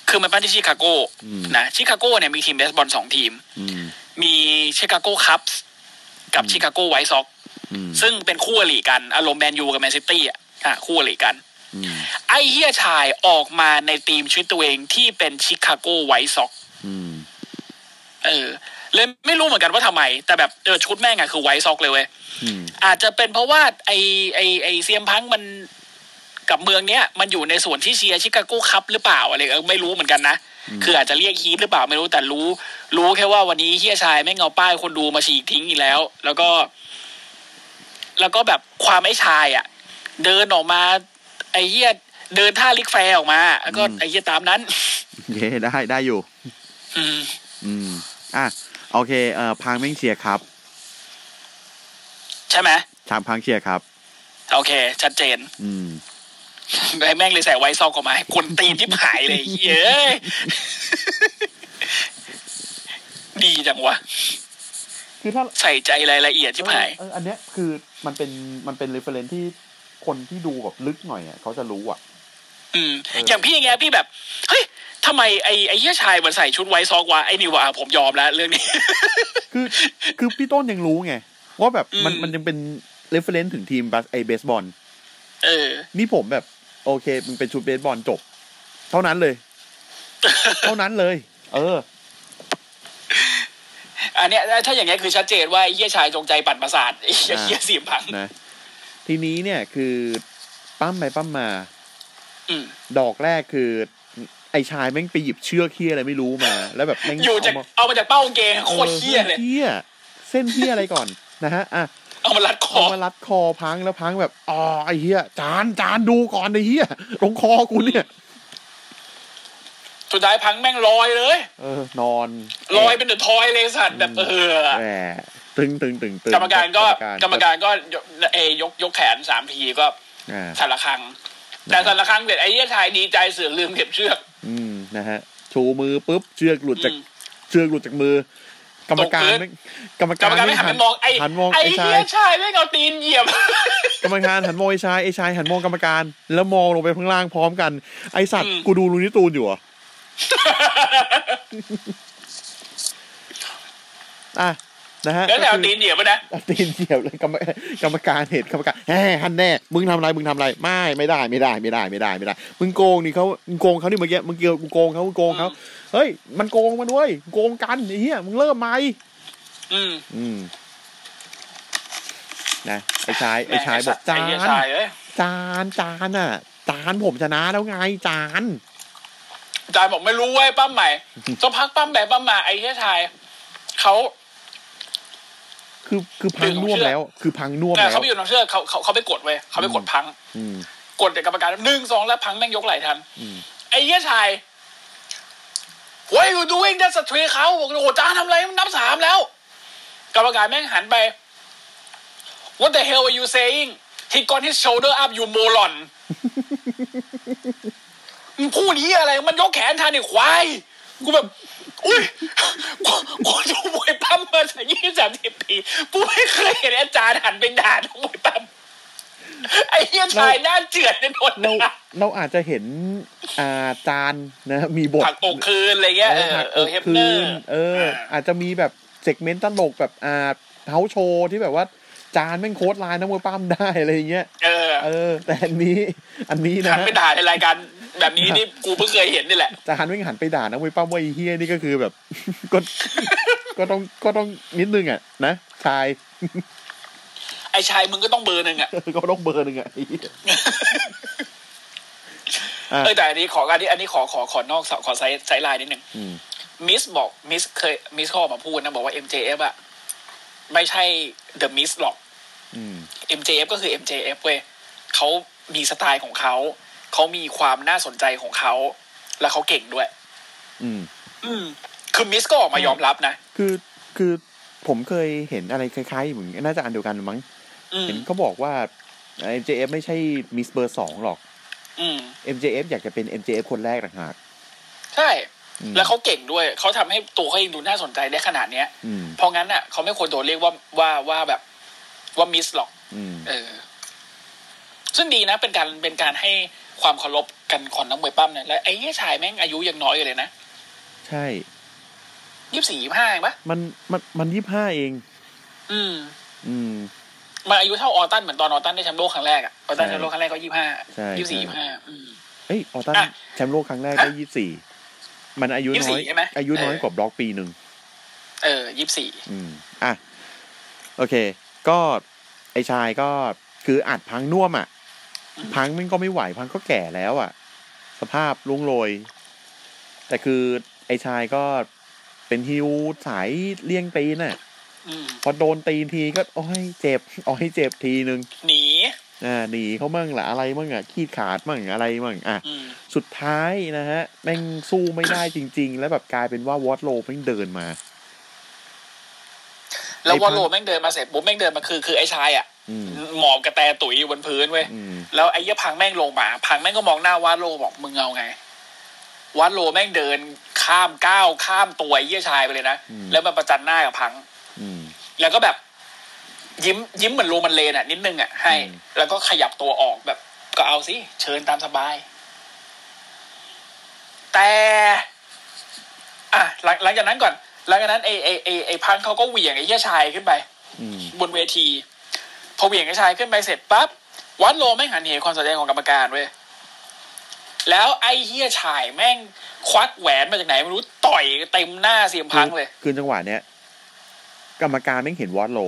Speaker 2: คือมันปั้นที่ชิคาโก้
Speaker 1: อืม
Speaker 2: นะ ชิคาโก้เนี่ยมีทีมเบสบอลสองทีม
Speaker 1: อืม
Speaker 2: มีชิคาโก้คัพส์กับชิคาโก้ไวท์ซ็อกซ์
Speaker 1: อืม
Speaker 2: ซึ่งเป็นคู่อริกัน อารมณ์แมนยูกับแมนซิตี้อ่ะอ่ะคู่อริกัน
Speaker 1: อืม
Speaker 2: ไอ้เฮียชายออกมาในทีมชุดตัวเองที่เป็นชิคาโก้ไวท์ซ็อกซ์
Speaker 1: อืม
Speaker 2: เออ เลยไม่รู้เหมือนกันว่าทำไม แต่แบบเออชุดแม่งอะคือไวท์ซ็อกซ์เลยเว้ย
Speaker 1: อืม
Speaker 2: อาจจะเป็นเพราะว่าไอไอไอเซียมพังมันกับเมืองเนี้ย มันอยู่ในส่วนที่เชียร์ชิคาโก้คัพหรือเปล่าอะไรเออไม่รู้เหมือนกันนะ คืออาจจะเรียกฮีทหรือเปล่าไม่รู้แต่รู้ รู้แค่ว่าวันนี้เฮียชายไม่งเอาป้ายคนดูมาฉีกทิ้งอีกแล้ว แล้วก็ แล้วก็แบบความไอ้ชายอ่ะ เดินออกมา ไอเฮียเดินท่าลิกแฟร์ออกมา แล้วก็ไอเฮียตามนั้น
Speaker 1: เย้ได้ได้อยู่
Speaker 2: อืม
Speaker 1: อืมอ่ะโอเคเอ่อพังแม่งเชียร์ครับ
Speaker 2: ใช่ไหม
Speaker 1: ชามพังเชียร์ครับ
Speaker 2: โอเค ชัดเจน
Speaker 1: อืม
Speaker 2: ไอ้แม่งเลยใส่ไวท์ซอกออกมาให้คนตีนที่หายเลยเย้ย <laughs> ดีจังวะ
Speaker 1: คือถ้า
Speaker 2: ใส่ใจรายละเอียดที่หาย
Speaker 1: เออเอออันเนี้ยคือมันเป็นมันเป็นเรฟเฟรนที่คนที่ดูแบบลึกหน่อยอ่ะเขาจะรู้อ่ะ
Speaker 2: อืม
Speaker 1: เอออ
Speaker 2: อย่างพี่อย่างเงี้ยพี่แบบ เฮ้ยทำไมไอ้ไอ้เหี้ยชายมันใส่ชุดไวท์ซอกวะไอ้นี่วะอ่ะผมยอมแล้วเรื่องนี้ <laughs>
Speaker 1: คือ คือพี่ต้นยังรู้ไงว่าแบบมัน
Speaker 2: อืม
Speaker 1: มันยังเป็นเรฟเฟรนถึงทีมบาสไอเบสบอล
Speaker 2: เออ
Speaker 1: นี่ผมแบบ โอเคมันเป็นชุดเบสบอลจบ เท่า
Speaker 2: <laughs>
Speaker 1: นั้นเลย เท่านั้นเลย เออ
Speaker 2: อันเนี้ยถ้าอย่างเงี้ยคือชัดเจนว่าไอ้เหี้ยชายจงใจปั่นประสาทไอ้เหี้ย
Speaker 1: อ่า
Speaker 2: เหี้ยเสียมพัง
Speaker 1: นะ ทีนี้เนี่ยคือ ปั้มไปปั้มมา
Speaker 2: อืม
Speaker 1: ดอกแรกคือ ไอ้ชายแม่งไปหยิบเชือกเฮียอะไรไม่รู้มา แล้วแบบแม่ง
Speaker 2: อยู่จาก
Speaker 1: เามา
Speaker 2: เอามาจากเป้ากางเกงโคตรเฮี้ยเลย
Speaker 1: เฮี้ยเส้นเฮี้ยอะไรก่อนนะฮะอ่ะ
Speaker 2: เอามารัดคอ
Speaker 1: เอามารัดคอพังแล้วพังแบบอ๋อไอ้เหี้ยจานจานดูก่อนไอ้เหี้ยตรงคอกูเนี่ย
Speaker 2: สุดท้ายพังแม่งลอยเลย
Speaker 1: เออนอน
Speaker 2: ลอยเป็นเดอะทอยเลยสัตว์แบบเออ
Speaker 1: แหมตึงตึงตึงตึง
Speaker 2: กรรมการก็กรรมการก็ยกเอยกยกแขนสามทีก็
Speaker 1: อ่า
Speaker 2: สารครั้ง แต่สารครั้งเด็ดไอ้เหี้ยชายดีใจเสือลืมเก็บเชือก
Speaker 1: อืมนะฮะชูมือปุ๊บเชือกหลุดจาก
Speaker 2: อืม
Speaker 1: เชือกหลุดจากมือ กรรมการไม่กรรม
Speaker 2: ก
Speaker 1: การ
Speaker 2: รรมการไม่หันไปมองไอ้
Speaker 1: หันมอง
Speaker 2: ไอ้
Speaker 1: ไอ้ชา
Speaker 2: เหี้
Speaker 1: ย
Speaker 2: ยชายแม่งเอาตีนเหยียบ <laughs>
Speaker 1: กรรมการหันมองไอ้ชายไอ้ชายหันมองกรรมการ แล้วมองลงไปข้างล่างพร้อมกันไอสัต
Speaker 2: อื
Speaker 1: ว์
Speaker 2: ม
Speaker 1: กูดูลูนิตูนอยู่เหร
Speaker 2: <laughs>
Speaker 1: ออ่ะนะฮะ
Speaker 2: แล้วแต่เอา
Speaker 1: ก็คือ
Speaker 2: ตีนเหยียบไปนะ
Speaker 1: เอาตีนเหยียบเลยกรรมกรรมการเห็นกรรมการแฮ่ฮันแน่ มึงทำอะไรมึงทำอะไรไม่ไม่ได้ไม่ได้ไม่ได้ไม่ได้ไม่ได้ มึงโกงนี่เขามึงโกงเขานี่เมื่อกี้มึงเกี่ยวกูโกงเขามึงโกงเขา
Speaker 2: อืม
Speaker 1: เฮ้ยมันโกงมันเว้ยโกงกันไอ้เหี้ยมึงเริ่มไหม
Speaker 2: อืม
Speaker 1: อืมนะไอ้ชายไอ้ชาย
Speaker 2: แม่ง
Speaker 1: บอกจา
Speaker 2: ไอ้เหี้ย
Speaker 1: น
Speaker 2: ชายเอ้ย
Speaker 1: จานจานอ่ะจานผมชนะแล้วไงจาน
Speaker 2: จายบอกไม่รู้เว้ยปั้มใหม่สักพักปั้มแบบปั้มมาไอ้เหี้ยชายเขา
Speaker 1: คือคือพังน่วมแล้ว คือพังน่วม
Speaker 2: เออ
Speaker 1: แล้
Speaker 2: เขา
Speaker 1: ว
Speaker 2: ไปอยู่น้ำเชือกเขาเขาเขาไปกดเว้ยเขาไปกดพัง
Speaker 1: อืม
Speaker 2: กดแต่กรรมการหนึ่งสองแล้วพังแม่งยกไหลทัน
Speaker 1: อืม
Speaker 2: ไอ้เหี้ยชาย What are you doing that's a three เขาบอกโอ้โหจ้าทำอะไรมันนับสามแล้ว กรรมการแม่งหันไป What the hell are you saying He got his shoulder up you moron <laughs> มึงพูดนี้ยอะไร มันยกแขนทันไอ้ควาย กูแบบ อุ้ย <laughs> กูกูดูมวยปั้มมาสักยี่สามสิบปี กูไม่เคยเห็นอาจารย์หันไปด่านักมวยปั้มไอ้เหี้ยชายหน้าเจือดเนี่ยโดน
Speaker 1: เรา
Speaker 2: ด่า
Speaker 1: เราอาจจะเห็นอ่าจานนะมีบท
Speaker 2: ผักอกคืนอะไรเงี้ยเออ
Speaker 1: หัก
Speaker 2: เอ
Speaker 1: อ
Speaker 2: อก เฮปเน
Speaker 1: คื
Speaker 2: อร์
Speaker 1: นเออ อาจจะมีแบบเซกเมนต์ตลกแบบอ่าเท้าโชว์ที่แบบว่า จานแม่งโค้ดไลน์น้ำมือป้ามได้ <laughs> อะไรอย่างเงี้ย
Speaker 2: เออ
Speaker 1: เออ แต่อันนี้อันนี้นะ
Speaker 2: หันไปด่าในรายการแบบนี้นี่กูเพิ่งเคยเห็นนี่แหละ
Speaker 1: จานแม่งหันไปด่าน้ำมือป้ามว่าไอ้เฮียนี่ก็คือแบบ <laughs> ก็ก็ต้องก็ต้องนิดนึงอ่ะนะชาย
Speaker 2: ไอ้ชายมึงก็ต้องเบอร์หนึ่งอ่ะ
Speaker 1: <laughs> ก็ต้องเบอร์หนึ่งอ่ะไอ้เหี้ย อ่ะ
Speaker 2: เออแต่อันนี้ขออันนี้อันนี้ขอขอขอนอกสขอไซส์ไซส์ไลน์นิดหนึ่ง
Speaker 1: อืม
Speaker 2: มิสบอกมิสเคยมิสเข้อมาพูดนะ บอกว่า MJF อะไม่ใช่ The Miss หรอก
Speaker 1: อืม
Speaker 2: MJF ก็คือ MJF เว้ยเขามีสไตล์ของเขาเขามีความน่าสนใจของเขา และเขาเก่งด้วย
Speaker 1: อืม
Speaker 2: อืม คือมิสก็ออกมายอมรับนะ
Speaker 1: คือคือผมเคยเห็นอะไรคล้ายๆเหมือนน่าจะอันเดียวกันมั้ง
Speaker 2: อืม
Speaker 1: เห็นเขาบอกว่า MJF ไม่ใช่มิสเบอร์สองหรอก
Speaker 2: อืม
Speaker 1: MJF อยากจะเป็น MJF คนแรกต่างหาก
Speaker 2: ใช่
Speaker 1: อืม
Speaker 2: แล้วเขาเก่งด้วย เขาทำให้ตัวเขาเองดูน่าสนใจได้ขนาดเนี้ย
Speaker 1: อืม
Speaker 2: เพราะงั้นน่ะเขาไม่ควรโดนเรียกว่าว่าว่าแบบ ว่ามิสหรอก
Speaker 1: อืม
Speaker 2: เออ ซึ่งดีนะเป็นการเป็นการให้ความเคารพกันของนักมวยปั้มเนี่ยและไอ้เหี้ยชายแม่งอายุยังน้อยอยู่เลยนะ
Speaker 1: ใช่
Speaker 2: ยี่สี่ยี่ห้าปะ
Speaker 1: มัน มัน มันยี่ห้าเอง
Speaker 2: อืม
Speaker 1: อืม
Speaker 2: มาอายุเท่าออตันเหมือนตอนออตันได้แชมป์โลกครั้งแรกอะออตันแชมป์โลกครั้งแรกก็ยี่ห้า
Speaker 1: ใช่
Speaker 2: ยี่สี่
Speaker 1: ใช่
Speaker 2: ยี่ห้า
Speaker 1: เอ้ย ออตัน
Speaker 2: อ่ะ
Speaker 1: แชมป์โลกครั้งแรกได้ยี่สี่ มันอายุน้อย
Speaker 2: 24ใช่ไหม
Speaker 1: อายุน้อย
Speaker 2: เออ
Speaker 1: กว่าบล็อกปีหนึ่ง
Speaker 2: เออยี่สี่
Speaker 1: อืม อ่ะ โอเค ก็ ไอชายก็ คืออัดพังน่วมอ่ะ พังมันก็ไม่ไหว พังก็แก่แล้วอ่ะ สภาพลุงโรย แต่คือ ไอชายก็ เป็นฮิวสายเลี่ยงตีนอ่ะ
Speaker 2: อืม
Speaker 1: พอโดนตีนทีก็ โอ้ยเจ็บ โอ้ยเจ็บทีนึง
Speaker 2: หนี
Speaker 1: อ่าหนีเขามั่งละอะไรมั่งอ่ะขี้ขาดมั่งอะไรมั่งอ่ะ
Speaker 2: อืม
Speaker 1: สุดท้ายนะฮะแม่งสู้ไม่ได้จริง ๆ แล้วแบบกลายเป็นว่าวอตโลแม่งเดินมา
Speaker 2: แล้ว
Speaker 1: ไอ้พั
Speaker 2: วอง ลโลแม่งเดินมาเสร็จปุ๊บแม่งเดินมาคือคือไอ้ชายอะ
Speaker 1: อืม
Speaker 2: หมอบกระแตตุ๋ยอยู่บนพื้นเว้ย
Speaker 1: อืม
Speaker 2: แล้วไอ้เหี้ยพังแม่งลงมา พังแม่งก็มองหน้าวาโลบอกมึงเอาไงวาโลแม่งเดินข้ามก้าวข้ามตัวไอ้เหี้ยชายไปเลยนะ แล้วมาประจันหน้ากับพัง
Speaker 1: อืม
Speaker 2: แล้วก็แบบ ยิ้มยิ้มเหมือนโรมันเลนอ่ะ นิดนึงอ่ะให้
Speaker 1: อืม
Speaker 2: แล้วก็ขยับตัวออกแบบ ก็เอาสิเชิญตามสบาย แต่ อ่ะหลังหลังจากนั้นก่อน หลังจากนั้นไอ้ไอ้ไอ้ไอ้พังเขาก็เหวี่ยงไอ้เหี้ยชายขึ้นไป
Speaker 1: อืม
Speaker 2: บนเวที พอเหวี่ยงไอ้ชายขึ้นไปเสร็จปั๊บวัดโลไม่งหันเหความสนใจของกรรมการเว้ยแล้วไอ้เฮียชายแม่งควักแหวนมาจากไหนไม่รู้ต่อยเต็มหน้าเสียมพังเลย
Speaker 1: คือจังหวะเนี้ยกรรมการแม่งเห็นวอตโล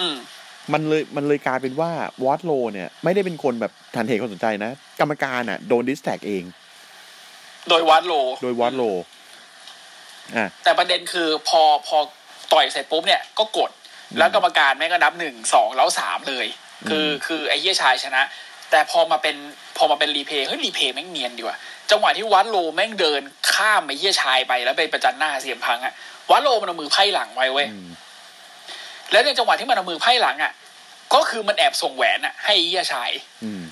Speaker 2: อืม
Speaker 1: มันเลยมันเลยกลายเป็นว่าวอตโลเนี่ย ไม่ได้เป็นคนแบบทันเหตุคนสนใจนะ กรรมการอ่ะโดนดิสแท็กเอง
Speaker 2: โดยวัดโล
Speaker 1: โดยวอตโลอ่ะ
Speaker 2: แต่ประเด็นคือพอพอต่อยเสร็จปุ๊บเนี่ยก็กด แล้วกรรมการแม่งก็นับหนึ่งสองแล้วสามเลย คือ
Speaker 1: อืม
Speaker 2: คือไอ้เหี้ยชายชนะ แต่พอมาเป็นพอมาเป็นรีเพย์เฮ้ยรีเพย์แม่งเนียนดีว่ะจังหวะที่วัดโลแม่งเดินข้ามไอ้เหี้ยชายไปแล้วไปประจันหน้าเสียมพังอะวัดโลมันเอามือไพ่หลังไว้เว้ย
Speaker 1: อืม
Speaker 2: แล้วในจังหวะที่มันเอามือไพ่หลังอะก็คือมันแอบส่งแหวนอะให้ไอ้เหี้ยชาย
Speaker 1: อืม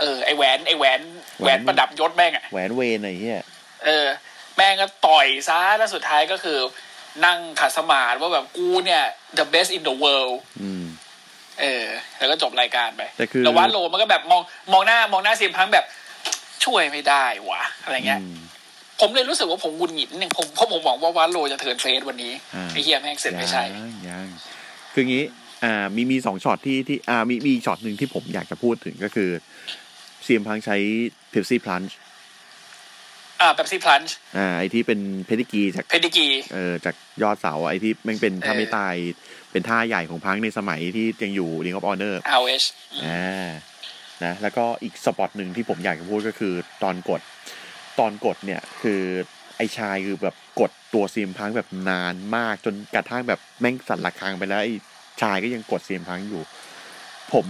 Speaker 2: เออไอ้แหวนไอ้แหวนแห
Speaker 1: แห
Speaker 2: วน
Speaker 1: วน
Speaker 2: ประดับยศแม่งอะ
Speaker 1: แหวนเวรอะไรเงี้ย
Speaker 2: เออแม่งก็ต่อยซะแล้วสุดท้ายก็คือนั่งขัดสมาธิว่าแบบกูเนี่ย the best in the world
Speaker 1: อืม
Speaker 2: เออ แล้วก็จบรายการไป
Speaker 1: แต่คือ
Speaker 2: แล้ววัดโลมันก็แบบมองมองหน้ามองหน้าเสียมพังแบบช่วยไม่ได้วะอะไรเงี้ย
Speaker 1: อืม
Speaker 2: ผมเลยรู้สึกว่าผมหงุนหงิดนิดนึงผมเพราะผมหวังว่าวัดโลจะเทิร์นเฟสวันนี้
Speaker 1: อ่า
Speaker 2: ไอ้เฮียแม่งเสร็จไม่ใช่
Speaker 1: ยังยังคืองี้ อ่า มีมีสองช็อตที่ที่ อ่า มีมีอีกช็อตหนึ่งที่ผมอยากจะพูดถึงก็คือเซียมพังใช้เพปซี่พลันช์
Speaker 2: อ่าแบบซีพลันช์
Speaker 1: อ่า ไอที่เป็นเพดิกีจาก
Speaker 2: เพดิกี
Speaker 1: เออจากยอดเสาไอ้ที่แม่งเป็นท่า
Speaker 2: เออ
Speaker 1: ไม่ตาย เป็นท่าใหญ่ของพังในสมัยที่ยังอยู่ Ring of Honor
Speaker 2: เอาเอช
Speaker 1: อ่า นะ แล้วก็อีกสปอตหนึ่งที่ผมอยากจะพูดก็คือตอนกด ตอนกดเนี่ยคือไอชายคือแบบกดตัวซีมพังแบบนานมากจนกระทั่งแบบแม่งสั่นระคังไปแล้วไอชายก็ยังกดซีมพังอยู่ ผม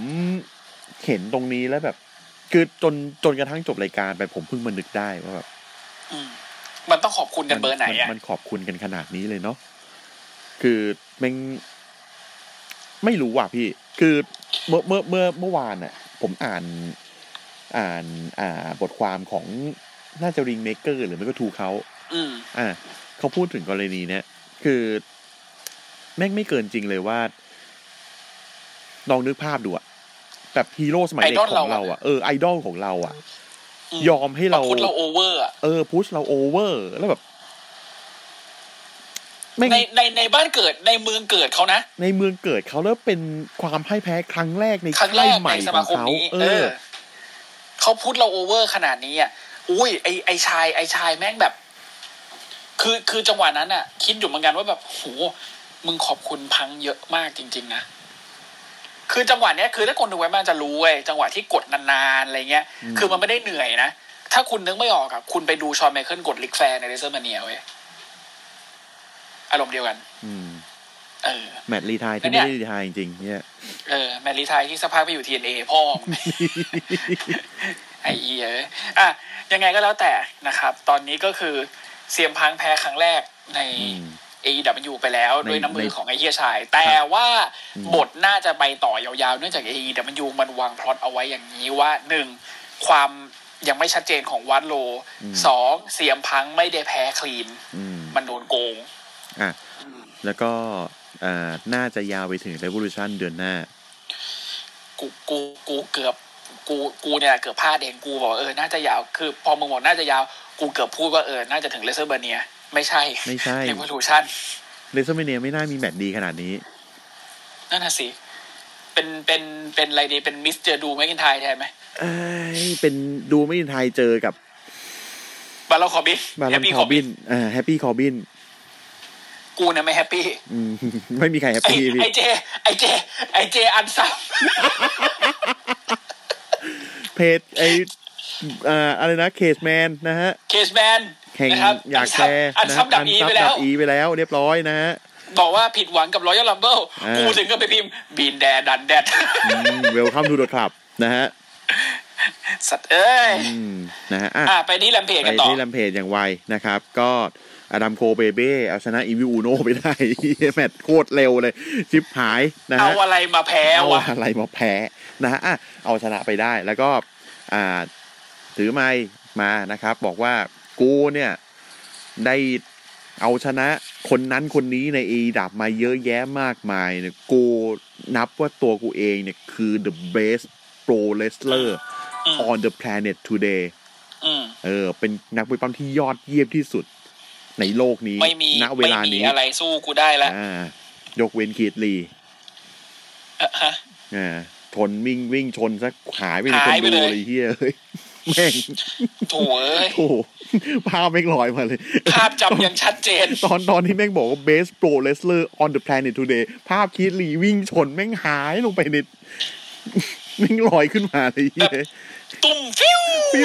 Speaker 1: เห็นตรงนี้แล้วแบบ คือจนจนกระทั่งจบรายการไปผมเพิ่งมานึกได้ว่าแบบ
Speaker 2: มันต้องขอบคุณกันเบอร์ไหน
Speaker 1: มั
Speaker 2: อ่ะ
Speaker 1: มันขอบคุณกันขนาดนี้เลยเนาะคือแม่ง ไม่รู้ว่ะพี่ คือเมื่อเมื่อเมื่อเมื่อวานอ่ะ ผมอ่าน อ่านอ่าบทความของน่าจะริงเมเกอร์หรือไม่ก็ทูเขา
Speaker 2: อืม
Speaker 1: อ่าเขาพูดถึงกรณีเนี้ยคือ แม่งไม่เกินจริงเลยว่าลองนึกภาพดูอะแบบฮีโร่สมัยเด็ก
Speaker 2: ไอดอล
Speaker 1: ของ
Speaker 2: เรา
Speaker 1: เรา
Speaker 2: อะ
Speaker 1: อะเออไอดอลของเราอะ
Speaker 2: อืม
Speaker 1: ยอมให้เรา
Speaker 2: พูดเราโอเวอร์อะ
Speaker 1: เออพุชเราโอเวอร์ แล้วแบบแม่ง
Speaker 2: ในในในบ้านเกิดในเมืองเกิดเขานะ
Speaker 1: ในเมืองเกิดเขาแล้วเป็นความพ่ายแพ้ครั้งแรกใน
Speaker 2: ครั้งแรก
Speaker 1: ค่ายให
Speaker 2: ใน
Speaker 1: ม่
Speaker 2: ส
Speaker 1: ข
Speaker 2: มา
Speaker 1: อง
Speaker 2: คม
Speaker 1: เขา
Speaker 2: นี้
Speaker 1: เอ
Speaker 2: เอ
Speaker 1: อ
Speaker 2: อเขาพูดเราโอเวอร์ขนาดนี้อ่ะอุ้ยไอไอชายไอชายแม่งแบบ คือคือจังหวะนั้นอ่ะ คิดอยู่เหมือนกันว่าแบบโหมึงขอบคุณพังเยอะมากจริง ๆ นะ คือจังหวะเนี้ยคือถ้าคนดูไว้มากจะรู้เว้ยจังหวะที่กดนานๆอะไรเงี้ย
Speaker 1: อืม
Speaker 2: คือมันไม่ได้เหนื่อยนะ ถ้าคุณนึกไม่ออกอะคุณไปดูชอนไมเคิลกดลิกแฟร์ในเรเซอร์มาเนียเว้ยอารมณ์เดียวกัน
Speaker 1: อืม
Speaker 2: เออ
Speaker 1: แมตต์รีไทายที่
Speaker 2: แล้วเนี่
Speaker 1: ไม่
Speaker 2: ย
Speaker 1: ได้รีไทายจริงๆเนี่ย
Speaker 2: เออแมรี่ไทยที่สภาพกไปอยู่ทีเอ็นเอพ่อมึ
Speaker 1: <laughs>
Speaker 2: ง ไอเอียอ่ะยังไงก็แล้วแต่นะครับ ตอนนี้ก็คือเซียมพังแพ้ครั้งแรกใน
Speaker 1: อืม
Speaker 2: AEW ไปแล้ว
Speaker 1: ใน
Speaker 2: ด้วยน้ำมือ
Speaker 1: ใน
Speaker 2: ของไอเฮียชาย แต่ว่า
Speaker 1: อืม
Speaker 2: บทน่าจะไปต่อยาวๆ เนื่องจาก AEW มันวางพล็อตเอาไว้อย่างนี้ว่าหนึ่งความยังไม่ชัดเจนของวัดโลสองเสียมพังไม่ได้แพ้คลีน
Speaker 1: อืม
Speaker 2: มันโดนโกง
Speaker 1: อ่ะ แล้วก็อ่าน่าจะยาวไปถึง Revolution เดือนหน้า
Speaker 2: กูกูกูเกือบกูกูเนี่ยแหละเกือบพลาดเองกูบอกว่าเออน่าจะยาวคือ พอมึงบอกน่าจะยาวกูเกือบพูดว่าเออน่าจะถึงเลเซอร์เบเนียไม่ใช่
Speaker 1: ไม่ใช่
Speaker 2: เรวอลูชั่น
Speaker 1: เลเซอร์เมเนียไม่น่ามีแมตช์ดีขนาดนี้
Speaker 2: นั่นน่ะสิเป็นเป็นเป็นอะไรดีเป็นมิสเจอร์ดูแมกินไทยแทนไหม
Speaker 1: เอ้ยเป็นดูไม่ทันไทยเจอกับบ
Speaker 2: าร์ลคอบิน
Speaker 1: บาลอนคอร์บินอ่าแฮปปี้คอร์บิน
Speaker 2: กูเนี่ยไม่แฮปปี้
Speaker 1: อืม <laughs> ไม่มีใครแฮป
Speaker 2: <laughs> ไอ
Speaker 1: ปี้พี่
Speaker 2: ไอเจ ไอเจ ไอเจอันซับ
Speaker 1: เพจไออ่าอะไรนะเคสแมนนะฮะ
Speaker 2: เคสแมน
Speaker 1: แข่ง
Speaker 2: นะครับ
Speaker 1: อยากแชร์
Speaker 2: อัน
Speaker 1: นะ
Speaker 2: ซับดับอี
Speaker 1: ซั
Speaker 2: ไปแล้ว
Speaker 1: อีไปแล้วเรียบร้อยนะฮะ
Speaker 2: บอกว่าผิดหวังกับรอยัลลัมเบิล
Speaker 1: อ่ากู
Speaker 2: กูถึงก็ไปพิมพ์บีนแดดันแดด
Speaker 1: เวลคัมทูดอทคลับนะฮะ
Speaker 2: สัตว์เอ้ย
Speaker 1: อืมนะฮะอ่ะ
Speaker 2: อ่ะไปนี่แลมเพจ
Speaker 1: ไป
Speaker 2: กันต่อ
Speaker 1: ที่ลำเพจอย่างไวนะครับ ก็อดัมโคเบเบ้เอาชนะอีวิวอูโนไปได้ <laughs> แมตช์โคตรเร็วเลยชิบหายนะ
Speaker 2: เอา
Speaker 1: ฮะ
Speaker 2: อะไรมาแพ้
Speaker 1: เอา
Speaker 2: วะ
Speaker 1: อะไรมาแพ้นะฮะอ่ะเอาชนะไปได้แล้วก็อ่าถือไม้มานะครับ บอกว่ากูเนี่ย ได้เอาชนะคนนั้นคนนี้ในเอดับมาเยอะแยะมากมายเนี่ยกูนับว่าตัวกูเองเนี่ย คือ the best pro wrestler
Speaker 2: อืม
Speaker 1: on the planet today
Speaker 2: อืม
Speaker 1: เออ เป็นนักมวยปั้มที่ยอดเยี่ยมที่สุดในโลกนี้
Speaker 2: ไม่มี
Speaker 1: ณเว
Speaker 2: ไม่
Speaker 1: ลา
Speaker 2: มี
Speaker 1: นี้
Speaker 2: อะไรสู้กูได้ละ
Speaker 1: อ่ายกเว้นคีดลี
Speaker 2: อ่ะฮะ
Speaker 1: อ่าชนวิ่งวิ่งชนสักหายไปเลย
Speaker 2: หาย
Speaker 1: คน
Speaker 2: ไป
Speaker 1: ดู
Speaker 2: เลย
Speaker 1: เลยเฮียเฮ้ย แม่ง
Speaker 2: โถ่เอ้ย
Speaker 1: โอ้โหภาพแม่งลอยมาเลย
Speaker 2: ภาพจำยังชัดเจน
Speaker 1: ตอนตอนที่แม่งบอกว่า best pro wrestler on the planet today ภาพคิดลีวิ่งชนแม่งหายลงไปในแม่งลอยขึ้นมาเลยเหี้ย
Speaker 2: ตุ่มฟิว
Speaker 1: ปลิว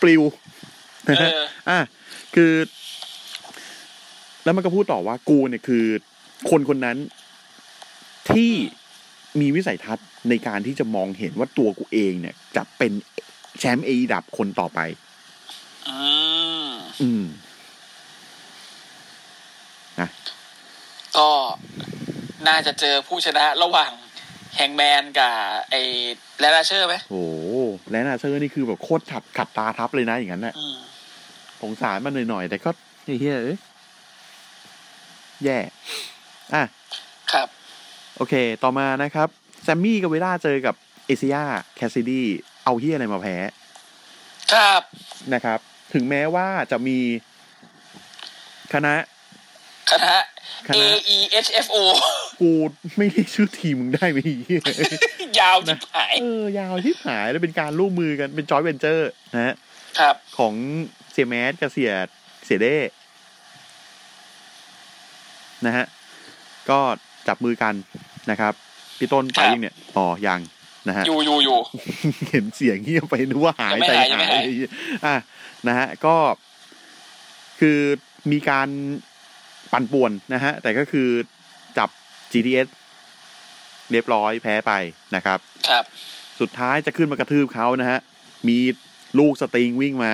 Speaker 1: ปลิวนะฮะ
Speaker 2: เออ
Speaker 1: อ่ะคือ แล้วมันก็พูดต่อว่ากูเนี่ยคือ คนคนนั้นที่มีวิสัยทัศน์ในการที่จะมองเห็นว่าตัวกูเองเนี่ย จะเป็นแชมป์เอดับคนต่อไป
Speaker 2: อืม
Speaker 1: อืม
Speaker 2: ก็น่าจะเจอผู้ชนะระหว่างแฮงแมนกับไอ้แลนดาเชอร์ไหม
Speaker 1: โอ้โหและนาเซอร์นี่คือแบบโคตรขับขับตาทับเลยนะอย่างนั้นน่ะ
Speaker 2: อืม
Speaker 1: สงสารมันหน่อยๆ แต่ก็ไอ้เฮียเอ้ยแย่ อ่ะ
Speaker 2: ครับ
Speaker 1: โอเค ต่อมานะครับ แซมมี่กับเวลาเจอกับเอเซียแคสซิดี้เอาเฮียอะไรมาแพ้
Speaker 2: ครับ
Speaker 1: นะครับ ถึงแม้ว่าจะมีคณะ
Speaker 2: คณะ
Speaker 1: คณะ
Speaker 2: A E H F O <laughs>
Speaker 1: กูไม่เรียกชื่อทีมมึงได้ไหมไอ้เฮีย <laughs>
Speaker 2: ยาวจิบหาย
Speaker 1: เออ ยาวที่หายแล้วเป็นการร่วมมือกันเป็นจอยเวนเจอร์นะฮะ
Speaker 2: ครับ
Speaker 1: ของเสียแมสกับเสียเสียเด้นะฮะ ก็จับมือกันนะครับ พี่ต้นไป
Speaker 2: ครับ
Speaker 1: ยังเนี่ยอ๋อยังนะฮะ
Speaker 2: อยู่อยู่อยู่
Speaker 1: <laughs> เห็นเสียงเงียบไปนึกว่าหาย
Speaker 2: ยังไม่
Speaker 1: ใจ
Speaker 2: หายยั
Speaker 1: หาง
Speaker 2: ไม่
Speaker 1: ย
Speaker 2: หาย
Speaker 1: อ่ะนะฮะ ก็คือมีการปั่นป่วนนะฮะ แต่ก็คือจับ GTS เรียบร้อยแพ้ไปนะครับ
Speaker 2: ครับ
Speaker 1: สุดท้ายจะขึ้นมากระทืบเขานะฮะ มีลูกสตริงวิ่งมา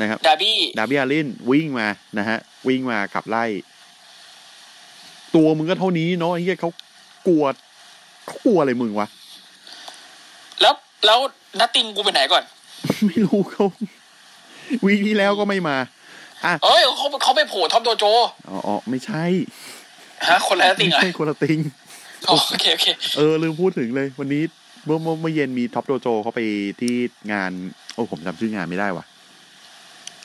Speaker 1: นะครับ
Speaker 2: ดาบี้
Speaker 1: ดาบิอาลินวิ่งมานะฮะ วิ่งมาขับไล่ ตัวมึงก็เท่านี้เนาะไอ้เหี้ยเขากลัวเขากลัวอะไรมึงวะ
Speaker 2: แล้วแล้วนัตติงกูไปไหนก่อน
Speaker 1: <laughs> ไม่รู้เขาวีคที่แล้วก็ไม่มา
Speaker 2: เอ้ยเขาเขาไปโผล่ท็อปโดโจ
Speaker 1: อ๋ออ๋อไม่ใช่
Speaker 2: ฮะ คนละนัตติ
Speaker 1: ไม่
Speaker 2: งเหรอ
Speaker 1: ใช่คนละติง
Speaker 2: อ๋อโอเคโอเค
Speaker 1: เออ ลืมพูดถึงเลย วันนี้เมื่อเมื่อเมื่อเย็นมีท็อปโดโจเขาไปที่งาน โอ้ผมจำชื่องานไม่ได้ว่ะ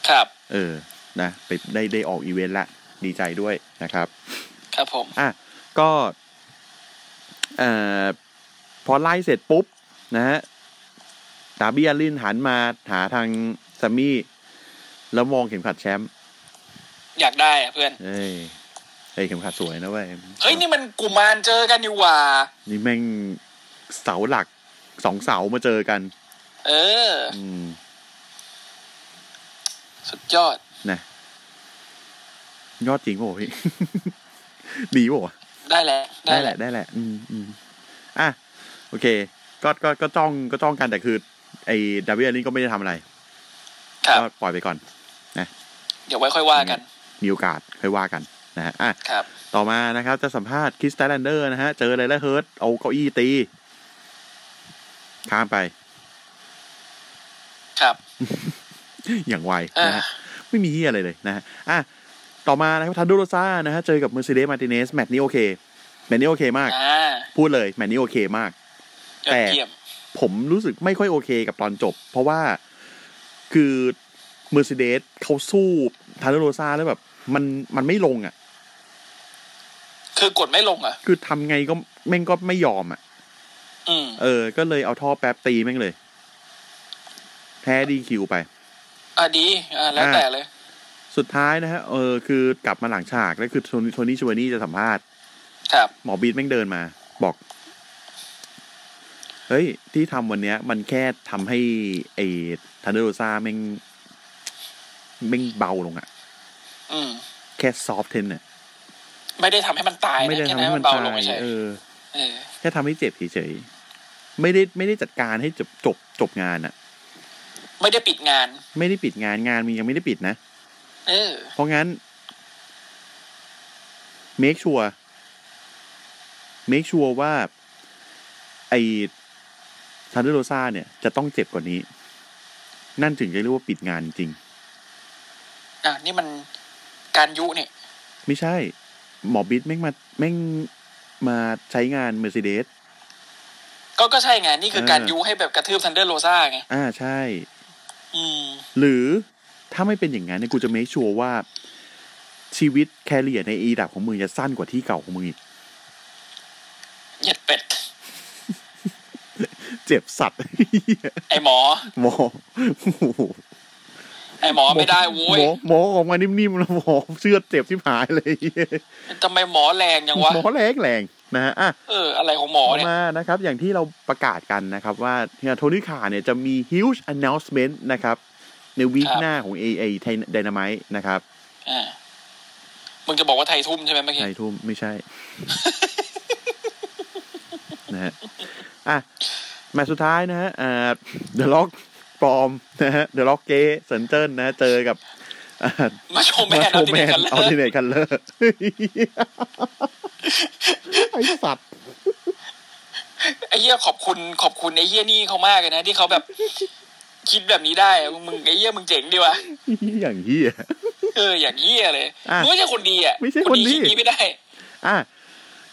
Speaker 2: ครับ
Speaker 1: เออ นะ ไปได้ได้ออกอีเวนต์ละ ดีใจด้วยนะครับ
Speaker 2: ครับผม
Speaker 1: อ่ะ ก็ เอ่อ พอไล่เสร็จปุ๊บ นะฮะ ดาร์บี้อาลินหันมาหาทางแซมมี่ แล้วมองเข็มขัดแชมป์
Speaker 2: อยากได้อะเพื่อน
Speaker 1: เอ้ยเอ้ยเข็มขัดสวยนะเว้ย
Speaker 2: เฮ้ย นี่มันกุมารเจอกันอยู่หว่า
Speaker 1: นี่แม่งเสาหลักสองเสามาเจอกัน
Speaker 2: เออ
Speaker 1: อืม
Speaker 2: สุดยอด
Speaker 1: นะยอดจริงโอ้ย <laughs> ดีโอ้
Speaker 2: ได้แหละ ได้
Speaker 1: ได้
Speaker 2: แห
Speaker 1: แห
Speaker 2: ละ
Speaker 1: ละได้แหละ อืมอืมอ่ะ โอเค ก็ก็ก็จ้องก็จ้องกันแต่คือ ไอ้ดาวิดนี่ก็ไม่ได้ทำอะไร
Speaker 2: ครับ
Speaker 1: ก็ปล่อยไปก่อน
Speaker 2: เดี๋ยวไว้ค่อยว่ากัน
Speaker 1: มีโอกาสค่อยว่ากันนะฮะอ่ะ
Speaker 2: ครับ
Speaker 1: ต่อมานะครับ จะสัมภาษณ์คริสตัลแลนเดอร์นะฮะ เจออะไรแล้วเฮิร์ตเอาเก้าอี้ตี ข้ามไป
Speaker 2: ครับ
Speaker 1: อย่างไว
Speaker 2: อ่า
Speaker 1: นะฮะไม่มีเหียอะไรเลยนะฮะอ่ะต่อมานะครับทันดูโรซ่านะฮะเจอกับเมอร์เซเดสมาติเนสแมตช์นี้โอเค แมตช์นี้โอเคมาก
Speaker 2: อ่า
Speaker 1: พูดเลยแมตช์นี้โอเคมาก
Speaker 2: ยอดเยี่ยม
Speaker 1: ผมรู้สึกไม่ค่อยโอเคกับตอนจบ เพราะว่าคือเมอร์เซเดสเขาสู้ทันดูโรซ่าแล้วแบบ มันมันไม่ลงอ่ะ
Speaker 2: คือกดไม่ลงเหรอ่ะ
Speaker 1: คือทำไงก็แม่งก็ไม่ยอมอ่ะ
Speaker 2: อืม
Speaker 1: เออ ก็เลยเอาท่อแป๊บตีแม่งเลย แพ้ดีคิวไป
Speaker 2: อ่ะดี อ่าแล้วแต่เลย
Speaker 1: สุดท้ายนะฮะเออคือกลับมาหลังฉากแล้วคือโทนี่โทนี่ชูวานี่จะสัมภาษณ์
Speaker 2: ครับ
Speaker 1: หมอบีดแม่งเดินมา บอก เฮ้ย ที่ทำวันเนี้ย มันแค่ทำให้ไอ้ทันเดอร์โรซาแม่งแม่งเบาลงอะ
Speaker 2: อืม
Speaker 1: แค่ซอฟเทนเนี่ย
Speaker 2: ไม่ได้ทำให้มันตายนะ
Speaker 1: ไม่ได้
Speaker 2: แค่
Speaker 1: ทำให้มัน
Speaker 2: เบา
Speaker 1: ตา
Speaker 2: ลง
Speaker 1: ย
Speaker 2: เฉย
Speaker 1: เออ
Speaker 2: เออ
Speaker 1: แค่ทำให้เจ็บเฉยๆไม่ได้ไม่ได้จัดการให้จบจบจบงานอะ
Speaker 2: ไม่ได้ปิดงาน
Speaker 1: ไม่ได้ปิดงานงานมันยังไม่ได้ปิดนะ
Speaker 2: เออ
Speaker 1: เพราะงั้น make sure make sure ว่า ไอ้ทันเดอร์โรซาเนี่ย จะต้องเจ็บกว่านี้ นั่นถึงจะเรียกว่าปิดงานจริง
Speaker 2: อ่ะนี่มันการยุนี่
Speaker 1: ไม่ใช่ หมอบิดแม่งมาแม่งมาใช้งานเมอร์เซเดส
Speaker 2: ก็ก็ใช่ไงนี่คือ
Speaker 1: เออ
Speaker 2: การยุให้แบบกระทืบทันเดอร์โรซ่าไง
Speaker 1: อ่าใช่
Speaker 2: อืม
Speaker 1: หรือถ้าไม่เป็นอย่างนั้นเนี่ยกูจะ make sure ว่า ชีวิตแคเรียในอีดับของมึงจะสั้นกว่าที่เก่าของมึงอีก
Speaker 2: เหย็ดเป็ด
Speaker 1: เจ็บสัตว์ <laughs> เหี้ย
Speaker 2: ไอหมอ
Speaker 1: หมอโอ้โห
Speaker 2: ไอหมอไม่ได้โว้ย
Speaker 1: หมอหมอออกมานิ่มๆแล้วหมอเชือดเจ็บที่หายเลยเหี้ย
Speaker 2: ทำไมหมอแรงยังวะ
Speaker 1: หมอแรงแรงๆนะฮะอ่ะ
Speaker 2: เออ อะไรของหมอ
Speaker 1: ต่อ
Speaker 2: เนี่ย
Speaker 1: มานะครับอย่างที่เราประกาศกันนะครับว่าโทนี่ขาเนี่ยจะมี huge announcement นะครับในวีค
Speaker 2: ครับ
Speaker 1: หน้าของ AA ไทยไดนามายนะครับ
Speaker 2: อ่ามึงจะบอกว่าไทยทุ่มใช่ไหมเมื่อกี้
Speaker 1: ไทยทุ่มไม่ใช่
Speaker 2: <laughs>
Speaker 1: นะฮะอ่ะแมตช์สุดท้ายนะฮะอ่าเดอะล็อกปลอมนะฮะเดอะล็อกเกเซนเจอร์นะฮะเจอกับอ่า
Speaker 2: มาโชว์แม
Speaker 1: มาน โช
Speaker 2: เอา
Speaker 1: ว์
Speaker 2: ที่
Speaker 1: แม
Speaker 2: ไหน
Speaker 1: น
Speaker 2: กันเล
Speaker 1: เอา
Speaker 2: ย
Speaker 1: ที่ไหนกันเลยไอ้สัตว์
Speaker 2: ไอ้เหี้ยขอบคุณขอบคุณไอ้เหี้ยนี่เขามากเลยนะ ที่เขาแบบ คิดแบบนี้ได้อะมึงไอ้เหี้ยมึงเจ๋งดีวะ
Speaker 1: อย่างเหี้ย
Speaker 2: เอออย่างเหี้ยเลย
Speaker 1: อ่ะ
Speaker 2: มึงไม่ใช่คนดีอ่ะ
Speaker 1: ไม่ใช่คนดี
Speaker 2: คิดนี้ไม่ได้
Speaker 1: อ่ะ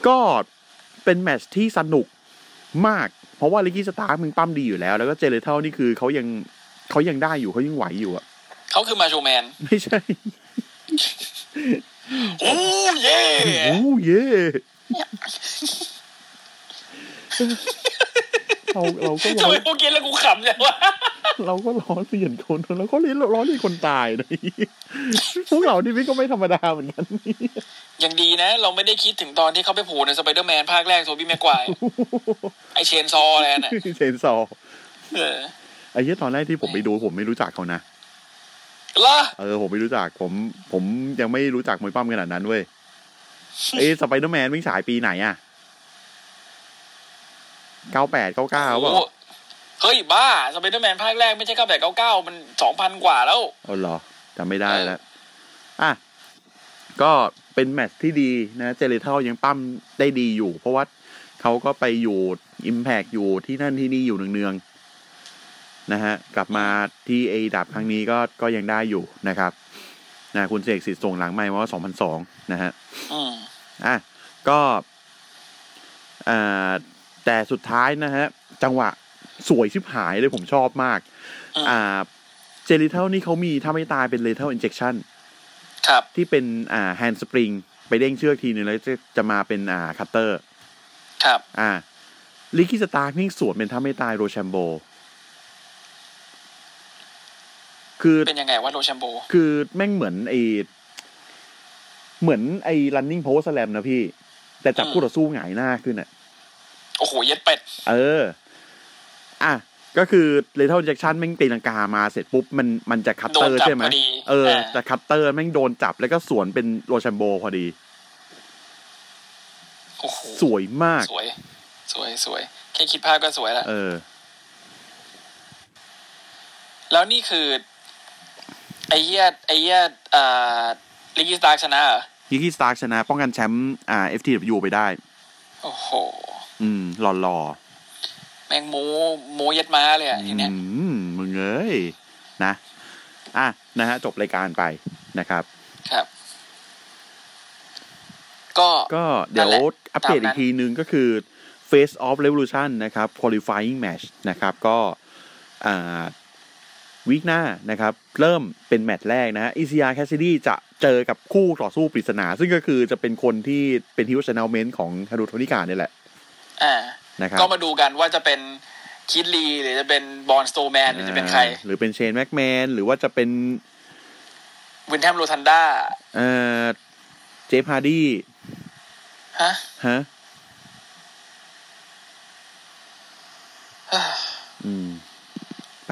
Speaker 1: ก็เป็นแมตชที่สนุกมาก เพราะว่าลิกกี้สตาร์มึงปั้มดีอยู่แล้ว แล้วก็เจเลเทลนี่คือเขายังเขายังได้อยู่เขายังไหวอยู่อ่ะ
Speaker 2: เขาคือมาโชว์แมน
Speaker 1: ไม่ใช่
Speaker 2: โอ้เย่
Speaker 1: โอ้เย่เราเราก็
Speaker 2: ทำ
Speaker 1: ล้อ
Speaker 2: ไมพวกเกนแล้วกูขำจังวะ
Speaker 1: เราก็ล้อเลียนคนแล้วก็เลียนล้อเลียนคนตายนะ <laughs> พวกเรานี่พี่ก็ไม่ธรรมดาเหมือนกัน
Speaker 2: ยังดีนะ เราไม่ได้คิดถึงตอนที่เขาไปโผูในสไปเดอร์แมนภาคแรกโทบี้แม็กไกวร์ไอเชนซอว์อะไร
Speaker 1: <laughs>
Speaker 2: น่ะ
Speaker 1: เชนซอว์
Speaker 2: เออ
Speaker 1: ไอ้เหี้ยตอนแรกที่ผมไปดูผมไม่รู้จักเขานะ
Speaker 2: ละ
Speaker 1: เออผมไม่รู้จักผม ผมยังไม่รู้จักมวยปั้มขนาดนั้นเว้ย เอ้สไปเดอร์แมนวิ่งฉายปีไหนอ่ะ 98 99เปล่า
Speaker 2: โอ้โหเฮ้ยบ้าสไปเดอร์แมนภาคแรกไม่ใช่เก้าแปดเก้าเก้ามันสองพันกว่าแล้ว
Speaker 1: อ๋อเหรอจำไม่ได้แล้ว อ่ะ ก็เป็นแมตช์ที่ดีนะ เจเลเทลยังปั้มได้ดีอยู่ เพราะว่าเขาก็ไปอยู่ Impact อยู่ที่นั่นที่นี่อยู่เนืองๆนะฮะ กลับมาที่เอดับครั้งนี้ก็ก็ยังได้อยู่นะครับนะคุณเสกสิทธิ์ส่งหลังไม่ว่า 2002 นะฮะ
Speaker 2: อืม
Speaker 1: อ่ะก็อ่าแต่สุดท้ายนะฮะ จังหวะสวยชิบหายเลยผมชอบมาก อ่าเจลิเทลนี่เขามีถ้าไม่ตายเป็นเลเทลอินเจ t ชัน
Speaker 2: ครับ
Speaker 1: ที่เป็นอ่าแฮนด์สปริงไปเด้งเชือกทีนึงแล้วจะจะมาเป็นอ่าคัตเตอร์
Speaker 2: ครับ
Speaker 1: อ่าลิกิสตาร์นี่สวนเป็นถ้าไม่ตายโรแชมโบ คือ
Speaker 2: เป็นยังไงวะโรแชมโบ
Speaker 1: คือแม่งเหมือนไอเหมือนไอ้ running post slam นะพี่ แต่จับ
Speaker 2: อืม
Speaker 1: คู่ต่อสู้หงายหน้าขึ้นอ่ะ
Speaker 2: โอ้โหเย็ดเป็ด
Speaker 1: เออ อ่ะ ก็คือ Lethal Injection แม่งตีลังกามาเสร็จปุ๊บ มันมันจะคัตเตอร์
Speaker 2: โดนจับ
Speaker 1: ใช่ไหม
Speaker 2: พอดี
Speaker 1: เออ
Speaker 2: เออ
Speaker 1: จะคัตเตอร์แม่งโดนจับแล้วก็สวนเป็นโรแชมโบพอดี
Speaker 2: โอ้โห
Speaker 1: สวยมาก
Speaker 2: สวย สวยสวยแค่คิดภาพก็สวยแล้ว
Speaker 1: เออ
Speaker 2: แล้วนี่คือ ไอเยียไอเยียอ่าลิกิสตาร์ชนะเหรอ
Speaker 1: ยิกี้สตาร์ชนะ ป้องกันแชมป์อ่า FTW ไปได้
Speaker 2: โอ้โห
Speaker 1: อืม หล่อหล่อ
Speaker 2: แมงโมโมเย็ดม้าเลยอ่ะทีเนี้ย
Speaker 1: อืม มึงเอ้ย นะ อ่ะ นะฮะ จบรายการไปนะครับ
Speaker 2: ครับ ก็
Speaker 1: ก็เดี๋ย
Speaker 2: นั่
Speaker 1: วน
Speaker 2: แหละ
Speaker 1: อัปเดต
Speaker 2: ตามนั้
Speaker 1: อี
Speaker 2: น
Speaker 1: กทีนึงก็คือ Face of Revolution นะครับ qualifying match นะครับก็อ่าวีคหน้านะครับ เริ่มเป็นแมตช์แรกนะฮะอิซิยาแคสซิดี้จะเจอกับคู่ต่อสู้ปริศนา ซึ่งก็คือจะเป็นคนที่เป็นฮิวชแนลเมนต์ของฮารุโทนิกาเนี่ยแหละ
Speaker 2: อ่า
Speaker 1: นะครับ
Speaker 2: ก็มาดูกันว่าจะเป็นคิดลีหรือจะเป็นบอลสโตแมนหรือจะเป็นใคร
Speaker 1: อ่าหรือเป็นเชนแม็กแมน หรือว่าจะเป็น
Speaker 2: วินแทมโรทันด้า
Speaker 1: เอ่อเจฟฮาร์ดี้
Speaker 2: ฮะ
Speaker 1: ฮะอืม ไป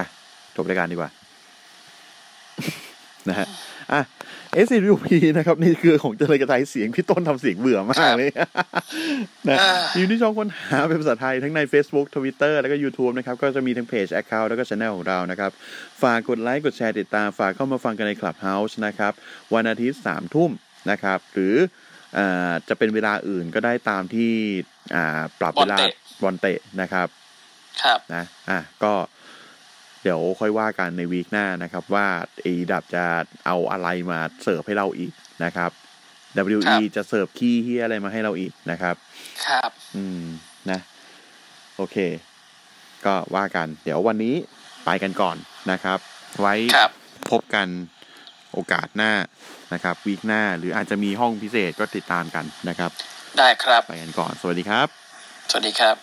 Speaker 1: จบรายการดีกว่า <laughs> นะฮะ อ่ะ SCP นะครับ นี่คือของเจริญกระจายเสียง พี่ต้นทำเสียงเบื่อมากเลย <laughs> นะ
Speaker 2: อ่า
Speaker 1: อยู่ที่ช่องค้นหาเป็นภาษาไทย ทั้งใน Facebook Twitter แล้วก็ YouTube นะครับ ก็จะมีทั้งเพจ Account แล้วก็ช anel ของเรานะครับ ฝากกดไลค์ กดแชร์ติดตาม ฝากเข้ามาฟังกันใน Clubhouse นะครับ วันอาทิตย์3ามทุ่มนะครับ หรืออ่าจะเป็นเวลาอื่นก็ได้ตามที่อ่าปรับเวลาบอลเตะนะครับ
Speaker 2: <sighs> ครับ
Speaker 1: นะอ่ะก็เดี๋ยวค่อยว่ากันในวีคหน้านะครับ ว่าเอดับจะเอาอะไรมาเสิร์ฟให้เราอีกนะครับ
Speaker 2: ครั
Speaker 1: WE
Speaker 2: บ
Speaker 1: จะเสิร์ฟขี้เฮียอะไรมาให้เราอีกนะครับ
Speaker 2: ครับ
Speaker 1: อืมนะ โอเค ก็ว่ากัน เดี๋ยววันนี้ไปกันก่อนนะครับ ไว้
Speaker 2: ครับ
Speaker 1: พบกันโอกาสหน้านะครับวีคหน้าหรืออาจจะมีห้องพิเศษก็ติดตามกันนะครับ
Speaker 2: ได้ครับ
Speaker 1: ไปกันก่อน สวัสดีครับ
Speaker 2: สวัสดีครับ